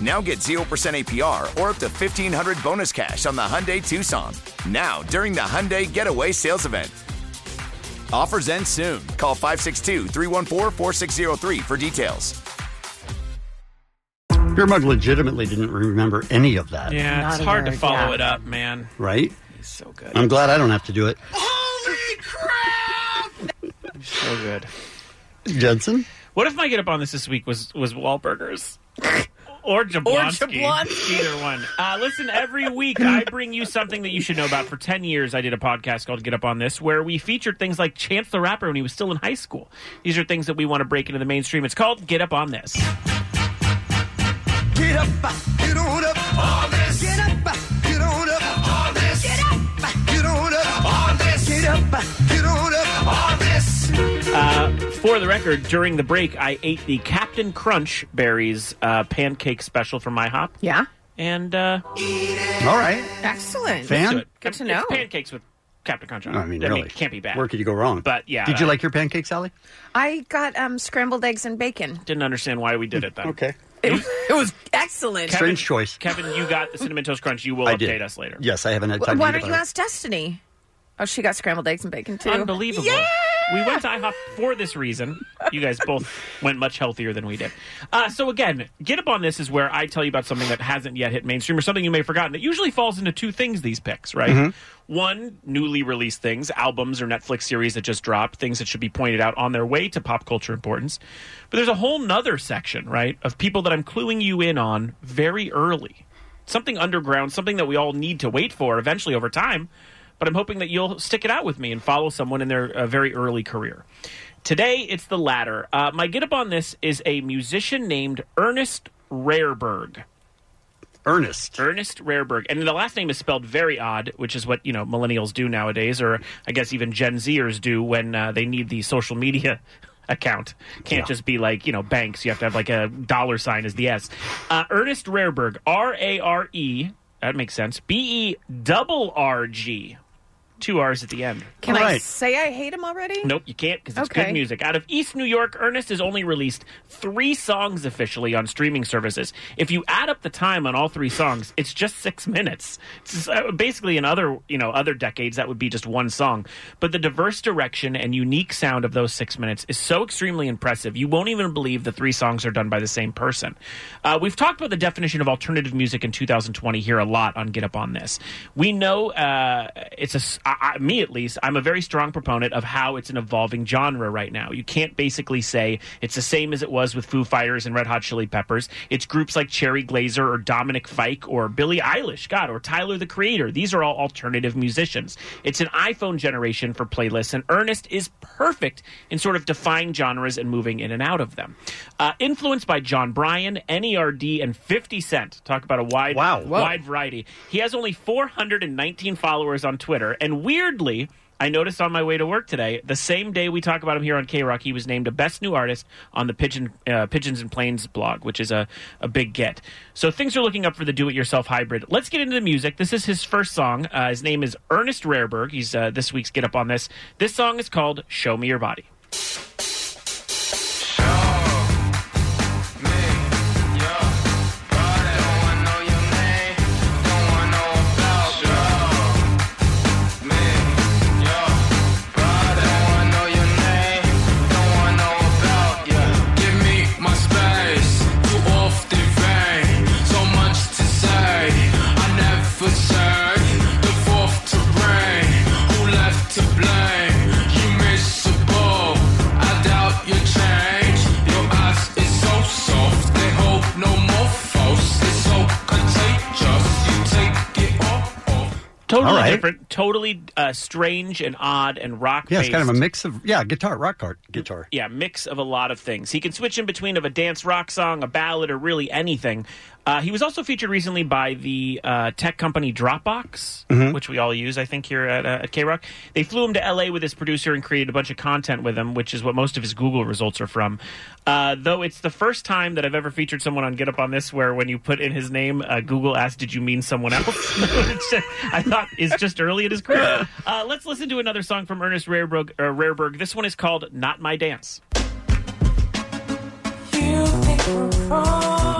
Speaker 22: Now get 0% APR or up to 1500 bonus cash on the Hyundai Tucson. Now, during the Hyundai Getaway Sales Event. Offers end soon. Call 562 314 4603 for details.
Speaker 2: Beer Mug legitimately didn't remember any of that.
Speaker 14: Yeah,
Speaker 20: Not
Speaker 14: it's
Speaker 20: a
Speaker 14: hard to
Speaker 20: word,
Speaker 14: follow
Speaker 20: yeah.
Speaker 14: it up, man.
Speaker 2: Right?
Speaker 14: It's so good.
Speaker 2: I'm glad I don't have to do it.
Speaker 14: So good.
Speaker 2: Jensen?
Speaker 14: What if my get up on this this week was was Wahlburgers? Or Jablonski.
Speaker 3: Jablonski.
Speaker 14: Either one. Uh, listen, every week I bring you something that you should know about. For 10 years, I did a podcast called Get Up on This where we featured things like Chance the Rapper when he was still in high school. These are things that we want to break into the mainstream. It's called Get Up on This.
Speaker 20: Get up, get on up on this. Get up, get on up on this. Get up, get on up on this. Get up, get on up on this.
Speaker 14: Uh, for the record, during the break, I ate the Captain Crunch Berries uh, pancake special from IHOP.
Speaker 3: Yeah.
Speaker 14: And, uh.
Speaker 2: All right.
Speaker 3: Excellent.
Speaker 2: Fan?
Speaker 14: Good,
Speaker 3: Good to know.
Speaker 14: pancakes with Captain Crunch on
Speaker 2: I
Speaker 14: it.
Speaker 2: mean, really.
Speaker 14: can't be bad.
Speaker 2: Where could you go wrong?
Speaker 14: But, yeah,
Speaker 2: Did you
Speaker 14: I-
Speaker 2: like your pancakes, Sally?
Speaker 3: I got um, scrambled eggs and bacon.
Speaker 14: Didn't understand why we did it then.
Speaker 2: Okay.
Speaker 3: It, it was excellent.
Speaker 2: Strange choice.
Speaker 14: Kevin, you got the Cinnamon Toast Crunch. You will
Speaker 2: I
Speaker 14: update
Speaker 2: did.
Speaker 14: us later.
Speaker 2: Yes, I haven't had
Speaker 3: Wh-
Speaker 2: time
Speaker 3: Why
Speaker 2: to eat
Speaker 3: don't you
Speaker 2: about
Speaker 3: ask Destiny? Oh, she got scrambled eggs and bacon too.
Speaker 14: Unbelievable.
Speaker 3: Yeah.
Speaker 14: We went to IHOP for this reason. You guys both went much healthier than we did. Uh, so again, get up on this is where I tell you about something that hasn't yet hit mainstream or something you may have forgotten. It usually falls into two things. These picks, right?
Speaker 2: Mm-hmm.
Speaker 23: Mhm.
Speaker 14: One, newly released things, albums or Netflix series that just dropped, things that should be pointed out on their way to pop culture importance. But there's a whole nother section, right, of people that I'm cluing you in on very early. Something underground, something that we all need to wait for eventually over time. But I'm hoping that you'll stick it out with me and follow someone in their uh, very early career. Today, it's the latter. Uh, my get up on this is a musician named Ernest Rareberg.
Speaker 2: Ernest.
Speaker 14: Ernest Rareberg. And the last name is spelled very odd, which is what, you know, millennials do nowadays, or I guess even Gen Zers do when uh, they need the social media account. Can't
Speaker 23: Yeah.
Speaker 14: just be like, you know, banks. You have to have like a dollar sign as the S. Uh, Ernest Rareberg. R A R E. That makes sense. B E double R G. two R's at the end.
Speaker 3: Can I say I hate him already?
Speaker 14: Nope, you can't because it's
Speaker 3: Okay.
Speaker 14: good music. Out of East New York, Ernest has only released three songs officially on streaming services. If you add up the time on all three songs, it's just six minutes. It's just, uh, basically, in other you know other decades, that would be just one song. But the diverse direction and unique sound of those six minutes is so extremely impressive. You won't even believe the three songs are done by the same person. Uh, we've talked about the definition of alternative music in 2020 here a lot on Get Up on This. We know uh, it's a s I I me at least. I'm a very strong proponent of how it's an evolving genre right now. You can't basically say it's the same as it was with Foo Fighters and Red Hot Chili Peppers. It's groups like Cherry Glazer or Dominic Fike or Billie Eilish, God, or Tyler the Creator. These are all alternative musicians. It's an iPhone generation for playlists, and Ernest is perfect in sort of defying genres and moving in and out of them. Uh, influenced by John Bryan, E NERD, and 50 Cent. Talk about a wide, wow. wide variety. He has only 419 followers on Twitter, and weirdly, I noticed on my way to work today, the same day we talk about him here on K Rock, he was named a Best New Artist on the Pigeon, uh, Pigeons and Planes blog, which is a, a big get. So things are looking up for the do it yourself hybrid. Let's get into the music. This is his first song. Uh, his name is Ernest Rareberg. He's uh, this week's Get Up on This. This song is called Show Me Your Body.
Speaker 10: Give me my space, too often vain. So much to say, I never say the fourth to rain. Who left to blame? You miss a ball, I doubt you change. Your eyes is so soft, they hold no more false. It's so contagious, you take it off.
Speaker 14: Totally
Speaker 2: All right.
Speaker 14: different, totally uh, strange and odd and rock
Speaker 2: Yeah,
Speaker 14: based.
Speaker 2: it's kind of a mix of yeah, guitar, rock art, guitar.
Speaker 14: yeah, mix of a lot of things. He can switch in between of a dance rock song, a ballad, or really anything. Uh, he was also featured recently by the uh, tech company Dropbox,
Speaker 25: Mhm.
Speaker 14: which we all use, I think, here at, uh, at K Rock. They flew him to LA with his producer and created a bunch of content with him, which is what most of his Google results are from. Uh, though it's the first time that I've ever featured someone on Get Up on This where when you put in his name, uh, Google asked, Did you mean someone else? It's just- I thought is just early in his career. Uh, let's listen to another song from Ernest Rareberg, uh, Rareberg. This one is called Not My Dance.
Speaker 20: Uh.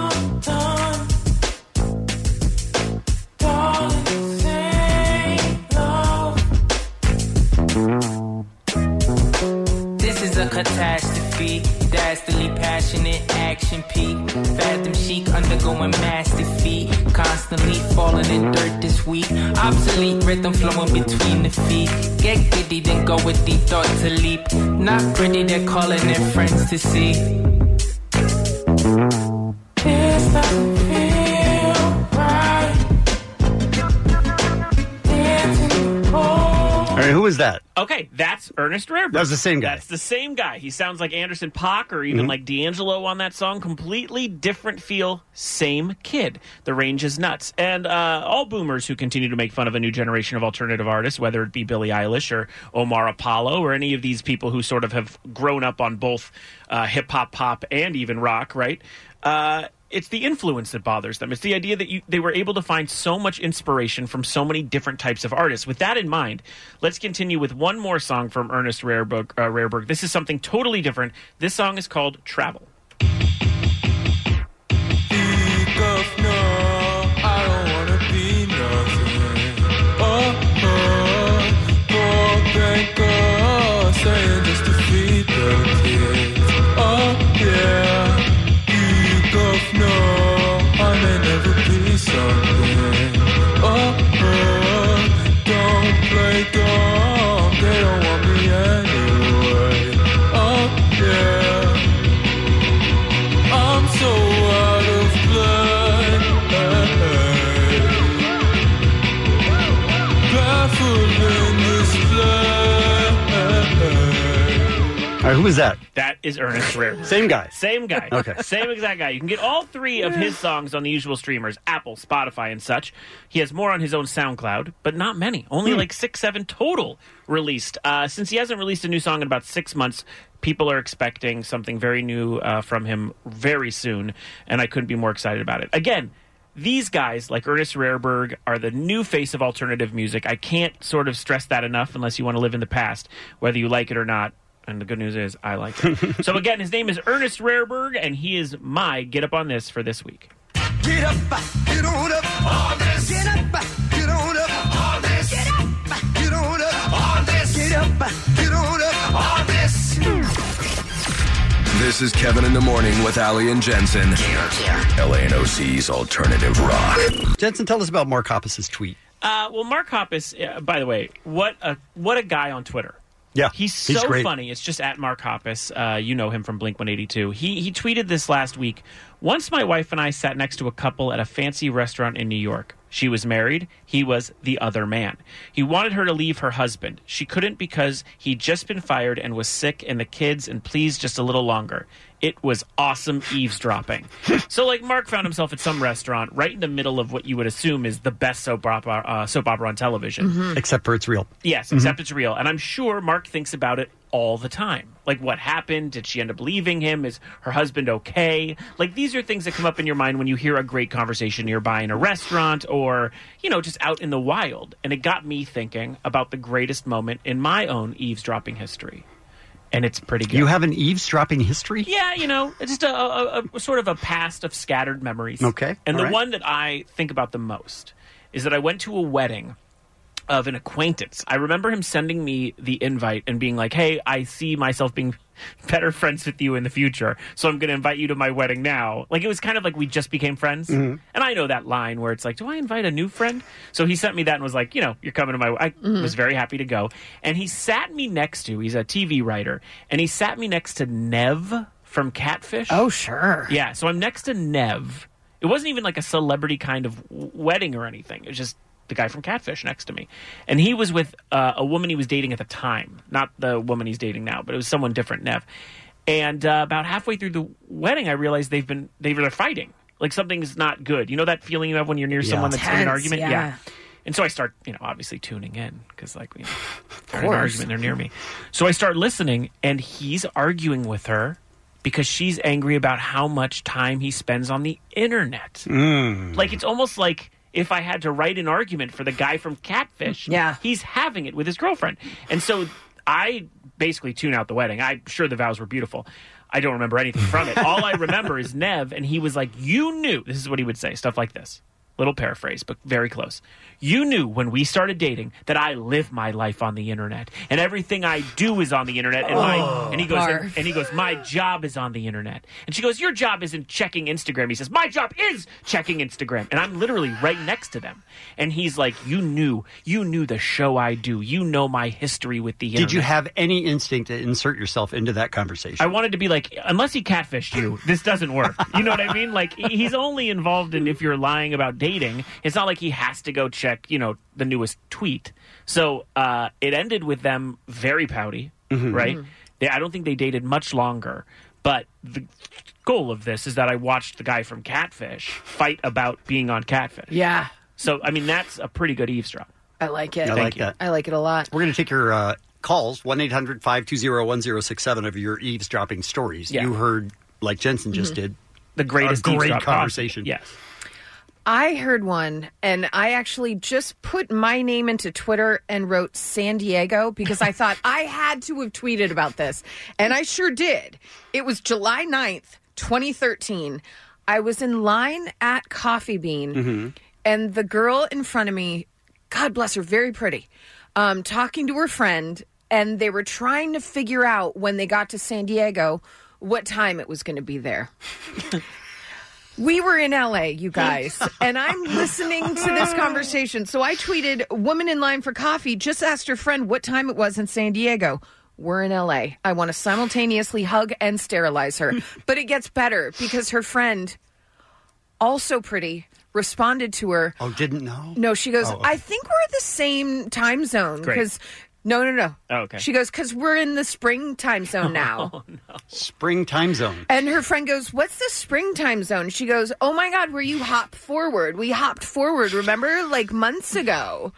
Speaker 8: This is a catastrophe. Dastardly, passionate action peak. Fathom chic, undergoing mass defeat. Constantly falling in dirt this week. Obsolete rhythm flowing between the feet. Get giddy, then go with the thought to leap. Not pretty, they're calling their friends to see.
Speaker 4: This doesn't feel right. Dancing
Speaker 14: Mm-hmm.
Speaker 8: Oh.
Speaker 4: cold.
Speaker 2: All right, who is that?
Speaker 14: Okay, that's Ernest Rareberg.
Speaker 2: That was the same guy.
Speaker 14: That's the same guy. He sounds like Anderson Pock or even
Speaker 2: Mhm.
Speaker 14: like D'Angelo on that song. Completely different feel, same kid. The range is nuts. And uh, all boomers who continue to make fun of a new generation of alternative artists, whether it be Billie Eilish or Omar Apollo or any of these people who sort of have grown up on both uh, hip hop, pop, and even rock, right? Uh, it's the influence that bothers them. It's the idea that you, they were able to find so much inspiration from so many different types of artists. With that in mind, let's continue with one more song from Ernest Rareberg. Uh, Rareberg. This is something totally different. This song is called Travel.
Speaker 10: I don't wanna be nothing. Uh-huh. Poor bank girl, saying just to feed the kids. Oh yeah, you both know I may never be something. Uh-huh. Don't play dumb, they don't want me anyway. Oh yeah. I'm so out of play. Baffled in this play.
Speaker 2: All right, who is that?
Speaker 14: That is Ernest Rareberg.
Speaker 2: Same guy.
Speaker 14: Same guy.
Speaker 2: Okay.
Speaker 14: Same exact guy. You can get all three of his songs on the usual streamers Apple, Spotify, and such. He has more on his own SoundCloud, but not many. Only
Speaker 2: Hmm.
Speaker 14: like six, seven total released. Uh, since he hasn't released a new song in about six months, people are expecting something very new uh, from him very soon, and I couldn't be more excited about it. Again, these guys, like Ernest Rareberg, are the new face of alternative music. I can't sort of stress that enough unless you want to live in the past, whether you like it or not. And the good news is, I like it. so, again, his name is Ernest Rareberg, and he is my get up on this for this week.
Speaker 10: Get up, get on up on this. Get up, get on up on this. Get up, get on up on this. Get up, get on up on this.
Speaker 15: This is Kevin in the Morning with Ali and Jensen. LANOC's Alternative Rock.
Speaker 2: Jensen, tell us about Mark Hoppus's tweet.
Speaker 14: Uh, well, Mark Hoppus, uh, by the way, what a what a guy on Twitter.
Speaker 2: Yeah,
Speaker 14: he's so funny. It's just at Mark Hoppus. Uh, you know him from Blink One Eighty Two. He he tweeted this last week. Once my wife and I sat next to a couple at a fancy restaurant in New York. She was married. He was the other man. He wanted her to leave her husband. She couldn't because he'd just been fired and was sick, and the kids, and please just a little longer. It was awesome eavesdropping. so, like, Mark found himself at some restaurant right in the middle of what you would assume is the best soap opera, uh, soap opera on television.
Speaker 3: Mm-hmm.
Speaker 2: Except for it's real.
Speaker 14: Yes,
Speaker 2: Mhm.
Speaker 14: except it's real. And I'm sure Mark thinks about it all the time. Like, what happened? Did she end up leaving him? Is her husband okay? Like, these are things that come up in your mind when you hear a great conversation nearby in a restaurant or, you know, just out in the wild. And it got me thinking about the greatest moment in my own eavesdropping history. And it's pretty good.
Speaker 2: You have an eavesdropping history?
Speaker 14: Yeah, you know, it's just a, a, a- a sort of a past of scattered memories.
Speaker 2: Okay,
Speaker 14: And the
Speaker 2: all right.
Speaker 14: one that I think about the most is that I went to a wedding of an acquaintance. I remember him sending me the invite and being like, "Hey, I see myself being better friends with you in the future, so I'm going to invite you to my wedding now." Like it was kind of like we just became friends.
Speaker 2: Mm-hmm.
Speaker 10: Mhm.
Speaker 14: And I know that line where it's like, "Do I invite a new friend?" So he sent me that and was like, "You know, you're coming to my." I
Speaker 3: Mm-hmm.
Speaker 10: Mhm.
Speaker 14: was very happy to go. And he sat me next to. He's a TV writer, and he sat me next to Nev from Catfish.
Speaker 3: Oh, sure.
Speaker 14: Yeah, so I'm next to Nev. It wasn't even like a celebrity kind of w- wedding or anything. It was just the guy from Catfish next to me. And he was with uh, a woman he was dating at the time, not the woman he's dating now, but it was someone different, Nev. And uh, about halfway through the wedding, I realized they've been they were fighting. Like something's not good. You know that feeling you have when you're near
Speaker 10: Yeah.
Speaker 14: someone that's in an
Speaker 10: Tense,
Speaker 14: argument?
Speaker 10: yeah.
Speaker 14: And so I start, you know, obviously tuning in because, like, you know, they're in an
Speaker 10: course.
Speaker 14: argument, they're near me. So I start listening, and he's arguing with her because she's angry about how much time he spends on the internet.
Speaker 10: Mm.
Speaker 14: Like, it's almost like if I had to write an argument for the guy from Catfish, yeah. he's having it with his girlfriend. And so I basically tune out the wedding. I'm sure the vows were beautiful. I don't remember anything from it. All I remember is Nev, and he was like, You knew, this is what he would say, stuff like this. Little paraphrase, but very close. You knew when we started dating that I live my life on the internet, and everything I do is on the internet. And, my,
Speaker 10: Oh,
Speaker 14: and he goes, and,
Speaker 10: barf.
Speaker 14: and he goes, my job is on the internet. And she goes, your job isn't checking Instagram. He says, my job is checking Instagram, and I'm literally right next to them. And he's like, you knew, you knew the show I do. You know my history with the internet.
Speaker 2: Did you have any instinct to insert yourself into that conversation?
Speaker 14: I wanted to be like, unless he catfished you, this doesn't work. You know what I mean? Like, he- he's only involved in if you're lying about dating. It's not like he has to go check, you know, the newest tweet. So uh, it ended with them very pouty,
Speaker 10: Mhm.
Speaker 14: right?
Speaker 10: Mhm.
Speaker 14: They, I don't think they dated much longer. But the goal of this is that I watched the guy from Catfish fight about being on Catfish.
Speaker 3: Yeah.
Speaker 14: So, I mean, that's a pretty good eavesdrop.
Speaker 3: I like it.
Speaker 2: I like that.
Speaker 3: I like it a lot.
Speaker 2: We're going to take your uh, calls 1 800 520 1067 of your eavesdropping stories.
Speaker 3: Yeah.
Speaker 2: You heard, like Jensen just
Speaker 3: Mhm.
Speaker 2: did,
Speaker 14: Mm-hmm. the greatest
Speaker 2: a great
Speaker 14: eavesdrop possible.
Speaker 2: conversation.
Speaker 14: Yes.
Speaker 3: I heard one, and I actually just put my name into Twitter and wrote San Diego because I thought I had to have tweeted about this. And I sure did. It was July 9th, 2013. I was in line at Coffee
Speaker 2: Mm-hmm.
Speaker 3: Bean,
Speaker 10: Mm-hmm.
Speaker 3: and the girl in front of me, God bless her, very pretty, um, talking to her friend, and they were trying to figure out when they got to San Diego what time it was going to be there. We were in LA, you guys, and I'm listening to this conversation. So I tweeted, Woman in line for coffee just asked her friend what time it was in San Diego. We're in LA. I want to simultaneously hug and sterilize her. But it gets better because her friend, also pretty, responded to her.
Speaker 2: Oh, didn't know?
Speaker 3: No, she goes,
Speaker 2: Oh, okay.
Speaker 3: I think we're the same time zone.
Speaker 2: Great.
Speaker 3: Because, no, no, no.
Speaker 2: Oh, okay. Oh.
Speaker 3: She goes, Because we're in the spring time zone now.
Speaker 14: Oh,
Speaker 2: Spring time zone.
Speaker 3: And her friend goes, What's the springtime zone? She goes, Oh my God, where you hop forward. We hopped forward, remember? Like months ago.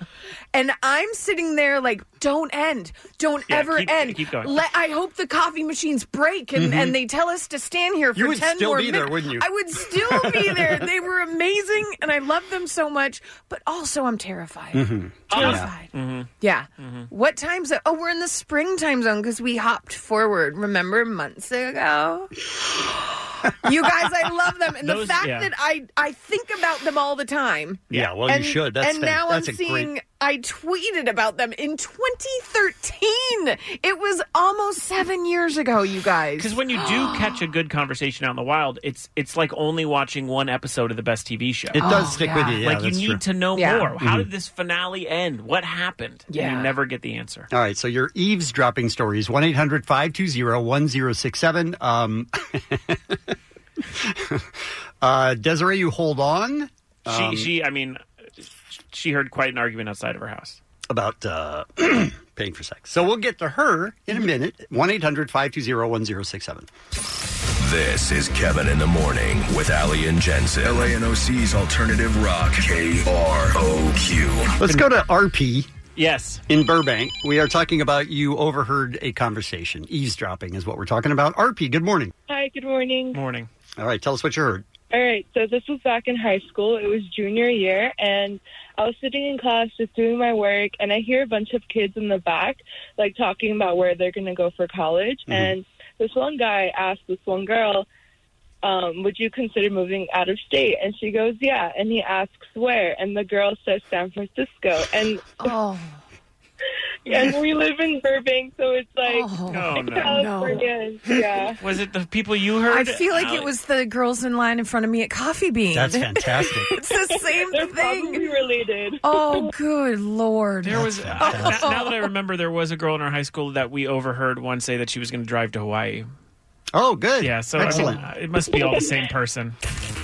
Speaker 3: And I'm sitting there like, don't end. Don't
Speaker 14: Yeah,
Speaker 3: ever
Speaker 14: keep-
Speaker 3: end.
Speaker 14: keep going.
Speaker 3: Let, I hope the coffee machines break and,
Speaker 14: Mhm.
Speaker 3: and they tell us to stand here for
Speaker 2: Mm-hmm. You would
Speaker 3: 10
Speaker 2: still
Speaker 3: more
Speaker 2: be there,
Speaker 3: minutes.
Speaker 2: wouldn't you?
Speaker 3: I would still be there. They were amazing and I love them so much. But also, I'm terrified.
Speaker 2: Mm-hmm.
Speaker 3: Terrified. Yeah. What time zone? Oh, we're in the spring time zone because we hopped forward, remember, months ago? you guys, I love them. And
Speaker 2: Those-
Speaker 3: the fact
Speaker 2: yeah.
Speaker 3: that I, I think about them all the time.
Speaker 2: Yeah, well, you
Speaker 3: And-
Speaker 2: should. That's
Speaker 3: and
Speaker 2: fan-
Speaker 3: now
Speaker 2: that's
Speaker 3: I'm
Speaker 2: a great-
Speaker 3: seeing I tweeted about them in 2013. It was almost seven years ago, you guys.
Speaker 14: Because when you do catch a good conversation out in the wild, it's it's like only watching one episode of the best TV show.
Speaker 2: It does Oh, stick with yeah. you, yeah,
Speaker 14: like you
Speaker 2: that's
Speaker 14: need
Speaker 2: true.
Speaker 14: to know
Speaker 2: Yeah.
Speaker 14: more. How
Speaker 2: Mhm.
Speaker 14: did this finale end? What happened? And
Speaker 2: Yeah.
Speaker 14: you never get the answer.
Speaker 2: All right, so your eavesdropping stories, 1 800 520 1067. Um, uh, Desiree, you hold on.
Speaker 14: She
Speaker 2: Um,
Speaker 14: she I mean, she heard quite an argument outside of her house.
Speaker 2: about uh, paying for sex. So we'll get to her in a minute. 1 800 520 1067.
Speaker 15: This is Kevin in the Morning with Ali and Jensen. LANOC's Alternative Rock. K R O Q.
Speaker 2: Let's go to RP.
Speaker 14: Yes.
Speaker 2: In Burbank. We are talking about you overheard a conversation. Eavesdropping is what we're talking about. RP, good morning.
Speaker 25: Hi, good morning.
Speaker 14: Morning.
Speaker 2: All right, tell us what you heard.
Speaker 25: All right, so this was back in high school. It was junior year, and I was sitting in class just doing my work, and I hear a bunch of kids in the back, like talking about where they're going to go for college.
Speaker 13: Mhm.
Speaker 25: And this one guy asked this one girl, um, Would you consider moving out of state? And she goes, Yeah. And he asks where, and the girl says San Francisco. And
Speaker 3: oh.
Speaker 25: And we live in Burbank, so it's like
Speaker 14: Oh, no.
Speaker 25: California. Yeah.
Speaker 14: Was it the people you heard?
Speaker 3: I feel like
Speaker 14: Ali?
Speaker 3: it was the girls in line in front of me at Coffee Bean.
Speaker 14: That's fantastic.
Speaker 3: it's the same thing.
Speaker 25: related.
Speaker 3: Oh, good lord!
Speaker 14: There was uh, oh, now, now that I remember, there was a girl in our high school that we overheard one say that she was going to drive to Hawaii.
Speaker 2: Oh, good.
Speaker 14: Yeah, so I mean,
Speaker 3: Excellent.
Speaker 14: uh, it must be all the same person.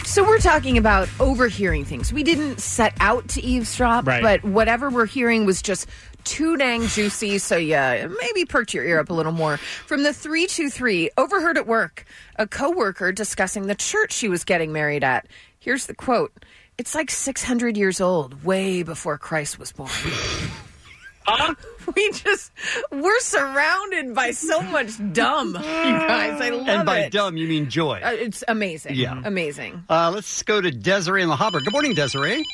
Speaker 3: So we're talking about overhearing things. We didn't set out to eavesdrop,
Speaker 14: Right.
Speaker 3: but whatever we're hearing was just too dang juicy. So yeah, maybe perk your ear up a little more. From the 323, overheard at work, a coworker discussing the church she was getting married at. Here's the quote. It's like 600 years old, way before Christ was born.
Speaker 10: Mm-hmm.
Speaker 3: we just, we're surrounded by so much dumb, you guys. I love
Speaker 2: And by
Speaker 3: it.
Speaker 2: dumb, you mean joy.
Speaker 3: Uh, it's amazing.
Speaker 2: Yeah.
Speaker 3: Amazing.
Speaker 2: Uh, let's go to Desiree in the Hopper. Good morning, Desiree.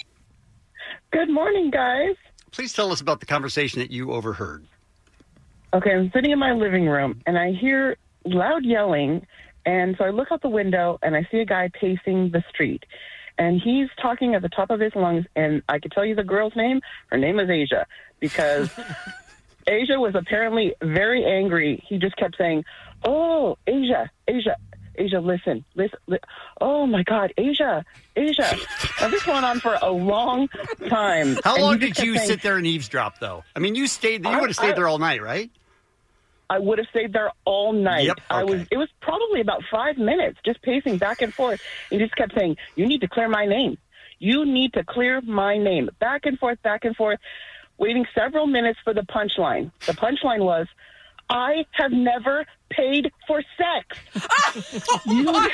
Speaker 25: Good morning, guys.
Speaker 2: Please tell us about the conversation that you overheard.
Speaker 25: Okay, I'm sitting in my living room and I hear loud yelling. And so I look out the window and I see a guy pacing the street. And he's talking at the top of his lungs. And I could tell you the girl's name. Her name is Asia because Asia was apparently very angry. He just kept saying, Oh, Asia, Asia. Asia, listen, listen. Li- oh my God, Asia, Asia. Now, this went on for a long time.
Speaker 2: How
Speaker 25: And he
Speaker 2: long
Speaker 25: just
Speaker 2: did
Speaker 25: kept
Speaker 2: you
Speaker 25: saying,
Speaker 2: sit there and eavesdrop, though? I mean, you stayed. You
Speaker 25: I-
Speaker 2: would have
Speaker 25: I-
Speaker 2: stayed there all night, right?
Speaker 25: I would have stayed there all night. I was. It was probably about five minutes, just pacing back and forth. He just kept saying, "You need to clear my name. You need to clear my name." Back and forth, back and forth, waiting several minutes for the punchline. The punchline was, "I have never paid for sex." you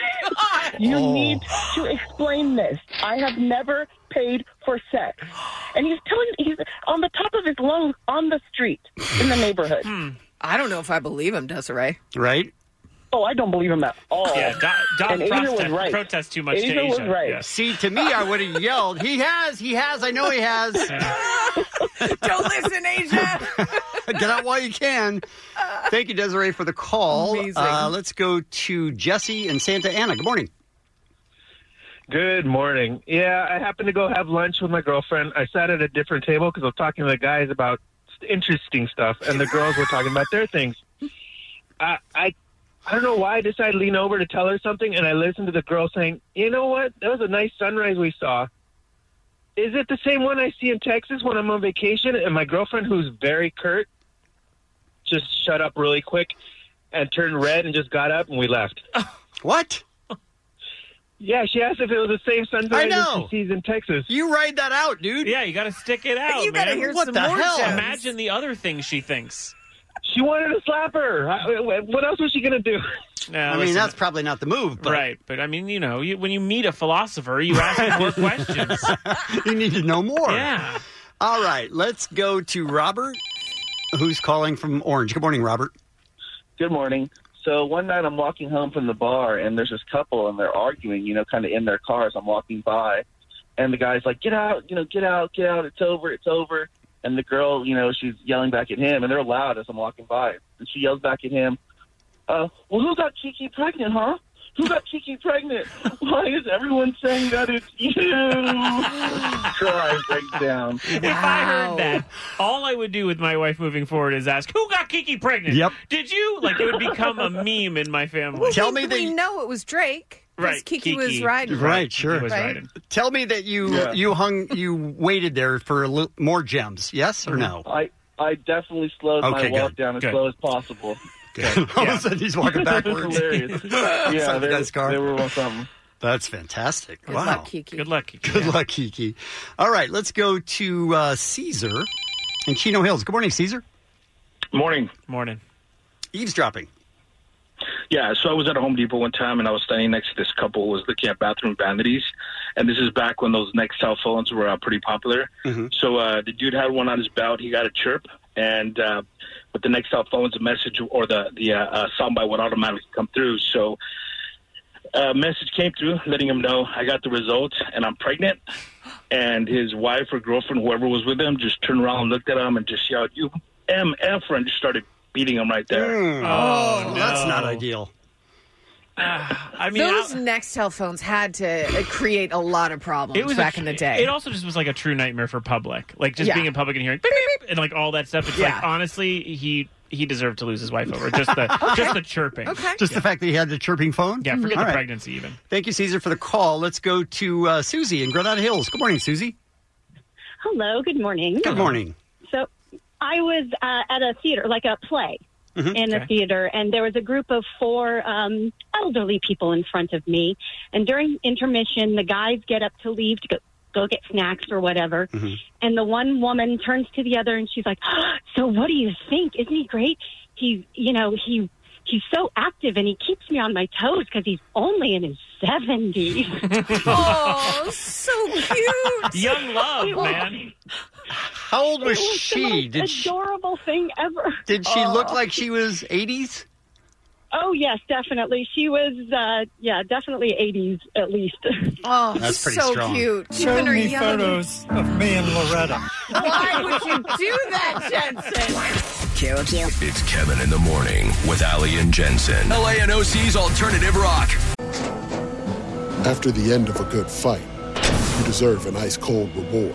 Speaker 25: you need to explain this. I have never paid for sex, and he's telling. He's on the top of his lungs on the street in the neighborhood.
Speaker 3: I don't know if I believe him, Desiree.
Speaker 2: Right?
Speaker 25: Oh, I don't believe him at all.
Speaker 14: Yeah, do- don't
Speaker 25: oh. And Asia
Speaker 14: protest,
Speaker 25: was right.
Speaker 14: protest too much
Speaker 25: Asia
Speaker 14: to
Speaker 25: was
Speaker 14: Asia.
Speaker 25: right.
Speaker 14: Yes.
Speaker 2: See, to me, I would have yelled, "He has, he has! I know he has."
Speaker 3: Don't listen, Asia.
Speaker 2: Get out while you can. Thank you, Desiree, for the call.
Speaker 29: Amazing.
Speaker 2: Uh, let's go to Jesse in Santa Ana. Good morning.
Speaker 29: Good morning. Yeah, I happened to go have lunch with my girlfriend. I sat at a different table because I was talking to the guys about interesting stuff, and the girls were talking about their things. I, I, I don't know why I decided to lean over to tell her something, and I listened to the girl saying, "You know what? That was a nice sunrise we saw. Is it the same one I see in Texas when I'm on vacation?" And my girlfriend, who's very curt, just shut up really quick and turned red and just got up and we left.
Speaker 2: What?
Speaker 29: Yeah, she asked if it was the same sunrise
Speaker 2: I know.
Speaker 29: as she sees in Texas.
Speaker 2: You write that out, dude.
Speaker 29: Yeah,
Speaker 14: you got to stick it out.
Speaker 29: You
Speaker 14: man.
Speaker 29: gotta hear What some the more, hell? Jones.
Speaker 14: Imagine the other things she thinks.
Speaker 29: She wanted to slap her. I- uh, What else was she gonna do?
Speaker 2: I mean, that's probably not the move, but
Speaker 14: uh, right. But I mean, you know, you, when you meet a philosopher, you ask more questions.
Speaker 2: you need to know more.
Speaker 14: Yeah.
Speaker 2: All right, let's go to Robert, who's calling from Orange. Good morning, Robert.
Speaker 10: Good morning. So one night I'm walking home from the bar, and there's this couple, and they're arguing, you know, kind of in their cars. I'm walking by, and the guy's like, "Get out, you know, get out, get out! It's over, it's over!" And the girl, you know, she's yelling back at him, and they're loud as I'm walking by, and she yells back at him, uh, "Well, who got Kiki pregnant, huh? Who got Kiki pregnant? Why is everyone saying that it's you?" Cry breaks down.
Speaker 14: If I heard that, all I would do with my wife moving forward is ask, "Who got Kiki pregnant?
Speaker 2: Yep.
Speaker 14: Did you?" Like it would become a meme in my family.
Speaker 3: Well, we, we know it was Drake. 'cause Kiki, was riding.
Speaker 2: Right, sure.
Speaker 3: Right?
Speaker 2: Tell me that you
Speaker 10: Yeah.
Speaker 2: you hung you waited there for a little, more gems. Yes
Speaker 10: Mm-hmm.
Speaker 2: or no?
Speaker 10: I I definitely slowed
Speaker 2: Okay,
Speaker 10: my walk
Speaker 2: good,
Speaker 10: down as
Speaker 2: good.
Speaker 10: slow as possible.
Speaker 2: All of a sudden, he's walking backwards.
Speaker 10: Hilarious.
Speaker 2: Inside
Speaker 10: yeah,
Speaker 2: the
Speaker 10: they,
Speaker 2: guy's car.
Speaker 10: they were on something.
Speaker 2: That's fantastic.
Speaker 10: Good
Speaker 2: wow.
Speaker 10: luck,
Speaker 3: Kiki.
Speaker 14: Good luck, Kiki.
Speaker 2: Good luck, Kiki. All right, let's go to uh, Caesar in Chino Hills. Good morning, Caesar.
Speaker 6: Morning.
Speaker 14: Morning.
Speaker 2: Eavesdropping.
Speaker 6: Yeah, so I was at a Home Depot one time, and I was standing next to this couple who was looking at bathroom vanities, and this is back when those next cell phones were uh, pretty popular. So uh, the dude had one on his belt. He got a chirp, and uh, with the next cell phones, the message or the the uh, uh, soundbite would automatically come through. So a message came through letting him know I got the results and I'm pregnant. And his wife or girlfriend, whoever was with him, just turned around, looked at him, and just yelled, "You MF!" and just started beating him right there.
Speaker 2: Oh, that's not ideal.
Speaker 14: I mean,
Speaker 3: those Nextel phones had to uh, create a lot of problems
Speaker 14: It was a
Speaker 3: back
Speaker 14: tr-
Speaker 3: in the day.
Speaker 14: It also just was like a true nightmare for public, like just
Speaker 3: Yeah.
Speaker 14: being in public and hearing beep, beep, beep, and like all that stuff. It's
Speaker 3: Yeah.
Speaker 14: like honestly, he he deserved to lose his wife over just the just the chirping.
Speaker 2: Just the fact that he had the chirping phone?
Speaker 14: Yeah, forget
Speaker 2: All
Speaker 14: the
Speaker 2: right.
Speaker 14: pregnancy even.
Speaker 2: Thank you, Caesar, for the call. Let's go to uh, Susie in Granada Hills. Good morning, Susie.
Speaker 26: Hello, good morning.
Speaker 2: Good morning.
Speaker 26: So I was uh, at a theater, like a play
Speaker 2: Mhm.
Speaker 26: in
Speaker 2: Okay.
Speaker 26: a theater, and there was a group of four um, elderly people in front of me. And during intermission, the guys get up to leave to go, go get snacks or whatever.
Speaker 2: Mm-hmm.
Speaker 26: And the one woman turns to the other and she's like, So what do you think? Isn't he great? He's, you know, he. He's so active and he keeps me on my toes because he's only in his 70s.
Speaker 3: oh, so cute.
Speaker 14: Young love,
Speaker 26: It was-
Speaker 14: man.
Speaker 2: How old was
Speaker 26: it was The
Speaker 2: she?
Speaker 26: most
Speaker 2: Did she,
Speaker 26: adorable thing ever.
Speaker 2: did she look like she was 80s?
Speaker 26: Oh yes, definitely. She was, uh, yeah, definitely 80s at least.
Speaker 3: Oh,
Speaker 2: That's pretty so strong. cute.
Speaker 3: Children are young.
Speaker 30: of me and Loretta.
Speaker 3: Why would you do that, Jensen?
Speaker 15: It's Kevin in the Morning with Ali and Jensen.
Speaker 22: LANOC's Alternative Rock.
Speaker 31: After the end of a good fight, you deserve an ice cold reward.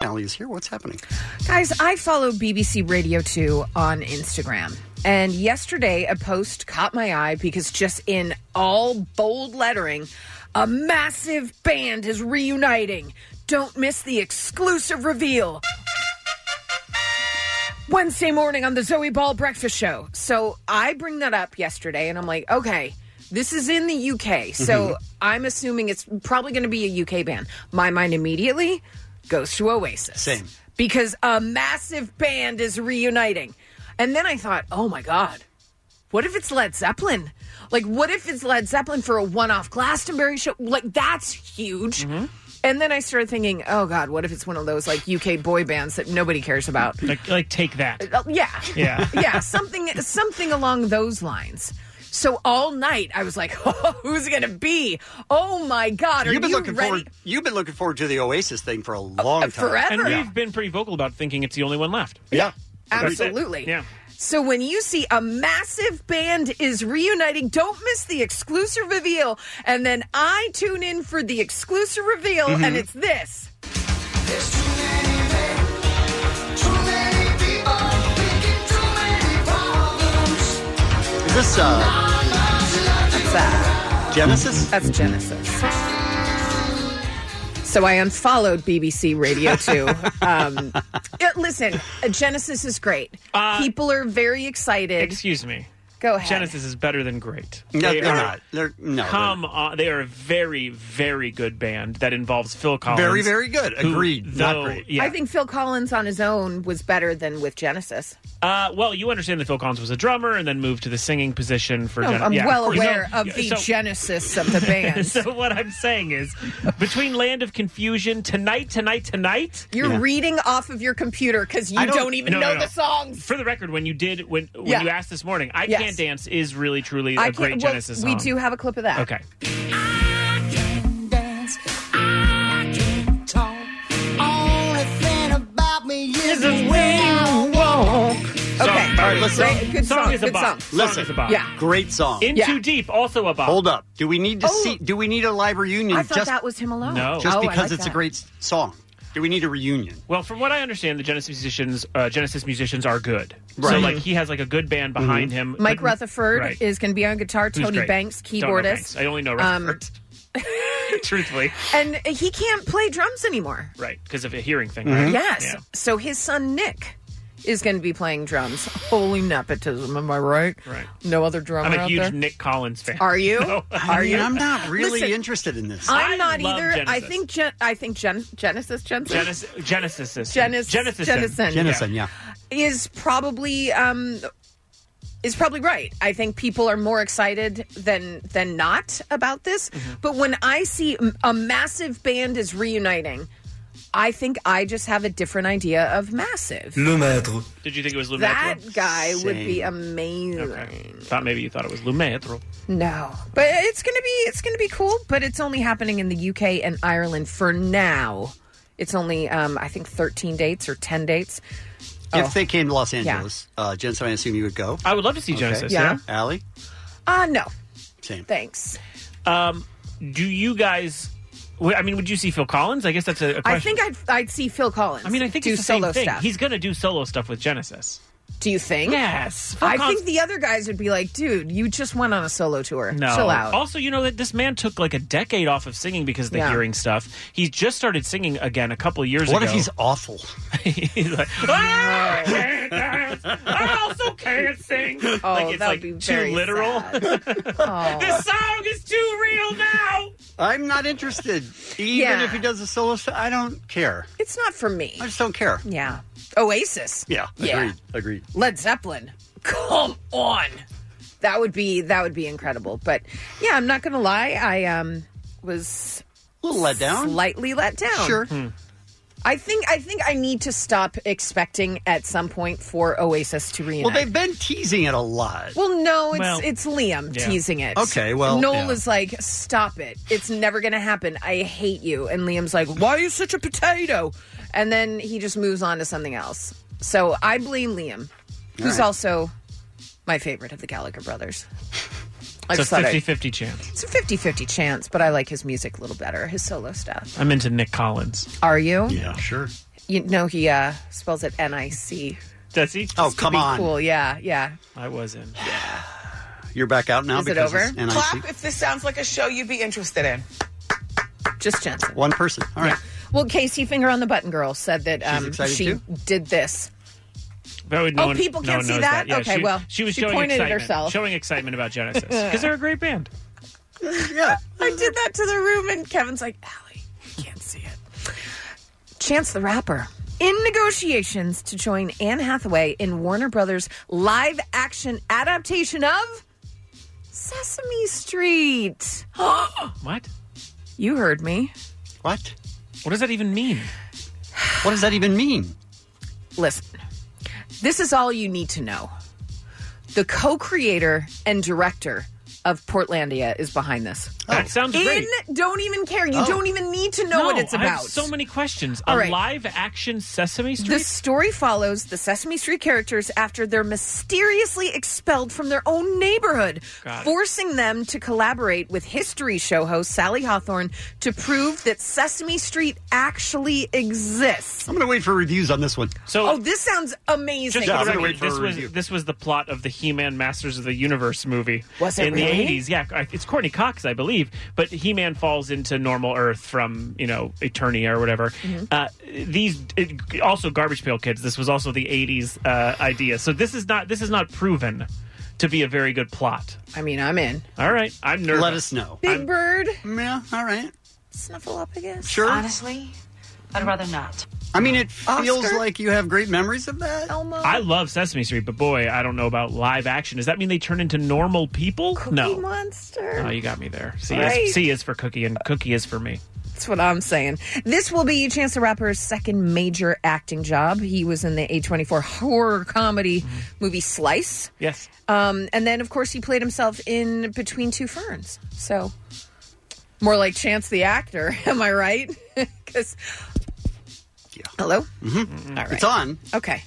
Speaker 2: Allie is here. What's happening?
Speaker 3: Guys, I follow BBC Radio 2 on Instagram. And yesterday, a post caught my eye because just in all bold lettering, a massive band is reuniting. Don't miss the exclusive reveal. Wednesday morning on the Zoe Ball Breakfast Show. So I bring that up yesterday and I'm like, okay, this is in the UK. So
Speaker 7: Mhm.
Speaker 3: I'm assuming it's probably going to be a UK band. My mind immediately goes to Oasis. Same. Because a massive band is reuniting. And then I thought, oh my God, what if it's Led Zeppelin? Like, what if it's Led Zeppelin for a one off Glastonbury show? Like, that's huge.
Speaker 2: Mm-hmm.
Speaker 3: And then I started thinking, oh God, what if it's one of those like UK boy bands that nobody cares about?
Speaker 14: Like like take that.
Speaker 3: Uh, yeah.
Speaker 14: Yeah.
Speaker 3: yeah. Something something along those lines. So all night I was like, oh, who's it gonna be? Oh my God, are
Speaker 2: you've been
Speaker 3: you
Speaker 2: looking
Speaker 3: ready?
Speaker 2: forward. You've been looking forward to the Oasis thing for a long time.
Speaker 3: Uh, forever.
Speaker 14: And
Speaker 2: Yeah.
Speaker 14: we've been pretty vocal about thinking it's the only one left.
Speaker 2: Yeah.
Speaker 14: That's it.
Speaker 3: Absolutely.
Speaker 14: Yeah.
Speaker 3: So when you see a massive band is reuniting, don't miss the exclusive reveal. And then I tune in for the exclusive reveal,
Speaker 4: Mhm.
Speaker 14: Mm-hmm.
Speaker 3: and it's this.
Speaker 2: Is this uh,
Speaker 3: That's that.
Speaker 2: Genesis?
Speaker 3: That's Genesis. So I unfollowed BBC Radio 2. um, it- listen, Genesis is great.
Speaker 14: Uh,
Speaker 3: People are very excited.
Speaker 14: Excuse me.
Speaker 3: Go ahead.
Speaker 14: Genesis is better than great.
Speaker 2: No, they're not. They're no.
Speaker 14: Come on, they are a very, very good band that involves Phil Collins.
Speaker 2: Very, very good.
Speaker 14: who,
Speaker 2: Agreed. Not
Speaker 14: though-
Speaker 2: great.
Speaker 14: Yeah.
Speaker 3: I think Phil Collins on his own was better than with Genesis.
Speaker 14: Uh, well, you understand that Phil Collins was a drummer and then moved to the singing position for.
Speaker 3: No,
Speaker 14: Gen-
Speaker 3: I'm
Speaker 14: yeah,
Speaker 3: well
Speaker 14: course.
Speaker 3: aware
Speaker 14: So-
Speaker 3: of the
Speaker 14: so-
Speaker 3: genesis of the band.
Speaker 14: so what I'm saying is, between Land of Confusion, tonight, tonight, tonight,
Speaker 3: You're reading off of your computer because you
Speaker 14: I
Speaker 3: don't, even
Speaker 14: no, no,
Speaker 3: know
Speaker 14: no.
Speaker 3: the songs.
Speaker 14: For the record, when you did when when
Speaker 3: Yeah.
Speaker 14: you asked this morning, I
Speaker 3: Yes.
Speaker 14: can't dance is really truly
Speaker 3: I
Speaker 14: a great
Speaker 3: well,
Speaker 14: Genesis
Speaker 3: We
Speaker 14: song.
Speaker 3: do have a clip of that.
Speaker 14: Okay.
Speaker 4: Only thing about me is
Speaker 3: the way you walk.
Speaker 2: Okay. All right, listen.
Speaker 4: Great- good Song song, is a good bop. song. Song
Speaker 2: Listen.
Speaker 4: is a bop. Yeah.
Speaker 2: Great song.
Speaker 4: In Yeah. Too
Speaker 14: Deep, also a bop.
Speaker 2: Hold up. Do we need to
Speaker 3: Oh.
Speaker 2: see? Do we need a live reunion?
Speaker 3: I thought
Speaker 2: just,
Speaker 3: that was him alone.
Speaker 2: Just
Speaker 3: Oh, I
Speaker 2: because
Speaker 3: like
Speaker 2: it's
Speaker 3: that.
Speaker 2: a great s- song. Do we need a reunion?
Speaker 14: Well, from what I understand, the Genesis musicians, uh, Genesis musicians are good. So,
Speaker 2: Right.
Speaker 14: like, he has like a good band behind him.
Speaker 3: Mike
Speaker 14: But-
Speaker 3: Rutherford
Speaker 14: right.
Speaker 3: is going to be on guitar.
Speaker 14: Who's
Speaker 3: Tony
Speaker 14: great.
Speaker 3: Banks,
Speaker 14: Don't know Banks.
Speaker 3: keyboardist.
Speaker 14: I only know
Speaker 3: Um,
Speaker 14: Rutherford. Truthfully,
Speaker 3: and he can't play drums anymore. Mm-hmm.
Speaker 14: right? Because of a hearing thing. Right?
Speaker 3: Yes.
Speaker 14: Yeah.
Speaker 3: So his son Nick is going to be playing drums. Holy nepotism, am I right?
Speaker 14: Right.
Speaker 3: No other drummer
Speaker 14: I'm a
Speaker 3: out
Speaker 14: huge
Speaker 3: there?
Speaker 14: Nick Collins fan.
Speaker 3: Are you?
Speaker 14: No.
Speaker 3: Are you?
Speaker 2: I'm not really
Speaker 3: Listen,
Speaker 2: interested in this.
Speaker 3: I'm not
Speaker 14: love
Speaker 3: either. I
Speaker 14: Genesis.
Speaker 3: think Gen- I think Gen- Genesis Jensen
Speaker 14: Genesis. Genesis.
Speaker 3: Genes-
Speaker 14: Genesis.
Speaker 3: Genison. Genison,
Speaker 2: yeah.
Speaker 3: is probably um, is probably right. I think people are more excited than than not about this.
Speaker 14: Mm-hmm.
Speaker 3: But when I see m- a massive band is reuniting, I think I just have a different idea of massive.
Speaker 14: Le Maître. Did you think it was Le
Speaker 3: That
Speaker 14: Maître?
Speaker 3: guy would be
Speaker 14: Same.
Speaker 3: amazing.
Speaker 14: Okay. Thought maybe you thought it was Le Maître.
Speaker 3: No, but it's gonna be it's gonna be cool. But it's only happening in the UK and Ireland for now. It's only um, I think thirteen dates or ten dates. Oh.
Speaker 2: If they came to Los Angeles, uh, Jensen, I assume you would go.
Speaker 14: I would love to see Genesis, Yeah.
Speaker 2: Allie,
Speaker 3: Uh no,
Speaker 2: same.
Speaker 3: thanks.
Speaker 14: Um, do you guys? w- I mean, would you see Phil Collins? I guess that's a, a question.
Speaker 3: I think I'd I'd see Phil Collins.
Speaker 14: I mean, I think
Speaker 3: do
Speaker 14: it's the same
Speaker 3: solo
Speaker 14: thing.
Speaker 3: stuff.
Speaker 14: He's going to do solo stuff with Genesis.
Speaker 3: do you think?
Speaker 14: Yes. Phil
Speaker 3: I
Speaker 14: Collins-
Speaker 3: think the other guys would be like, dude, you just went on a solo tour.
Speaker 14: No.
Speaker 3: Chill out.
Speaker 14: Also, you know that this man took like a decade off of singing because of the
Speaker 3: Yeah.
Speaker 14: hearing stuff. He's just started singing again a couple years
Speaker 2: What
Speaker 14: ago.
Speaker 2: if he's awful?
Speaker 14: he's like, "Ah, I can't dance. I also can't sing.
Speaker 4: Oh,
Speaker 14: like, it's
Speaker 4: that would
Speaker 14: like
Speaker 4: be
Speaker 14: too
Speaker 4: very
Speaker 14: literal.
Speaker 4: This song is too real now.
Speaker 2: I'm not interested. Even
Speaker 3: Yeah.
Speaker 2: if he does a solo, show, I don't care.
Speaker 3: It's not for me.
Speaker 2: I just don't care.
Speaker 3: Yeah.
Speaker 14: Oh.
Speaker 3: Oasis.
Speaker 2: Yeah.
Speaker 3: Yeah.
Speaker 2: Agreed. Agreed.
Speaker 3: Led Zeppelin. Come on. That would be that would be incredible. But yeah, I'm not gonna lie, I um was
Speaker 2: a little let down.
Speaker 3: Slightly let down. Hmm.
Speaker 2: Sure.
Speaker 3: I think I think I need to stop expecting at some point for Oasis to reunite.
Speaker 2: Well, they've been teasing it a lot.
Speaker 3: Well, no, it's
Speaker 2: Well,
Speaker 3: it's Liam
Speaker 2: yeah.
Speaker 3: teasing it.
Speaker 2: Okay, well,
Speaker 3: Noel
Speaker 2: yeah.
Speaker 3: is like, "Stop it! It's never going to happen. I hate you." And Liam's like, "Why are you such a potato?" And then he just moves on to something else. So I blame Liam, who's
Speaker 14: right.
Speaker 3: also my favorite of the Gallagher brothers. I
Speaker 14: it's
Speaker 3: just
Speaker 14: a
Speaker 3: thought
Speaker 14: 50
Speaker 3: I'd-
Speaker 14: 50 chance.
Speaker 3: It's a 50-50 chance, but I like his music a little better, his solo stuff.
Speaker 14: I'm into Nick Collins.
Speaker 3: Are you?
Speaker 2: Yeah, sure.
Speaker 3: You know he uh, spells it N I C.
Speaker 14: Does he?
Speaker 2: Oh,
Speaker 3: Just to
Speaker 2: come
Speaker 3: be
Speaker 2: on.
Speaker 3: Cool, yeah, yeah.
Speaker 14: I was in.
Speaker 2: You're back out now
Speaker 3: Is it
Speaker 2: because
Speaker 3: over?
Speaker 2: it's NIC.
Speaker 3: Clap
Speaker 9: if this sounds like a show you'd be interested in.
Speaker 3: Just Jensen.
Speaker 2: One person. All right.
Speaker 3: Well, Casey Finger on the Button Girl said that
Speaker 2: She's
Speaker 3: um,
Speaker 2: excited
Speaker 3: she
Speaker 2: too?
Speaker 3: did this.
Speaker 14: That would-
Speaker 3: Oh,
Speaker 14: one-
Speaker 3: people can't
Speaker 14: one
Speaker 3: see
Speaker 14: knows
Speaker 3: that?
Speaker 14: Yeah,
Speaker 3: Okay,
Speaker 14: she,
Speaker 3: well,
Speaker 14: she was
Speaker 3: she
Speaker 14: showing
Speaker 3: pointed at
Speaker 14: excitement,
Speaker 3: herself.
Speaker 14: showing excitement about Genesis because they're a great band.
Speaker 2: yeah.
Speaker 3: I did that to the room, and Kevin's like, Allie, you can't see it. Chance the Rapper. In negotiations to join Anne Hathaway in Warner Brothers' live action adaptation of Sesame Street.
Speaker 14: What?
Speaker 3: You heard me.
Speaker 2: What?
Speaker 14: What does that even mean?
Speaker 2: What does that even mean?
Speaker 3: Listen, this is all you need to know. The co creator and director of Portlandia is behind this.
Speaker 2: Oh.
Speaker 14: That sounds
Speaker 3: In,
Speaker 14: great.
Speaker 3: Don't even care. You
Speaker 14: Oh.
Speaker 3: don't even need to know
Speaker 14: No,
Speaker 3: what it's
Speaker 14: I
Speaker 3: about.
Speaker 14: have so many questions.
Speaker 3: All
Speaker 14: a
Speaker 3: right.
Speaker 14: live action Sesame Street.
Speaker 3: The story follows the Sesame Street characters after they're mysteriously expelled from their own neighborhood,
Speaker 14: Got it.
Speaker 3: forcing them to collaborate with history show host Sally Hawthorne to prove that Sesame Street actually exists.
Speaker 2: I'm going to wait for reviews on this one.
Speaker 14: So,
Speaker 3: oh, this sounds amazing.
Speaker 14: Just for the record, this was this was the plot of the He-Man Masters of the Universe movie
Speaker 3: Was it
Speaker 14: in the
Speaker 3: really?
Speaker 14: eighties. Yeah, I- it's Courtney Cox, I believe. But He-Man falls into normal Earth from you know Eternia or whatever.
Speaker 3: Mm-hmm.
Speaker 27: Mhm.
Speaker 14: Uh, these it, also Garbage Pail Kids. This was also the eighties uh, idea. So this is not this is not proven to be a very good plot.
Speaker 3: I mean, I'm in.
Speaker 14: All right, I'm nervous.
Speaker 2: Let us know.
Speaker 3: Big Bird.
Speaker 2: Yeah, all right.
Speaker 3: Snuffleupagus.
Speaker 2: Sure.
Speaker 28: Honestly, I'd rather not.
Speaker 2: I mean, it feels
Speaker 14: Oscar?
Speaker 2: like you have great memories of that.
Speaker 3: Elmo.
Speaker 14: I love Sesame Street, but boy, I don't know about live action. Does that mean they turn into normal people? no.
Speaker 3: Monster.
Speaker 14: Oh, you got me there. C,
Speaker 3: Right.
Speaker 14: is, C is for cookie, and cookie is for me.
Speaker 3: That's what I'm saying. This will be Chance the Rapper's second major acting job. He was in the A24 horror comedy
Speaker 14: Mm-hmm.
Speaker 3: movie Slice.
Speaker 14: Yes.
Speaker 3: Um, and then, of course, he played himself in Between Two Ferns. So, more like Chance the actor, am I right? Because, hello?
Speaker 2: Mm-hmm.
Speaker 3: All right.
Speaker 2: It's on.
Speaker 3: Okay.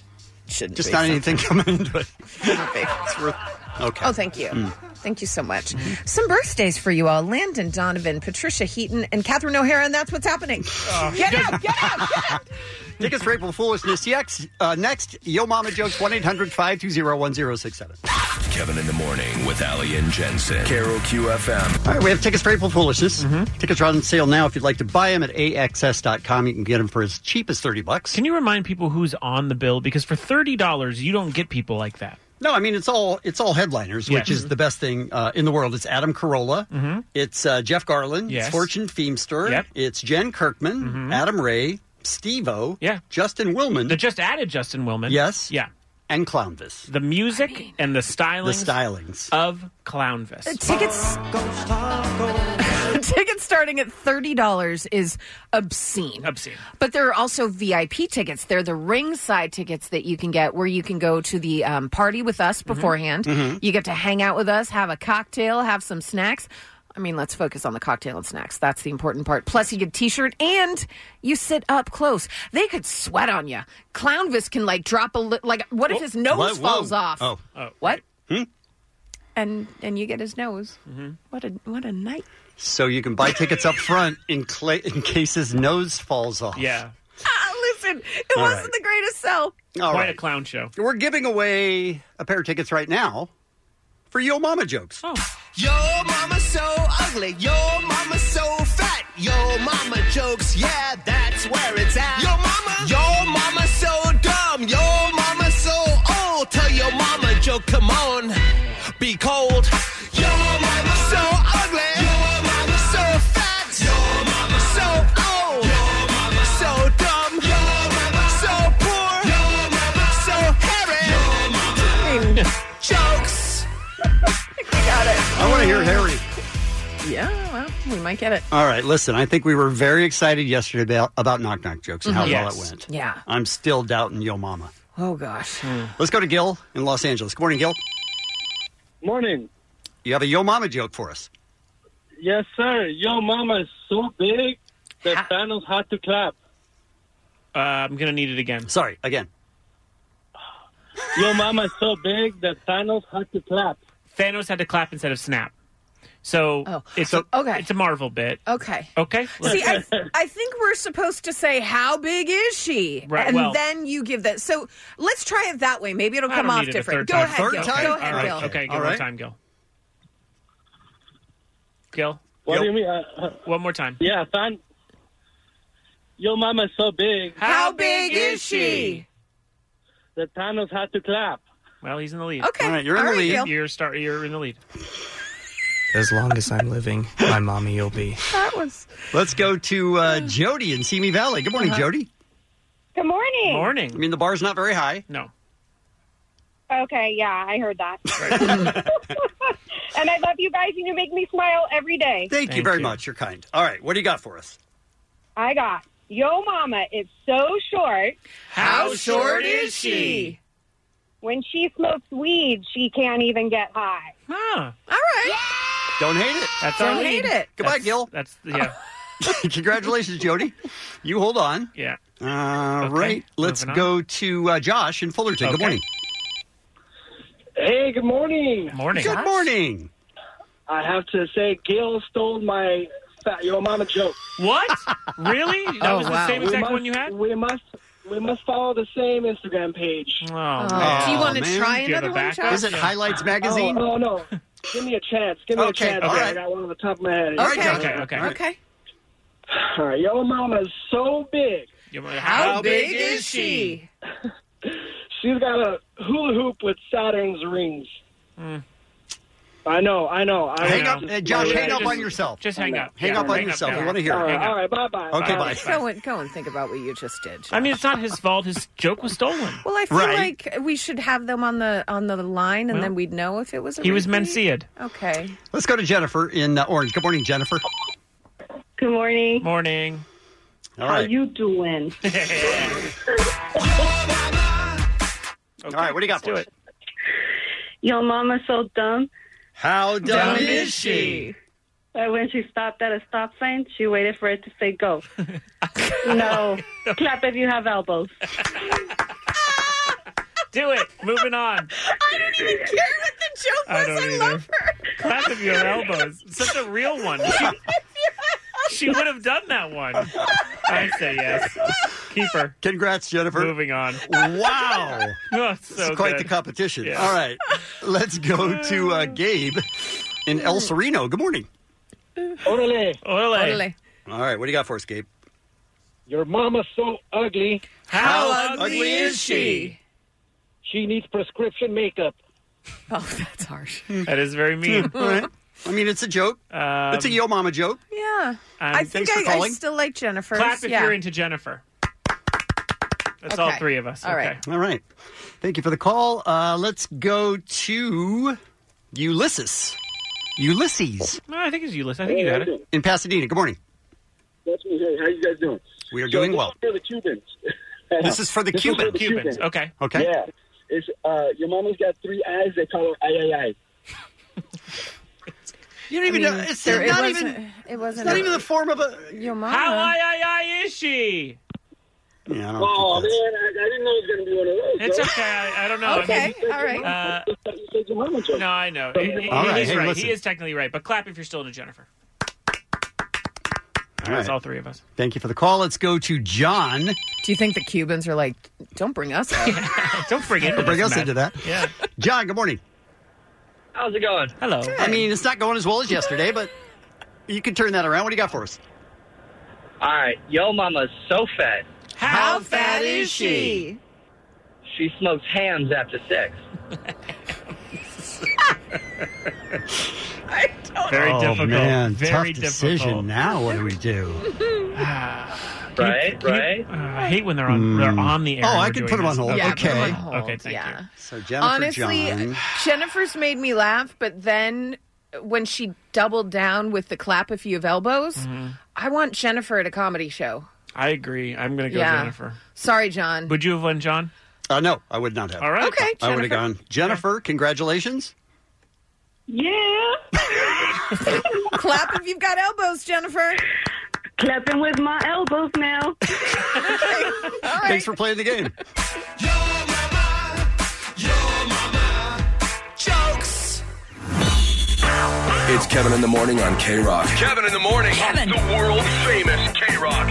Speaker 3: Shouldn't
Speaker 2: Just
Speaker 3: be
Speaker 2: not
Speaker 3: something.
Speaker 2: anything coming into it.
Speaker 3: It's
Speaker 2: worth. Okay.
Speaker 3: Oh, thank you.
Speaker 2: Mm. Mm-hmm.
Speaker 3: Thank you so much. Some birthdays for you all Landon Donovan, Patricia Heaton, and Catherine O'Hara, and that's what's happening. Get out! Get out!
Speaker 2: Tickets for April Foolishness CX. Uh, next, Yo Mama Jokes, 1 800 520 1067.
Speaker 15: Kevin in the Morning with Ali and Jensen. Carol QFM.
Speaker 2: All right, we have tickets for April Foolishness. Tickets are on sale now. If you'd like to buy them at axs.com, you can get them for as cheap as 30 bucks.
Speaker 14: Can you remind people who's on the bill? Because for thirty dollars, you don't get people like that.
Speaker 2: No, I mean it's all it's all headliners, which
Speaker 14: Yeah.
Speaker 2: is the best thing uh, in the world. It's Adam Carolla,
Speaker 14: Mhm.
Speaker 2: it's uh, Jeff Garland,
Speaker 14: Yes.
Speaker 2: it's Fortune Feimster,
Speaker 14: Yep. Mm-hmm.
Speaker 2: it's Jen Kirkman, Adam Ray, Steve-O, yeah. Justin Willman. They
Speaker 14: just added Justin Willman.
Speaker 2: Yes.
Speaker 14: Yeah.
Speaker 2: And Clownvis.
Speaker 14: The music and the stylings.
Speaker 2: The stylings.
Speaker 14: of Clownvis.
Speaker 3: Tickets. tickets starting at $30 is obscene.
Speaker 14: Obscene.
Speaker 3: But there are also VIP tickets. They're the ringside tickets that you can get where you can go to the um, party with us
Speaker 2: Mm-hmm.
Speaker 3: beforehand.
Speaker 12: Mhm.
Speaker 3: You get to hang out with us, have a cocktail, have some snacks. I mean, let's focus on the cocktail and snacks. That's the important part. Plus, you get a t shirt and you sit up close. They could sweat on you. Clownvis can, like, drop a li- Like, what if his nose
Speaker 2: Whoa, whoa.
Speaker 3: falls off?
Speaker 2: Oh.
Speaker 3: What? And and you get his nose.
Speaker 14: Mm-hmm.
Speaker 3: What a what a night.
Speaker 2: So you can buy tickets up front in, cla in case his nose falls off.
Speaker 14: Yeah.
Speaker 3: Ah, listen, it
Speaker 2: All
Speaker 3: wasn't
Speaker 2: right.
Speaker 3: the greatest sell.
Speaker 14: Quite a clown show.
Speaker 2: We're giving away a pair of tickets right now for Yo Mama Jokes.
Speaker 28: Yo mama so ugly, yo mama so fat, yo mama jokes, yeah, that's where it's at. Yo mama, yo mama so dumb, yo mama so old, tell your mama joke, come on, be cold. Yo mama so ugly, yo mama so fat, yo mama so old, yo mama so dumb, yo mama so poor, yo mama so hairy, yo mama jokes.
Speaker 3: Got it.
Speaker 2: I want to hear Harry.
Speaker 3: Yeah, well, we might get it.
Speaker 2: All right, listen, I think we were very excited yesterday about, about knock knock jokes and how
Speaker 14: Mm-hmm.
Speaker 3: Mhm.
Speaker 2: well it went.
Speaker 3: Yeah.
Speaker 2: I'm still doubting Yo Mama.
Speaker 3: Oh gosh.
Speaker 2: Let's go to Gil in Los Angeles. Good morning, Gil.
Speaker 16: Morning.
Speaker 2: You have a Yo Mama joke for us.
Speaker 16: Yes, sir. Yo, mama is so big that Thanos had to clap.
Speaker 14: Uh, I'm gonna need it again.
Speaker 2: Sorry, again.
Speaker 16: Yo, mama is so big that Thanos had to clap.
Speaker 14: Thanos had to clap instead of snap. So it's a
Speaker 3: Oh. okay.
Speaker 14: it's a Marvel bit.
Speaker 3: Okay.
Speaker 14: Okay.
Speaker 3: See, I, I think we're supposed to say how big is she,
Speaker 14: Right,
Speaker 3: and
Speaker 14: well-
Speaker 3: then you give that. So let's try it that way. Maybe it'll
Speaker 14: I
Speaker 3: come
Speaker 14: don't
Speaker 3: off
Speaker 14: need it a
Speaker 3: different.
Speaker 14: third
Speaker 3: Go
Speaker 14: time.
Speaker 3: ahead,
Speaker 14: Third
Speaker 3: Gil.
Speaker 14: time?
Speaker 3: Go ahead,
Speaker 14: All right,
Speaker 3: Gil.
Speaker 14: Okay, give
Speaker 16: All
Speaker 14: one
Speaker 16: right.
Speaker 14: time, Gil. Gil.
Speaker 16: What do you mean? Uh,
Speaker 14: One more time.
Speaker 16: Yeah, Than. Yo, mama is so big.
Speaker 14: How big is she?
Speaker 16: That Thanos had to clap.
Speaker 14: Well, he's in the lead.
Speaker 16: Okay. All right, you're in All the right, lead. Gil.
Speaker 14: You're start. You're in the lead.
Speaker 17: As long as I'm living, my mommy will be.
Speaker 3: That was.
Speaker 2: Let's go to uh, Jody in Simi Valley. Good morning,
Speaker 17: Uh-huh.
Speaker 2: Jody.
Speaker 18: Good morning.
Speaker 2: I mean, the bar's not very high.
Speaker 14: No.
Speaker 18: Okay, yeah, I heard that. and I love you guys, and you make me smile every day.
Speaker 2: Thank, you very much. You're kind. All right, what do you got for us?
Speaker 18: I got Yo Mama is so short.
Speaker 2: How short is she?
Speaker 18: When she smokes weed, she can't even get high.
Speaker 14: Huh.
Speaker 3: All right.
Speaker 2: Don't hate it.
Speaker 14: That's our Don't lead. hate it.
Speaker 2: Goodbye,
Speaker 14: That's-
Speaker 2: Gil.
Speaker 14: That's yeah.
Speaker 2: Congratulations, Jody. You hold on.
Speaker 14: Yeah.
Speaker 2: All right, Let's
Speaker 14: moving on.
Speaker 2: go to uh, Josh in Fullerton. Good
Speaker 14: Okay.
Speaker 2: morning.
Speaker 10: Hey, good morning.
Speaker 14: Morning.
Speaker 2: Good morning.
Speaker 10: I have to say, Gail stole my fat your mama joke.
Speaker 14: What? Really?
Speaker 2: Oh,
Speaker 14: That was the same exact one
Speaker 10: you had. We must. We must follow the same Instagram page.
Speaker 14: Oh,
Speaker 2: man. Do you wanna
Speaker 10: to
Speaker 2: try Do you have another a one, backup? Josh? Is it Highlights Magazine?
Speaker 10: Oh, oh, no. Give me a chance. Give me
Speaker 2: Okay,
Speaker 10: a chance.
Speaker 2: all
Speaker 10: I
Speaker 2: right.
Speaker 10: got one on the top of my head.
Speaker 2: All right, Okay, Josh. okay, okay.
Speaker 10: All right. All right, Your mama's so big.
Speaker 4: How big big is is she?
Speaker 10: She's got a hula hoop with Saturn's rings.
Speaker 14: Mm.
Speaker 10: I know, I know. I
Speaker 2: Hang
Speaker 10: know.
Speaker 2: up, uh, Josh. Hang up on yourself. I know. Hang up on yourself. We want to hear. it. Okay, bye.
Speaker 3: Go and, go and think about what you just did.
Speaker 14: I mean, it's not his fault. His joke was stolen.
Speaker 3: Well, I feel like we should have them on the on the line, and
Speaker 2: Well,
Speaker 3: then we'd know if it was. A
Speaker 2: he was
Speaker 3: repeat.
Speaker 2: Mencia.
Speaker 3: Okay.
Speaker 2: Let's go to Jennifer in uh, Orange. Good morning, Jennifer.
Speaker 8: Good morning.
Speaker 14: Morning.
Speaker 2: All
Speaker 8: How
Speaker 2: right.
Speaker 8: you doing?
Speaker 2: All right. What do you got for it?
Speaker 8: Yo, mama's so dumb.
Speaker 2: How
Speaker 8: dumb is she? That when she stopped at a stop sign, she waited for it to say go. no, clap if you have elbows.
Speaker 14: Do it. Moving on.
Speaker 3: I don't even care what the joke
Speaker 14: I don't either. Clap if you have elbows. Such a real one. She, she would have done that one. I say yes. Keep her.
Speaker 2: Congrats, Jennifer.
Speaker 14: Moving on. Oh,
Speaker 2: Wow.
Speaker 14: That's
Speaker 2: This is
Speaker 14: so
Speaker 2: quite
Speaker 14: good.
Speaker 2: the competition.
Speaker 14: Yeah.
Speaker 2: All right. Let's go to uh, Gabe in El Sereno. Good morning.
Speaker 10: Orale.
Speaker 14: Orale.
Speaker 2: All right. What do you got for us, Gabe?
Speaker 10: Your mama's so ugly.
Speaker 2: How How ugly ugly is is she?
Speaker 10: She needs prescription makeup.
Speaker 3: Oh, that's harsh.
Speaker 14: That is very mean. Um,
Speaker 2: All right. I mean, it's a joke. it's a yo mama joke.
Speaker 3: Yeah.
Speaker 2: Um,
Speaker 3: I think
Speaker 2: thanks for
Speaker 3: I, I
Speaker 2: calling.
Speaker 3: still like Jennifer.
Speaker 14: Clap if
Speaker 3: yeah.
Speaker 14: you're into Jennifer. That's all
Speaker 3: Okay.
Speaker 14: three of us.
Speaker 3: All
Speaker 14: okay.
Speaker 3: right.
Speaker 2: All right. Thank you for the call. Uh, let's go to Ulysses. Ulysses.
Speaker 14: No, I think it's Ulysses. I think you got it.
Speaker 2: In Pasadena. Good morning.
Speaker 10: That's me. Hey, how you guys doing?
Speaker 2: We are
Speaker 10: So
Speaker 2: doing
Speaker 10: this
Speaker 2: well.
Speaker 10: is For the Cubans.
Speaker 2: This is for the
Speaker 10: This is
Speaker 2: Cuban.
Speaker 10: for the
Speaker 2: Cubans, okay. Okay.
Speaker 10: Yeah. It's, uh, your mama's got three eyes. They call her ay ay ay.
Speaker 2: You don't even
Speaker 3: I mean,
Speaker 2: know. It's
Speaker 3: there- it
Speaker 2: not
Speaker 3: wasn't-
Speaker 2: even.
Speaker 3: It wasn't.
Speaker 2: not
Speaker 3: a-
Speaker 2: even the form of a.
Speaker 3: Your mama.
Speaker 14: How I I I is she?
Speaker 2: Yeah, I don't
Speaker 10: Oh,
Speaker 2: think
Speaker 10: man. I, I didn't know it was going to be one of
Speaker 14: It's
Speaker 10: those. bro.
Speaker 14: okay. I, I don't know.
Speaker 10: Okay,
Speaker 14: I
Speaker 10: all right.
Speaker 14: Uh, no, I know.
Speaker 10: All
Speaker 14: He- he-
Speaker 2: right,
Speaker 14: He's
Speaker 2: hey,
Speaker 14: right.
Speaker 2: listen.
Speaker 14: He is technically right. But clap if you're still into Jennifer.
Speaker 2: All right.
Speaker 14: It's all three of us.
Speaker 2: Thank you for the call. Let's go to John.
Speaker 3: Do you think the Cubans are like, don't bring us up?
Speaker 14: don't bring into
Speaker 2: Bring
Speaker 14: this,
Speaker 2: us
Speaker 14: Matt.
Speaker 2: into that.
Speaker 14: Yeah.
Speaker 2: John, good morning.
Speaker 10: How's it going?
Speaker 14: Hello.
Speaker 2: I mean, it's not going as well as yesterday, but you can turn that around. What do you got for us?
Speaker 10: All right. Yo mama's so fat.
Speaker 14: How
Speaker 10: fat is she? She smokes hams after sex.
Speaker 3: I don't
Speaker 14: Very
Speaker 2: oh,
Speaker 14: difficult.
Speaker 2: Man,
Speaker 14: Very
Speaker 2: tough decision.
Speaker 14: difficult. Ah.
Speaker 2: Now, what do we do?
Speaker 10: Right, right.
Speaker 14: uh, I hate when they're on they're on the air.
Speaker 2: Oh,
Speaker 14: and
Speaker 2: I
Speaker 14: we're
Speaker 2: can
Speaker 14: doing
Speaker 2: put 'em on
Speaker 14: this.
Speaker 2: hold. Yeah, put 'em on hold.
Speaker 14: Okay, thank you.
Speaker 2: So Jennifer
Speaker 3: Honestly,
Speaker 2: John.
Speaker 3: Jennifer's made me laugh, but then when she doubled down with the clap if you have elbows,
Speaker 14: Mm-hmm.
Speaker 3: I want Jennifer at a comedy show.
Speaker 14: I agree. I'm going to go
Speaker 3: Yeah.
Speaker 14: Jennifer.
Speaker 3: Sorry, John.
Speaker 14: Would you have won, John?
Speaker 2: Uh, no, I would not have.
Speaker 14: All right.
Speaker 3: Okay,
Speaker 2: I would have gone. Jennifer, congratulations.
Speaker 8: Yeah.
Speaker 3: clap if you've got elbows, Jennifer.
Speaker 8: Clapping with my elbows now.
Speaker 2: Thanks for playing the game.
Speaker 15: Jokes. It's Kevin in the Morning on K Rock.
Speaker 28: Kevin in the morning. Kevin. The world famous K Rock.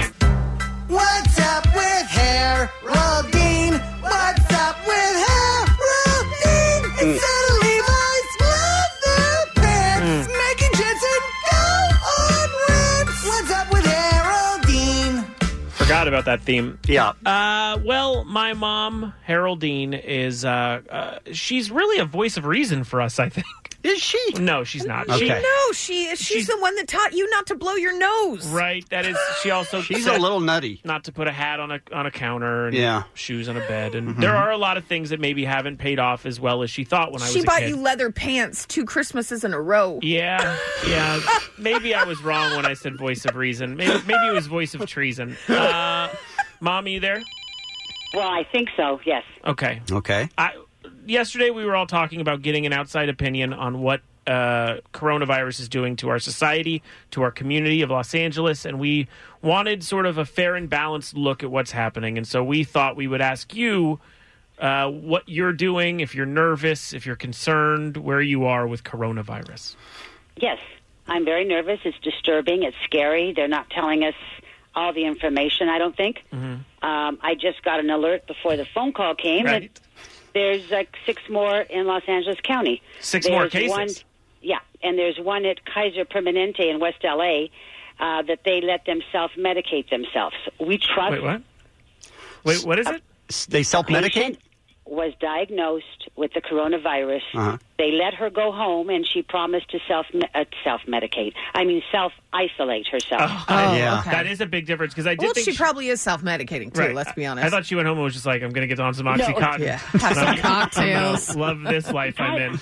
Speaker 27: What's up with Haroldine? What's up with Haroldine?
Speaker 28: Mm.
Speaker 2: Hmm.
Speaker 27: It's suddenly Levi's leather pants,
Speaker 2: Hmm.
Speaker 27: making Jensen go on rips. What's up with Haroldine?
Speaker 14: Forgot about that theme.
Speaker 2: Yeah.
Speaker 14: Uh, well, my mom, Haroldine, is uh, uh, she's really a voice of reason for us. I think.
Speaker 2: Is she?
Speaker 14: No, she's not. She-
Speaker 3: No, she she's, the one that taught you not to blow your nose.
Speaker 14: Right. That is. She also.
Speaker 2: She's
Speaker 14: said
Speaker 2: a little nutty.
Speaker 14: Not to put a hat on a on a counter. And
Speaker 2: Yeah. Mm-hmm.
Speaker 14: Shoes on a bed, and there are a lot of things that maybe haven't paid off as well as she thought when I was.
Speaker 3: she
Speaker 14: a
Speaker 3: bought
Speaker 14: kid.
Speaker 3: you leather pants two Christmases in a row.
Speaker 14: Yeah, yeah. Maybe I was wrong when I said voice of reason. Maybe, maybe it was voice of treason. Uh, Mom, you there?
Speaker 12: Well, I think so. Yes.
Speaker 14: Okay.
Speaker 2: Okay.
Speaker 14: I yesterday we were all talking about getting an outside opinion on what uh, coronavirus is doing to our society, to our community of Los Angeles, and we wanted sort of a fair and balanced look at what's happening. And so we thought we would ask you uh, what you're doing, if you're nervous, if you're concerned, where you are with coronavirus.
Speaker 12: Yes, I'm very nervous. It's disturbing. It's scary. They're not telling us all the information, I don't think.
Speaker 14: Mm-hmm.
Speaker 12: Um, I just got an alert before the phone call came
Speaker 14: Right.
Speaker 12: that there's like six more in Los Angeles County.
Speaker 14: Six more
Speaker 12: There's One,
Speaker 14: cases?
Speaker 12: yeah, and there's one at Kaiser Permanente in West LA uh, that they let them self medicate themselves. We trust.
Speaker 14: Wait, what? Wait, what is it?
Speaker 2: They self
Speaker 12: patient was diagnosed with the coronavirus.
Speaker 2: Uh-huh.
Speaker 12: They let her go home, and she promised to self uh, self medicate. I mean, self isolate herself.
Speaker 14: Oh,
Speaker 3: Yeah. Oh, okay.
Speaker 14: That is a big difference because I did
Speaker 3: Well,
Speaker 14: think
Speaker 3: she probably is self medicating too, let's be honest.
Speaker 14: I thought she went home and was just like, I'm going to get on some
Speaker 3: No,
Speaker 14: Oxycontin.
Speaker 3: yeah. Have some
Speaker 14: I'm gonna
Speaker 3: cocktails.
Speaker 14: Love this life I'm in.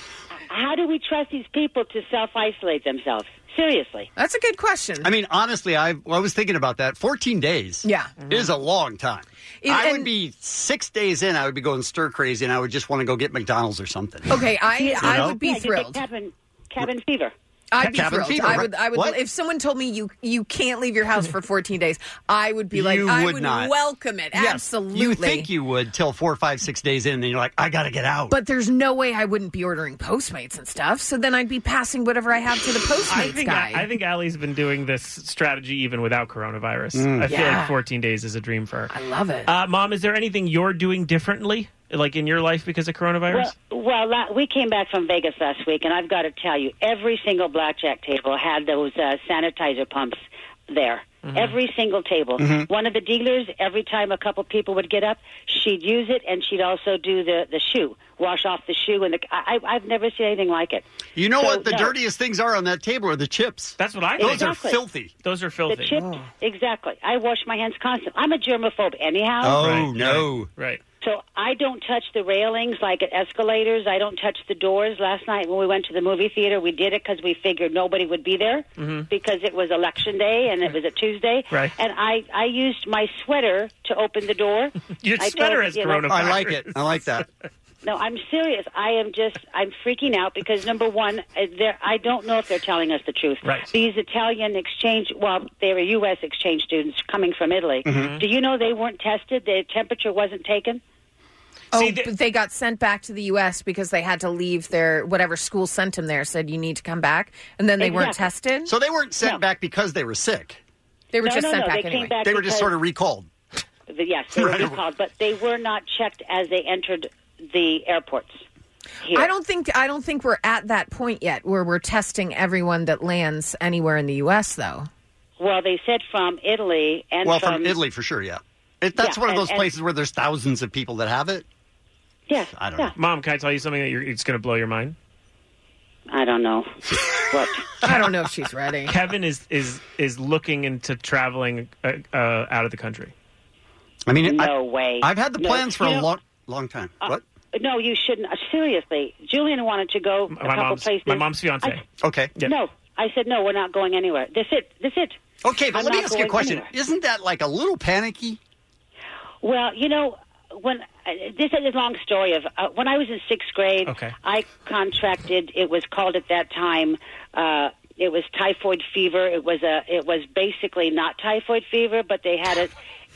Speaker 12: How do we trust these people to self isolate themselves? Seriously.
Speaker 3: That's a good question.
Speaker 2: I mean, honestly, I, I was thinking about that. 14 days
Speaker 3: Yeah.
Speaker 2: is a long time.
Speaker 3: It-
Speaker 2: I
Speaker 3: and-
Speaker 2: would be six days in, I would be going stir crazy and I would just want to go get McDonald's or something.
Speaker 3: Okay, I
Speaker 2: You know?
Speaker 3: I would be
Speaker 12: Yeah, you get
Speaker 3: thrilled.
Speaker 12: Cabin, cabin fever.
Speaker 3: I'd be
Speaker 2: Cabin
Speaker 3: thrilled.
Speaker 2: fever,
Speaker 3: I would.
Speaker 2: right.
Speaker 3: I would.
Speaker 2: What?
Speaker 3: If someone told me you you can't leave your house for 14 days, I would be like,
Speaker 2: You
Speaker 3: I
Speaker 2: would
Speaker 3: would
Speaker 2: not.
Speaker 3: welcome it.
Speaker 2: Yes,
Speaker 3: Absolutely.
Speaker 2: You think you would till four, five, six days in, and you're like, I got to get out.
Speaker 3: But there's no way I wouldn't be ordering Postmates and stuff. So then I'd be passing whatever I have to the Postmates
Speaker 14: I think
Speaker 3: guy.
Speaker 14: I think Allie's been doing this strategy even without coronavirus.
Speaker 3: Mm.
Speaker 14: I feel
Speaker 3: Yeah.
Speaker 14: like 14 days is a dream for her. I
Speaker 3: love it.
Speaker 14: Uh, Mom, is there anything you're doing differently, like in your life because of coronavirus?
Speaker 12: Well, well la- we came back from Vegas last week, and I've got to tell you, every single blackjack table had those uh, sanitizer pumps there.
Speaker 2: Mm-hmm.
Speaker 25: Mhm.
Speaker 12: Every single table.
Speaker 25: Mhm.
Speaker 12: One of the dealers, every time a couple people would get up, she'd use it, and she'd also do the the shoe, wash off the shoe, and the, I, I- I've never seen anything like it.
Speaker 2: you know
Speaker 12: So,
Speaker 2: what? The
Speaker 12: no.
Speaker 2: dirtiest things are on that table are the chips.
Speaker 14: That's what I
Speaker 2: Those
Speaker 12: think. Exactly.
Speaker 2: are filthy. Oh.
Speaker 14: Those are
Speaker 12: The
Speaker 14: filthy.
Speaker 12: chip, exactly. I wash my hands constantly. I'm a germaphobe, anyhow.
Speaker 2: Oh, no.
Speaker 14: Right.
Speaker 12: So I don't touch the railings like at escalators. I don't touch the doors. Last night when we went to the movie theater, we did it because we figured nobody would be there
Speaker 25: Mhm.
Speaker 14: Mm-hmm.
Speaker 12: because it was election day and it was a Tuesday.
Speaker 25: Right.
Speaker 12: And I I used my sweater to open the door.
Speaker 2: Your
Speaker 12: I
Speaker 2: sweater
Speaker 12: told-
Speaker 2: has
Speaker 12: you know-
Speaker 2: coronavirus. I like it. I like that.
Speaker 12: No, I'm serious. I am just I'm freaking out because number one, uh, they're, I don't know if they're telling us the truth.
Speaker 25: Right.
Speaker 12: These Italian exchange, well, they were U.S. exchange students coming from Italy.
Speaker 2: Mm-hmm.
Speaker 3: Mhm.
Speaker 12: Do you know they weren't tested? Their temperature wasn't taken.
Speaker 3: oh, but they got sent back to the U.S. because they had to leave their whatever school sent them there. Said you need to come back, and then they weren't
Speaker 12: Exactly.
Speaker 3: tested.
Speaker 2: So they weren't sent back because they were sick.
Speaker 3: They were
Speaker 12: No,
Speaker 3: just
Speaker 12: no,
Speaker 3: sent
Speaker 12: no,
Speaker 3: back
Speaker 12: they came
Speaker 3: anyway.
Speaker 12: back
Speaker 2: They were just
Speaker 12: because-
Speaker 2: sort of recalled.
Speaker 12: The- Yes, they were
Speaker 2: Right.
Speaker 12: recalled, but they were not checked as they entered the airports. Here.
Speaker 3: I don't think I don't think we're at that point yet where we're testing everyone that lands anywhere in the U.S. Though.
Speaker 12: Well, they said from Italy and
Speaker 2: well, from, Italy for sure, yeah. It, that's
Speaker 12: Yeah,
Speaker 2: one of
Speaker 12: and-
Speaker 2: those
Speaker 12: and-
Speaker 2: places where there's thousands of people that have it.
Speaker 12: Yes,
Speaker 2: I don't know.
Speaker 14: Mom, can I tell you something that you're, it's going to blow your mind?
Speaker 12: I don't know. What?
Speaker 3: I don't know if she's ready.
Speaker 14: Kevin is is is looking into traveling uh, uh, out of the country.
Speaker 2: I mean,
Speaker 12: no way.
Speaker 2: I've had the
Speaker 12: No,
Speaker 2: plans for
Speaker 12: you
Speaker 2: a
Speaker 12: know-
Speaker 2: long, long time. what?
Speaker 12: Uh, No, you shouldn't. Uh, seriously, Julian wanted to go a
Speaker 14: My
Speaker 12: couple
Speaker 14: mom's
Speaker 12: places.
Speaker 14: my mom's fiance.
Speaker 12: I-
Speaker 2: Okay.
Speaker 12: No, I said no. We're not going anywhere. That's it. That's it.
Speaker 2: Okay, but
Speaker 12: I'm
Speaker 2: let me
Speaker 12: not
Speaker 2: ask you a
Speaker 12: going
Speaker 2: question.
Speaker 12: anywhere.
Speaker 2: Isn't that like a little panicky?
Speaker 12: Well, you know, when uh, this is a long story of uh, when I was in sixth grade,
Speaker 25: Okay.
Speaker 12: I contracted. It was called at that time. Uh, it was typhoid fever. It was a. It was basically not typhoid fever, but they had it.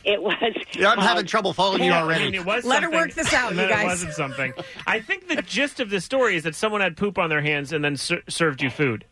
Speaker 12: It was. uh,
Speaker 2: Yeah, I'm having
Speaker 12: called-
Speaker 2: trouble following you
Speaker 14: Yeah,
Speaker 2: already.
Speaker 14: I mean, it was
Speaker 3: Let her
Speaker 14: something,
Speaker 3: work this out,
Speaker 14: and
Speaker 3: you
Speaker 14: then
Speaker 3: guys.
Speaker 14: It wasn't something. I think the gist of this story is that someone had poop on their hands and then ser- served you food.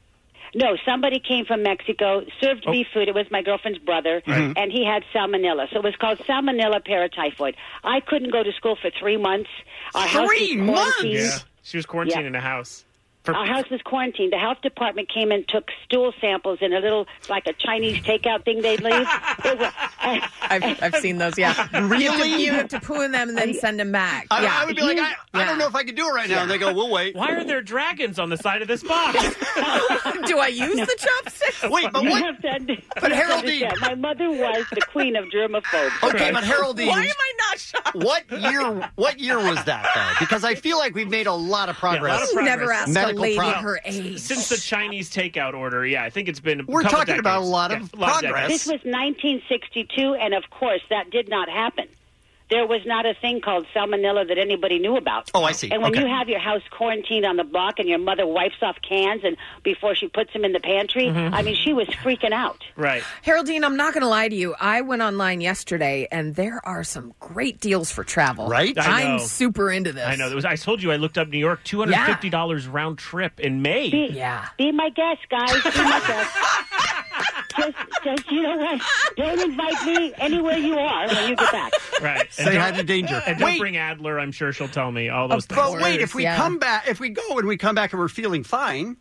Speaker 12: No, somebody came from Mexico, served me food. It was my girlfriend's brother,
Speaker 14: Oh.
Speaker 2: Mm-hmm.
Speaker 14: Right.
Speaker 12: and he had salmonella. So it was called salmonella paratyphoid. I couldn't go to school for three months. Our house was
Speaker 14: Three
Speaker 12: quarantined.
Speaker 14: Yeah. She was quarantined in a house. For-
Speaker 12: Our house was quarantined. The health department came and took stool samples in a little, like a Chinese takeout thing they'd leave. It was-
Speaker 3: I've, I've seen those. Yeah, You have, to, you have to poo in them and then send them back.
Speaker 2: I,
Speaker 3: yeah.
Speaker 2: I would be like, I, I don't know if I could do it right now. And they go, we'll wait.
Speaker 14: Why are there dragons on the side of this box?
Speaker 3: Do I use the chopsticks? E.
Speaker 2: Wait, but
Speaker 12: You
Speaker 2: what?
Speaker 12: have to under-
Speaker 2: But
Speaker 12: you have to
Speaker 2: Haroldine-
Speaker 12: understand, my mother was the queen of germaphobes.
Speaker 2: Okay, but Haroldine.
Speaker 3: Why am I not shocked?
Speaker 2: What year? What year was that though? Because I feel like we've made a lot of
Speaker 14: Yeah, a lot
Speaker 2: progress.
Speaker 14: of progress.
Speaker 2: Medical progress.
Speaker 3: age.
Speaker 14: Since the Chinese takeout order, yeah, I think it's been. a
Speaker 2: We're
Speaker 14: couple
Speaker 2: talking about a
Speaker 14: decades.
Speaker 2: lot of
Speaker 14: Yeah, a lot of
Speaker 2: progress.
Speaker 14: decades.
Speaker 12: This was 1962, and of course, that did not happen. there was not a thing called salmonella that anybody knew about.
Speaker 2: Oh, I see.
Speaker 12: And when
Speaker 2: Okay.
Speaker 12: you have your house quarantined on the block and your mother wipes off cans and before she puts them in the pantry,
Speaker 3: Mhm.
Speaker 12: I mean, she was freaking out.
Speaker 14: Right.
Speaker 3: Haroldine, I'm not going to lie to you. I went online yesterday, and there are some great deals for travel.
Speaker 14: I know.
Speaker 3: I'm super into this.
Speaker 14: I know. There was, I told you I looked up New York, two hundred fifty dollars round trip in May.
Speaker 12: Be, Be my guest, guys. Be my guest. Just, just, you know what? Don't invite me anywhere you are when you get back.
Speaker 14: Right. And
Speaker 2: Say
Speaker 14: don't-
Speaker 2: hi to Danger.
Speaker 14: And don't
Speaker 2: Wait.
Speaker 14: bring Adler. I'm sure she'll tell me all those things.
Speaker 2: But wait, if we come back, if we go and we come back and we're feeling fine,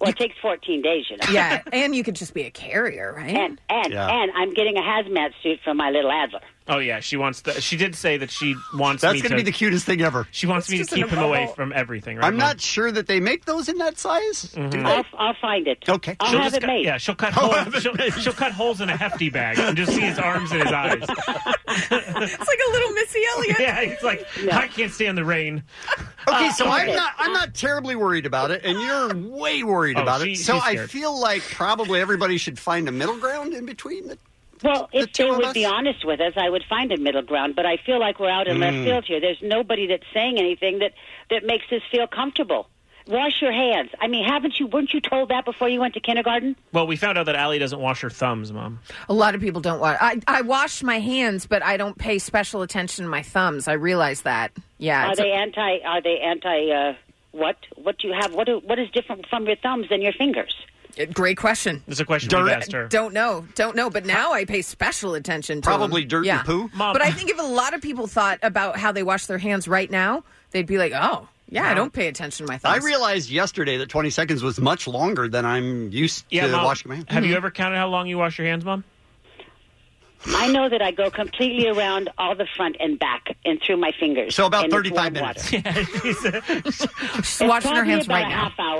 Speaker 12: Well, it takes 14 days, you know.
Speaker 3: Yeah, and you could just be a carrier, right?
Speaker 12: And and
Speaker 14: Yeah.
Speaker 12: and I'm getting a hazmat suit for my little Adler.
Speaker 14: Oh yeah, she wants. The, she did say that she wants.
Speaker 2: That's
Speaker 14: me
Speaker 2: gonna be the cutest thing ever.
Speaker 14: She wants
Speaker 2: It's
Speaker 14: me to
Speaker 2: just in
Speaker 14: keep
Speaker 2: a
Speaker 14: him away
Speaker 2: bubble.
Speaker 14: from everything. Right, Mm-hmm.
Speaker 2: I'm not sure that they make those in that size. Do they?
Speaker 12: I'll, I'll find it.
Speaker 2: Okay. Oh,
Speaker 12: I'll
Speaker 14: She'll
Speaker 12: have
Speaker 14: just
Speaker 12: it
Speaker 14: cut-
Speaker 12: made.
Speaker 14: Yeah, she'll cut holes. She'll, she'll cut holes in a hefty bag and just see his arms and his eyes.
Speaker 3: it's like a little Missy Elliott.
Speaker 14: yeah, it's like I can't stand the rain.
Speaker 2: Okay,
Speaker 14: Uh,
Speaker 2: so
Speaker 14: okay.
Speaker 2: I'm not I'm not terribly worried about it, and you're way worried
Speaker 14: Oh,
Speaker 2: about
Speaker 14: she-
Speaker 2: it. So
Speaker 14: she's
Speaker 2: I
Speaker 14: scared.
Speaker 2: feel like probably everybody should find a middle ground in between. The,
Speaker 12: Well,
Speaker 2: the
Speaker 12: if
Speaker 2: two
Speaker 12: they
Speaker 2: of
Speaker 12: would
Speaker 2: us.
Speaker 12: be honest with us, I would find a middle ground. But I feel like we're out in
Speaker 2: Mm.
Speaker 12: left field here. There's nobody that's saying anything that that makes us feel comfortable. Wash your hands. I mean, haven't you? Weren't you told that before you went to kindergarten?
Speaker 14: Well, we found out that Allie doesn't wash her thumbs, Mom.
Speaker 3: A lot of people don't wash. I, I wash my hands, but I don't pay special attention to my thumbs. I realize that. Yeah.
Speaker 12: Are
Speaker 3: it's a-
Speaker 12: they anti? Are they anti? Uh, what? What do you have? What? Do, what is different from your thumbs and your fingers?
Speaker 3: Great question.
Speaker 14: It's a question
Speaker 2: Dirt- we've asked her.
Speaker 3: Don't know. Don't know. But now I pay special attention to
Speaker 2: Probably
Speaker 3: them.
Speaker 2: dirt and
Speaker 3: yeah.
Speaker 2: poo. Mom-
Speaker 3: But I think if a lot of people thought about how they wash their hands right now, they'd be like, oh, yeah, I don't pay attention to my
Speaker 2: I
Speaker 3: thumbs.
Speaker 2: realized yesterday that 20 seconds was much longer than I'm used
Speaker 14: Yeah,
Speaker 2: to
Speaker 14: Mom,
Speaker 2: washing my hands.
Speaker 14: Have
Speaker 12: Mm-hmm.
Speaker 14: you ever counted how long you wash your hands, Mom?
Speaker 12: I know that I go completely around all the front and back and through my fingers.
Speaker 2: So about
Speaker 12: And it's
Speaker 2: 35
Speaker 12: warm
Speaker 2: minutes.
Speaker 12: water.
Speaker 3: She's
Speaker 12: It's
Speaker 3: washing her
Speaker 12: probably
Speaker 3: hands
Speaker 12: about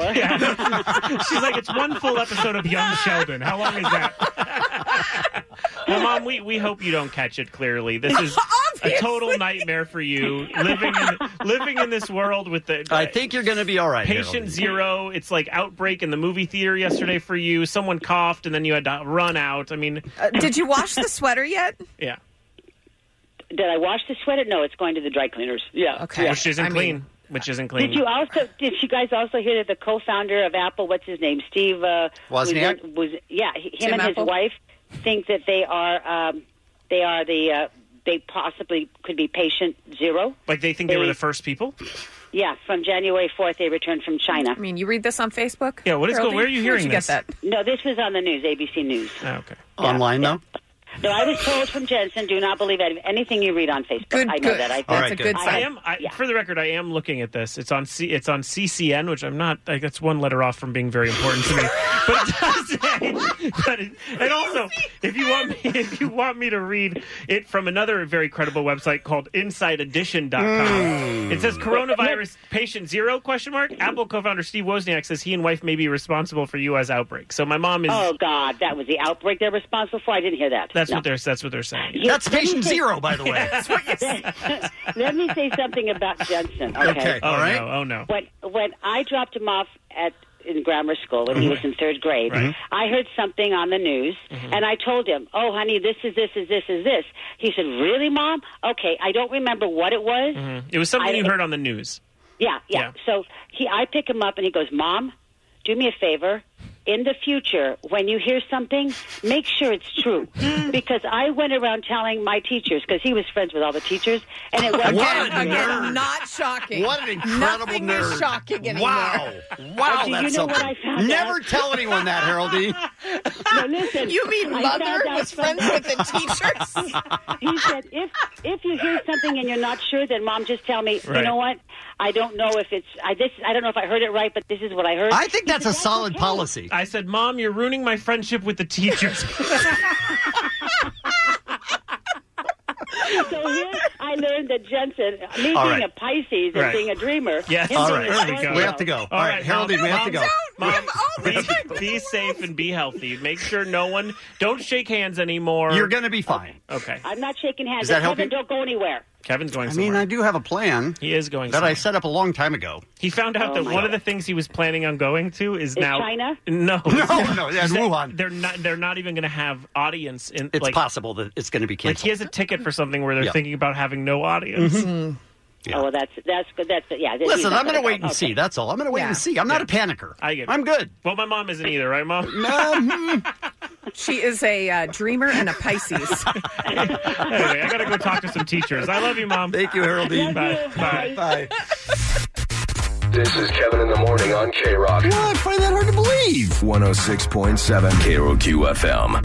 Speaker 3: right
Speaker 12: a
Speaker 3: now.
Speaker 12: half hour.
Speaker 14: She's like, it's one full episode of Young Sheldon. How long is that? well, Mom, we, we hope you don't catch it. Clearly, this is a total nightmare for you living in, living in this world with the.
Speaker 2: I think you're going to be all right.
Speaker 14: Patient zero. It's like outbreak in the movie theater yesterday for you. Someone coughed and then you had to run out. I mean,
Speaker 3: Uh, did you wash the sweater yet?
Speaker 14: yeah.
Speaker 12: Did I wash the sweater? No, it's going to the dry cleaners. Yeah. Yeah.
Speaker 14: Which isn't clean. which isn't clean.
Speaker 12: uh, Did you also? Did you guys also hear that the co-founder of Apple, what's his name, Steve uh,
Speaker 2: Wozniak?
Speaker 12: was, was- yeah, he- him
Speaker 2: Tim
Speaker 12: and
Speaker 2: Apple?
Speaker 12: his wife think that they are um, they are the uh, they possibly could be patient zero.
Speaker 14: Like they think they were the first people.
Speaker 12: Yeah, from January fourth, they returned from China. I
Speaker 3: mean, you read this on Facebook?
Speaker 14: Yeah, what is go- where are you hearing this?
Speaker 12: No, this was on the news, ABC News.
Speaker 14: Oh, okay.
Speaker 2: Online, though?
Speaker 12: No, I was told from Jensen, do not believe any- anything you read on Facebook. I know that. I,
Speaker 14: I am. I, For the record, I am looking at this. It's on. C, it's on CCN, which I'm not. Like, that's one letter off from being very important to me. but it does say. But it, and also, if you want me, if you want me to read it from another very credible website called InsideEdition.com,
Speaker 4: Mm.
Speaker 14: it says coronavirus patient zero question mark. Apple co-founder Steve Wozniak says he and wife may be responsible for U.S. outbreak. So my mom um, is.
Speaker 12: Oh God, that was the outbreak they're responsible for. I didn't hear that.
Speaker 14: That's
Speaker 12: No.
Speaker 14: what they're. That's what they're saying.
Speaker 12: Yeah, let me say-
Speaker 14: That's
Speaker 12: Let me say something about Jensen. Okay.
Speaker 14: Okay, Oh, all right. no, oh, no.
Speaker 12: When when I dropped him off at in grammar school when he was in third grade,
Speaker 14: Mm-hmm. Right. Mm-hmm.
Speaker 12: I heard something on the news, and I told him, "Oh, honey, this is this is this is this." He said, "Really, mom? Okay, I don't remember what it was."
Speaker 14: Mhm. It was something
Speaker 12: I-
Speaker 14: you heard on the news.
Speaker 12: Yeah, yeah.
Speaker 14: Yeah.
Speaker 12: So he, I pick him up and he goes, Mom, do me a favor. In the future, when you hear something, make sure it's true. because I went around telling my teachers, because he was friends with all the teachers, and it wasn't.
Speaker 3: Again, again, not shocking.
Speaker 2: What an incredible
Speaker 3: Nothing
Speaker 2: nerd.
Speaker 3: is shocking anymore.
Speaker 2: Wow.
Speaker 12: But
Speaker 2: Wow,
Speaker 12: do you
Speaker 2: that's
Speaker 12: know
Speaker 2: something.
Speaker 12: what I found
Speaker 2: Never
Speaker 12: out?
Speaker 2: tell anyone that, Haroldie.
Speaker 12: No, listen.
Speaker 3: You mean
Speaker 12: I
Speaker 3: mother
Speaker 12: found out
Speaker 3: was
Speaker 12: from-
Speaker 3: friends with the teachers?
Speaker 12: he said, if if you hear something and you're not sure, then mom, just tell me. You
Speaker 2: Right.
Speaker 12: know what? I don't know if it's I this. I don't know if I heard it right, but this is what I heard.
Speaker 2: I think that's a solid policy.
Speaker 14: I said, Mom, you're ruining my friendship with the teachers.
Speaker 12: so here I learned that Jensen, me being
Speaker 14: All
Speaker 12: a
Speaker 14: right.
Speaker 12: Pisces and
Speaker 14: Right.
Speaker 12: being a dreamer,
Speaker 14: Yes.
Speaker 12: him
Speaker 14: All
Speaker 12: being a
Speaker 14: right. There we go.
Speaker 2: We have to go. All
Speaker 14: All
Speaker 2: right,
Speaker 14: right, Mom.
Speaker 2: Haroldine, we have to go.
Speaker 14: Mom, Mom, be, be safe and be healthy. Make sure no one, don't shake hands anymore. Oh,
Speaker 2: You're going to be fine.
Speaker 14: Okay.
Speaker 12: I'm not shaking hands.
Speaker 2: Does that help
Speaker 12: Kevin,
Speaker 2: you?
Speaker 12: don't go anywhere.
Speaker 14: Kevin's going
Speaker 2: I mean, I do have a plan.
Speaker 14: He is going
Speaker 2: that I set up a long time ago.
Speaker 14: He found out
Speaker 2: Oh,
Speaker 14: that
Speaker 2: my
Speaker 14: one of the things he was planning on going to is,
Speaker 2: Is
Speaker 14: now
Speaker 2: China?
Speaker 14: No,
Speaker 2: No, no, yeah,
Speaker 14: Is that
Speaker 2: Wuhan.
Speaker 14: They're not. They're not even going to have audience. In
Speaker 2: It's
Speaker 14: like,
Speaker 2: possible that it's going to be
Speaker 14: Like he
Speaker 2: canceled.
Speaker 14: has a ticket for something where they're
Speaker 2: Yeah.
Speaker 14: thinking about having no audience.
Speaker 2: Mhm.
Speaker 12: Oh, well, that's that's good. That's yeah. this- he's
Speaker 2: Listen,
Speaker 12: not
Speaker 2: I'm going to
Speaker 12: gonna
Speaker 2: wait
Speaker 12: go.
Speaker 2: and see. That's all. I'm going to wait and see. I'm not a panicker.
Speaker 14: I get. It.
Speaker 2: I'm good.
Speaker 14: Well, my mom isn't either, right, mom?
Speaker 3: She is a uh, dreamer and a Pisces.
Speaker 14: anyway, I got to go talk to some teachers. I love you, mom. Thank
Speaker 2: you, Haroldine.
Speaker 14: Bye. Bye.
Speaker 2: Bye.
Speaker 15: This is Kevin in the Morning on K Rock.
Speaker 2: I find that hard to believe.
Speaker 15: 106.7 KROQ FM.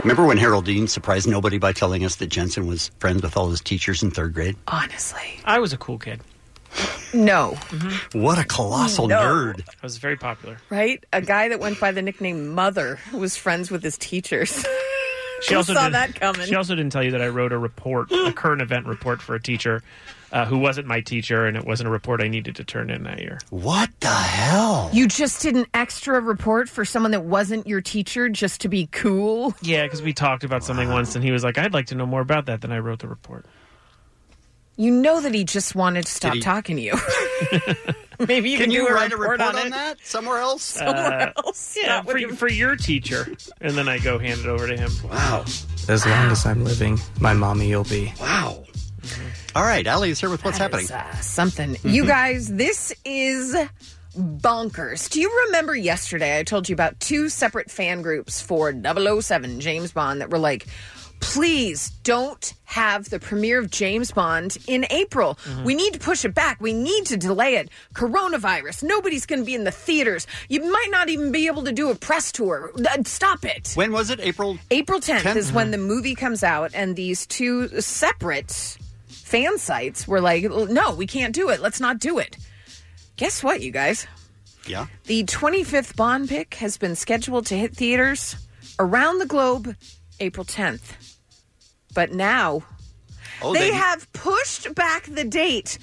Speaker 2: Remember when Harold Dean surprised nobody by telling us that Jensen was friends with all his teachers in third grade?
Speaker 3: Honestly.
Speaker 14: I was a cool kid.
Speaker 3: No.
Speaker 2: What a colossal
Speaker 3: No.
Speaker 2: nerd.
Speaker 14: I was very popular.
Speaker 3: Right? A guy that went by the nickname Mother was friends with his teachers. Who saw
Speaker 14: didn't-
Speaker 3: that coming.
Speaker 14: She also didn't tell you that I wrote a report, a current event report for a teacher uh, who wasn't my teacher, and it wasn't a report I needed to turn in that year.
Speaker 2: What the hell?
Speaker 3: you just did an extra report for someone that wasn't your teacher just to be cool.
Speaker 14: Yeah, because we talked about something once, and he was like, "I'd like to know more about that." Then I wrote the report.
Speaker 3: You know that he just wanted to stop
Speaker 14: he-
Speaker 3: talking to you. Maybe you can, do a
Speaker 2: write
Speaker 3: report
Speaker 2: a
Speaker 3: on
Speaker 2: report on,
Speaker 3: it.
Speaker 2: that somewhere else?
Speaker 14: Uh, Yeah, for, for your teacher, and then I go hand it over to him.
Speaker 2: Wow.
Speaker 17: As long as I'm living, my mommy will be.
Speaker 2: Wow. Mm-hmm. All right, Ali is here with what's happening.
Speaker 3: uh,
Speaker 2: Mm-hmm.
Speaker 3: something. You guys, this is bonkers. Do you remember yesterday I told you about two separate fan groups for 007 James Bond that were like, please don't have the premiere of James Bond in April.
Speaker 2: Mm-hmm.
Speaker 3: We need to push it back. We need to delay it. Coronavirus. Nobody's going to be in the theaters. You might not even be able to do a press tour. Uh, Stop it.
Speaker 2: When was it? April?
Speaker 3: April 10th,
Speaker 2: 10th?
Speaker 3: is when the movie comes out, and these two separate fan sites were like, no, we can't do it. Let's not do it. Guess what, you guys?
Speaker 2: Yeah.
Speaker 3: The 25th Bond pick has been scheduled to hit theaters around the globe April 10th. But now
Speaker 2: Oh,
Speaker 3: they
Speaker 2: they-
Speaker 3: have pushed back the date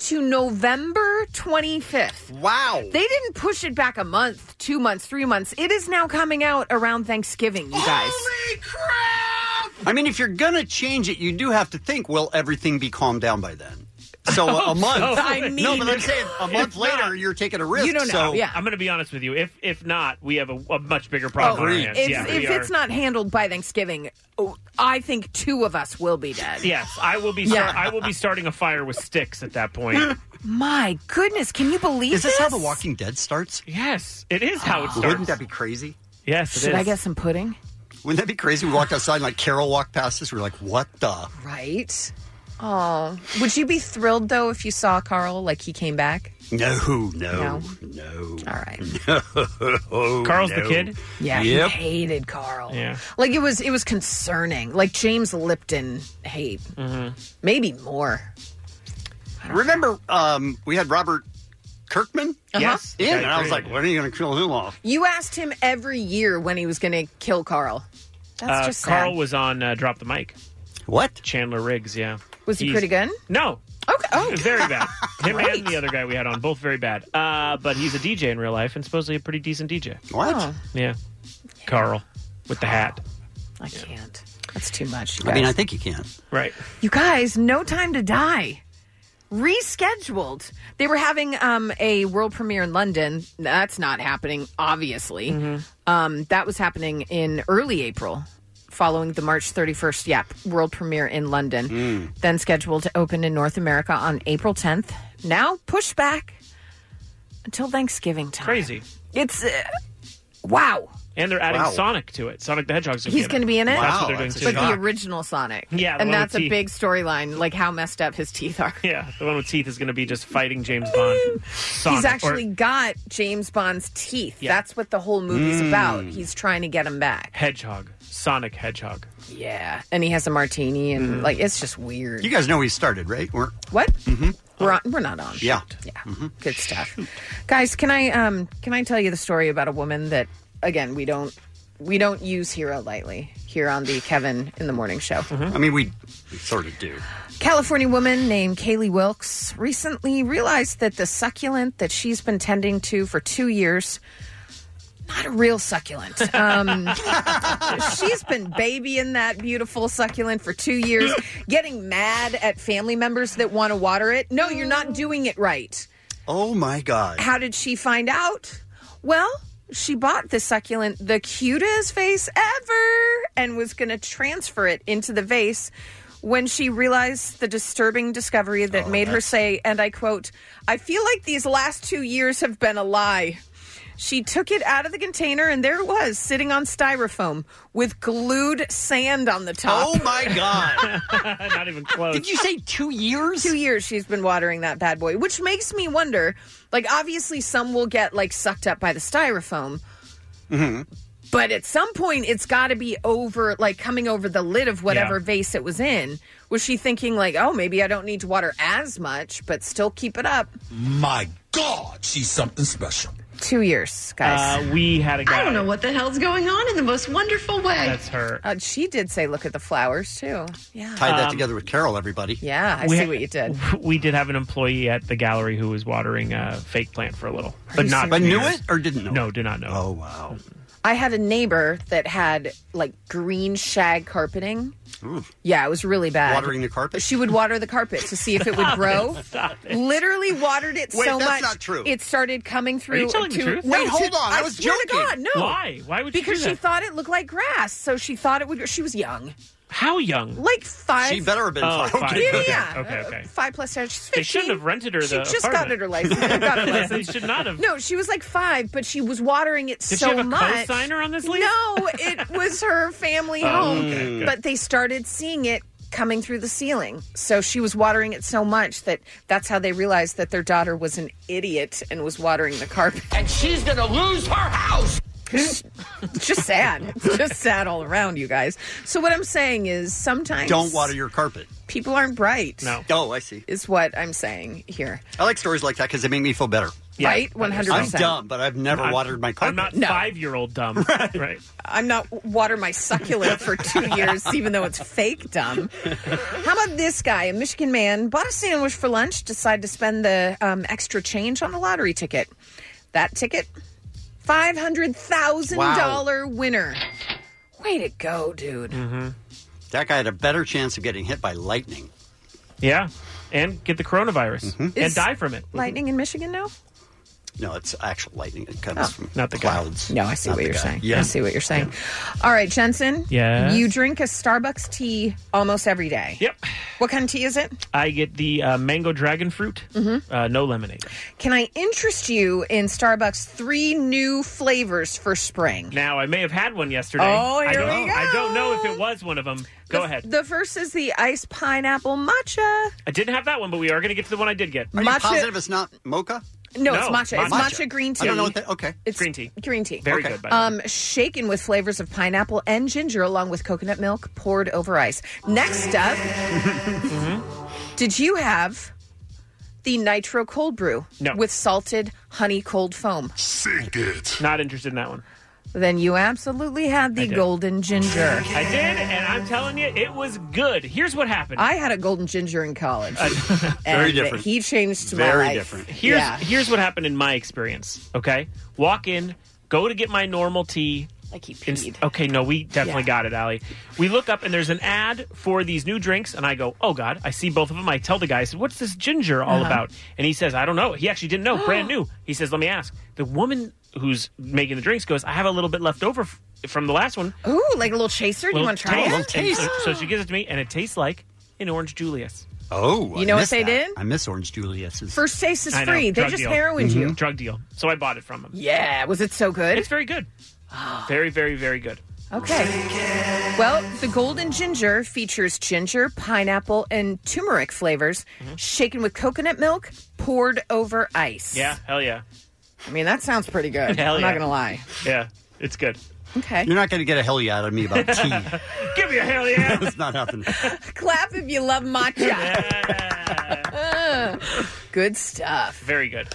Speaker 3: to November 25th.
Speaker 2: Wow.
Speaker 3: They didn't push it back a month, two months, three months. It is now coming out around Thanksgiving,
Speaker 2: Oh,
Speaker 3: you guys.
Speaker 2: I mean, if you're going to change it, you do have to think, will everything be calmed down by then? So
Speaker 14: I
Speaker 2: a
Speaker 14: hope
Speaker 2: month.
Speaker 14: Oh, so. I
Speaker 2: no, but
Speaker 14: mean-
Speaker 2: I'm saying a month
Speaker 14: If
Speaker 2: later,
Speaker 14: not-
Speaker 2: you're taking a risk. so
Speaker 14: I'm going to be honest with you. If if not, we have a, a much bigger problem. on our hands.
Speaker 3: If,
Speaker 14: yeah, we
Speaker 3: if
Speaker 14: are-
Speaker 3: it's not handled by Thanksgiving, oh, I think two of us will be dead.
Speaker 14: yes, I will be.
Speaker 3: Yeah.
Speaker 14: Start, I will be starting a fire with sticks at that point.
Speaker 3: My goodness, can you believe
Speaker 2: Is this how The Walking Dead starts? Ah.
Speaker 14: Yes, it is how it starts.
Speaker 2: Wouldn't that be crazy?
Speaker 14: Yes,
Speaker 3: Should I get some pudding?
Speaker 2: Wouldn't that be crazy? We walked outside and like Carol walked past us. We were like, what the?
Speaker 3: Right. Oh, would you be thrilled though if you saw Carl like he came back?
Speaker 2: No, no, no.
Speaker 3: All right.
Speaker 2: No.
Speaker 14: Carl's the kid?
Speaker 3: Yeah,
Speaker 2: Yep.
Speaker 3: he hated Carl.
Speaker 14: Yeah.
Speaker 3: Like it was, it was concerning. Like James Lipton hate, maybe more.
Speaker 2: Remember, um, we had Robert Kirkman?
Speaker 3: Yes.
Speaker 2: In,
Speaker 3: Yeah,
Speaker 2: and I was
Speaker 3: great.
Speaker 2: like, when are you going to kill him off?
Speaker 3: You asked him every year when he was going to kill Carl. That's
Speaker 14: Uh,
Speaker 3: just sad.
Speaker 14: Carl was on uh, Drop the Mic.
Speaker 2: What?
Speaker 14: Chandler Riggs. Yeah.
Speaker 3: Was he
Speaker 14: He's-
Speaker 3: pretty good?
Speaker 14: No.
Speaker 3: Okay. Oh,
Speaker 14: very bad. Him and the other guy we had on, both very bad. Uh, but he's a DJ in real life and supposedly a pretty decent DJ.
Speaker 2: What?
Speaker 3: Oh.
Speaker 14: Yeah. Carl with the hat.
Speaker 3: I can't. That's too much.
Speaker 2: I mean, I think you can.
Speaker 14: Right.
Speaker 3: You guys, no time to die. Rescheduled. They were having um, a world premiere in London. That's not happening, obviously.
Speaker 14: Mm-hmm.
Speaker 3: Um, that was happening in early April, following the March 31st, yep, world premiere in London.
Speaker 2: Mm.
Speaker 3: Then scheduled to open in North America on April 10th. Now pushed back until Thanksgiving time.
Speaker 14: Crazy.
Speaker 3: It's uh, wow.
Speaker 14: And they're adding
Speaker 3: Wow.
Speaker 14: Sonic to it. Sonic the Hedgehog's going to be
Speaker 3: He's going to be in it.
Speaker 14: That's what they're doing too.
Speaker 3: But the original Sonic.
Speaker 14: Yeah, the
Speaker 3: and
Speaker 14: one
Speaker 3: that's
Speaker 14: with
Speaker 3: a
Speaker 14: teeth.
Speaker 3: big storyline, like how messed up his teeth are.
Speaker 14: yeah, the one with teeth is going to be just fighting James Bond. Sonic,
Speaker 3: He's
Speaker 14: or-
Speaker 3: actually got James Bond's teeth. That's what the whole movie's
Speaker 14: Mm.
Speaker 3: about. He's trying to get him back.
Speaker 14: Hedgehog, Sonic Hedgehog.
Speaker 3: Yeah, and he has a martini, and
Speaker 14: Mm.
Speaker 3: like it's just weird.
Speaker 2: You guys know we started, right? We're,
Speaker 3: what? We're on, we're not on.
Speaker 2: yeah. Mm-hmm.
Speaker 3: Yeah. Good stuff. Guys, can I um can I tell you the story about a woman that again we don't we don't use hero lightly here on the Kevin in the Morning Show.
Speaker 14: Mm-hmm.
Speaker 2: I mean, we, we sort of do.
Speaker 3: California woman named Kaylee Wilkes recently realized that the succulent that she's been tending to for two years, not a real succulent. Um, she's been babying that beautiful succulent for two years, getting mad at family members that want to water it. No, you're not doing it right.
Speaker 2: Oh my God.
Speaker 3: How did she find out? Well, she bought the succulent, the cutest vase ever, and was going to transfer it into the vase when she realized the disturbing discovery
Speaker 2: Oh,
Speaker 3: that made her say, and I quote, I feel like these last two years have been a lie. She took it out of the container, and there it was, sitting on styrofoam with glued sand on the top.
Speaker 2: Oh my God.
Speaker 14: Not even close.
Speaker 2: Did you say two years?
Speaker 3: Two years she's been watering that bad boy, which makes me wonder. Like, obviously, some will get like sucked up by the styrofoam,
Speaker 2: Mm-hmm.
Speaker 3: but at some point, it's got to be over, like coming over the lid of whatever
Speaker 2: Yeah.
Speaker 3: vase it was in. Was she thinking like, oh, maybe I don't need to water as much, but still keep it up?
Speaker 28: My God, she's something special.
Speaker 3: Two years, guys.
Speaker 14: Uh, we had a guy.
Speaker 3: what the hell's going on in the most wonderful way.
Speaker 14: That's her. Um,
Speaker 3: Uh, she did say, look at the flowers too. Yeah.
Speaker 2: Tied that together with Carol, everybody.
Speaker 3: Yeah, I
Speaker 14: We
Speaker 3: see
Speaker 14: ha-
Speaker 3: what you did.
Speaker 14: We did have an employee at the gallery who was watering a fake plant for a little, but
Speaker 3: you
Speaker 14: not.
Speaker 3: serious?
Speaker 2: But knew
Speaker 14: years.
Speaker 2: it or didn't know?
Speaker 14: No, did not know. Oh
Speaker 2: wow.
Speaker 3: I had a neighbor that had like green shag carpeting.
Speaker 2: Ooh.
Speaker 3: Yeah, it was really bad.
Speaker 2: Watering the carpet?
Speaker 3: She would water the carpet to see if it would
Speaker 2: Stop
Speaker 3: grow.
Speaker 2: it, stop it.
Speaker 3: Literally watered it
Speaker 2: Wait,
Speaker 3: so
Speaker 2: that's
Speaker 3: much.
Speaker 2: not true.
Speaker 3: It started coming through.
Speaker 2: you telling the
Speaker 3: to-
Speaker 2: truth?
Speaker 3: Wait,
Speaker 2: No,
Speaker 3: hold
Speaker 2: she-
Speaker 3: on.
Speaker 2: I was
Speaker 3: swear to
Speaker 2: joking.
Speaker 3: God, no.
Speaker 2: Why? Why would she
Speaker 3: Because
Speaker 2: do
Speaker 3: she
Speaker 2: that?
Speaker 3: thought it looked like grass, so she thought it would. She was young,
Speaker 14: How young?
Speaker 3: like five.
Speaker 2: She better have been
Speaker 14: Oh,
Speaker 2: five.
Speaker 14: five.
Speaker 3: Yeah,
Speaker 14: Okay,
Speaker 3: yeah.
Speaker 14: okay, okay.
Speaker 3: Five plus ten. She's
Speaker 14: They
Speaker 3: 15.
Speaker 14: shouldn't have rented her
Speaker 3: She
Speaker 14: the
Speaker 3: just got
Speaker 14: apartment.
Speaker 3: it her license. Got her license.
Speaker 14: they should not have.
Speaker 3: No, she was like five, but she was watering it
Speaker 14: Did she
Speaker 3: so
Speaker 14: have a
Speaker 3: much.
Speaker 14: co-signer on this lease?
Speaker 3: No, it was her family
Speaker 14: Oh,
Speaker 3: home.
Speaker 14: okay, good.
Speaker 3: But they started seeing it coming through the ceiling, so she was watering it so much that that's how they realized that their daughter was an idiot and was watering the carpet. And she's gonna lose her house. It's just sad. It's just sad all around, you guys. So what I'm saying is, sometimes
Speaker 2: Don't water your carpet.
Speaker 3: people aren't bright.
Speaker 2: Oh, I see.
Speaker 3: is what I'm saying here.
Speaker 2: I like stories like that because they make me feel better.
Speaker 3: Right? 100%.
Speaker 2: I'm dumb, but I've never
Speaker 14: I'm-
Speaker 2: watered my carpet.
Speaker 14: I'm not five-year-old dumb. right.
Speaker 3: I'm not water my succulent for two years, even though it's fake dumb. How about this guy? A Michigan man bought a sandwich for lunch, decided to spend the um, extra change on a lottery ticket. That ticket, five hundred thousand thousand dollar winner. Way to go, dude!
Speaker 2: Mm-hmm. That guy had a better chance of getting hit by lightning. Mm-hmm.
Speaker 14: Yeah, and get the coronavirus and
Speaker 3: Is-
Speaker 14: die from it.
Speaker 3: Lightning in Michigan now.
Speaker 2: No, it's actual lightning. It comes
Speaker 3: Oh.
Speaker 2: from
Speaker 14: not the
Speaker 2: clouds.
Speaker 3: No, I see
Speaker 2: Not
Speaker 3: what
Speaker 2: the
Speaker 3: you're
Speaker 2: guy.
Speaker 3: saying.
Speaker 2: Yeah.
Speaker 3: I see what you're saying. All right, Jensen.
Speaker 14: Yes?
Speaker 3: You drink a Starbucks tea almost every day.
Speaker 14: Yep.
Speaker 3: What kind of tea is it?
Speaker 14: I get the uh, mango dragon fruit,
Speaker 3: Mm-hmm.
Speaker 14: uh, no lemonade.
Speaker 3: Can I interest you in Starbucks three new flavors for spring?
Speaker 14: Now I may have had one yesterday.
Speaker 3: Oh,
Speaker 14: I
Speaker 3: here
Speaker 14: don't,
Speaker 3: we
Speaker 14: I don't know if it was one of them. Go
Speaker 3: the,
Speaker 14: ahead.
Speaker 3: The first is the iced pineapple matcha.
Speaker 14: I didn't have that one, but we are going to get to the one I did get.
Speaker 3: Are you Matcha- positive
Speaker 2: it's not mocha?
Speaker 3: No, it's matcha. It's matcha green tea.
Speaker 2: okay.
Speaker 3: It's
Speaker 14: green tea.
Speaker 3: Green tea.
Speaker 14: Very good. By the way.
Speaker 3: Um, shaken with flavors of pineapple and ginger, along with coconut milk, poured over ice. Next up, did you have the nitro cold brew
Speaker 14: No.
Speaker 3: with salted honey cold foam?
Speaker 14: Sink it. Not interested in that one.
Speaker 3: Then you absolutely had the golden ginger.
Speaker 14: I did, and I'm telling you, it was good. Here's what happened.
Speaker 3: I had a golden ginger in college.
Speaker 14: Very
Speaker 3: And
Speaker 14: different.
Speaker 3: He changed my
Speaker 14: Very
Speaker 3: life.
Speaker 14: different. Here's
Speaker 3: yeah.
Speaker 14: here's what happened in my experience. Okay, walk in, go to get my normal tea.
Speaker 3: Like he
Speaker 14: peed. okay, no, we definitely
Speaker 3: Yeah.
Speaker 14: got it, Allie. We look up and there's an ad for these new drinks, and I go, "Oh God!" I see both of them. I tell the guy, I said, "What's this ginger all
Speaker 29: Uh-huh.
Speaker 14: about?" And he says, "I don't know." He actually didn't know. Brand new. He says, "Let me ask." The woman who's making the drinks goes, "I have a little bit left over f- from the last one."
Speaker 3: Ooh, like a little chaser. Do you
Speaker 14: Little
Speaker 3: want to try
Speaker 14: taste.
Speaker 3: it?
Speaker 14: And So, so she gives it to me, and it tastes like an orange Julius.
Speaker 2: Oh,
Speaker 3: You know what
Speaker 2: missed
Speaker 3: they
Speaker 2: that.
Speaker 3: did?
Speaker 2: I miss Orange Julius's.
Speaker 3: First taste is
Speaker 14: I know,
Speaker 3: free. They
Speaker 14: drug
Speaker 3: just
Speaker 14: deal.
Speaker 3: heroined you.
Speaker 14: Drug deal. So I bought it from him.
Speaker 3: Yeah. Was it so good?
Speaker 14: It's very good. Very, very, very good.
Speaker 3: Okay. Well, the golden ginger features ginger, pineapple, and turmeric flavors,
Speaker 14: Mm-hmm.
Speaker 3: shaken with coconut milk, poured over ice.
Speaker 14: Yeah, hell yeah.
Speaker 3: I mean, that sounds pretty good.
Speaker 14: Hell
Speaker 3: I'm
Speaker 14: yeah.
Speaker 3: not going to lie.
Speaker 14: Yeah, it's good.
Speaker 3: Okay.
Speaker 2: You're not going to get a hell yeah out of me about tea.
Speaker 14: Give me a hell yeah.
Speaker 2: it's not happening.
Speaker 3: Clap if you love matcha. good stuff.
Speaker 14: Very good.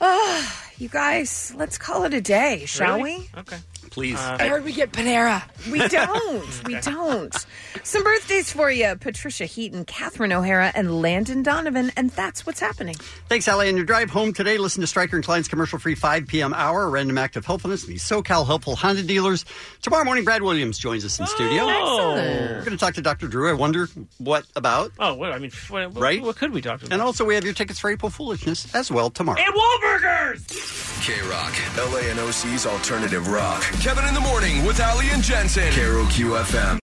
Speaker 3: Ah, you guys, let's call it a day, shall
Speaker 14: Really?
Speaker 3: we?
Speaker 14: Okay.
Speaker 2: Please.
Speaker 14: Uh,
Speaker 3: I heard we get Panera. We don't. we don't. Some birthdays for you Patricia Heaton, Catherine O'Hara, and Landon Donovan. And that's what's happening.
Speaker 2: Thanks, Allie. On your drive home today, listen to Stryker and Klein's commercial free 5 p.m. hour, Random Act of Helpfulness, the SoCal Helpful Honda Dealers. Tomorrow morning, Brad Williams joins us in studio.
Speaker 14: excellent.
Speaker 2: We're going to talk to Dr. Drew. I wonder what about.
Speaker 14: Oh, well, I mean, what, what-
Speaker 2: Right?
Speaker 14: what could we talk about?
Speaker 2: And also, we have your tickets for April Foolishness as well tomorrow.
Speaker 14: And Wahlburgers!
Speaker 15: K Rock, LA and OC's alternative rock. Kevin in the morning with Ali and Jensen. Carol QFM.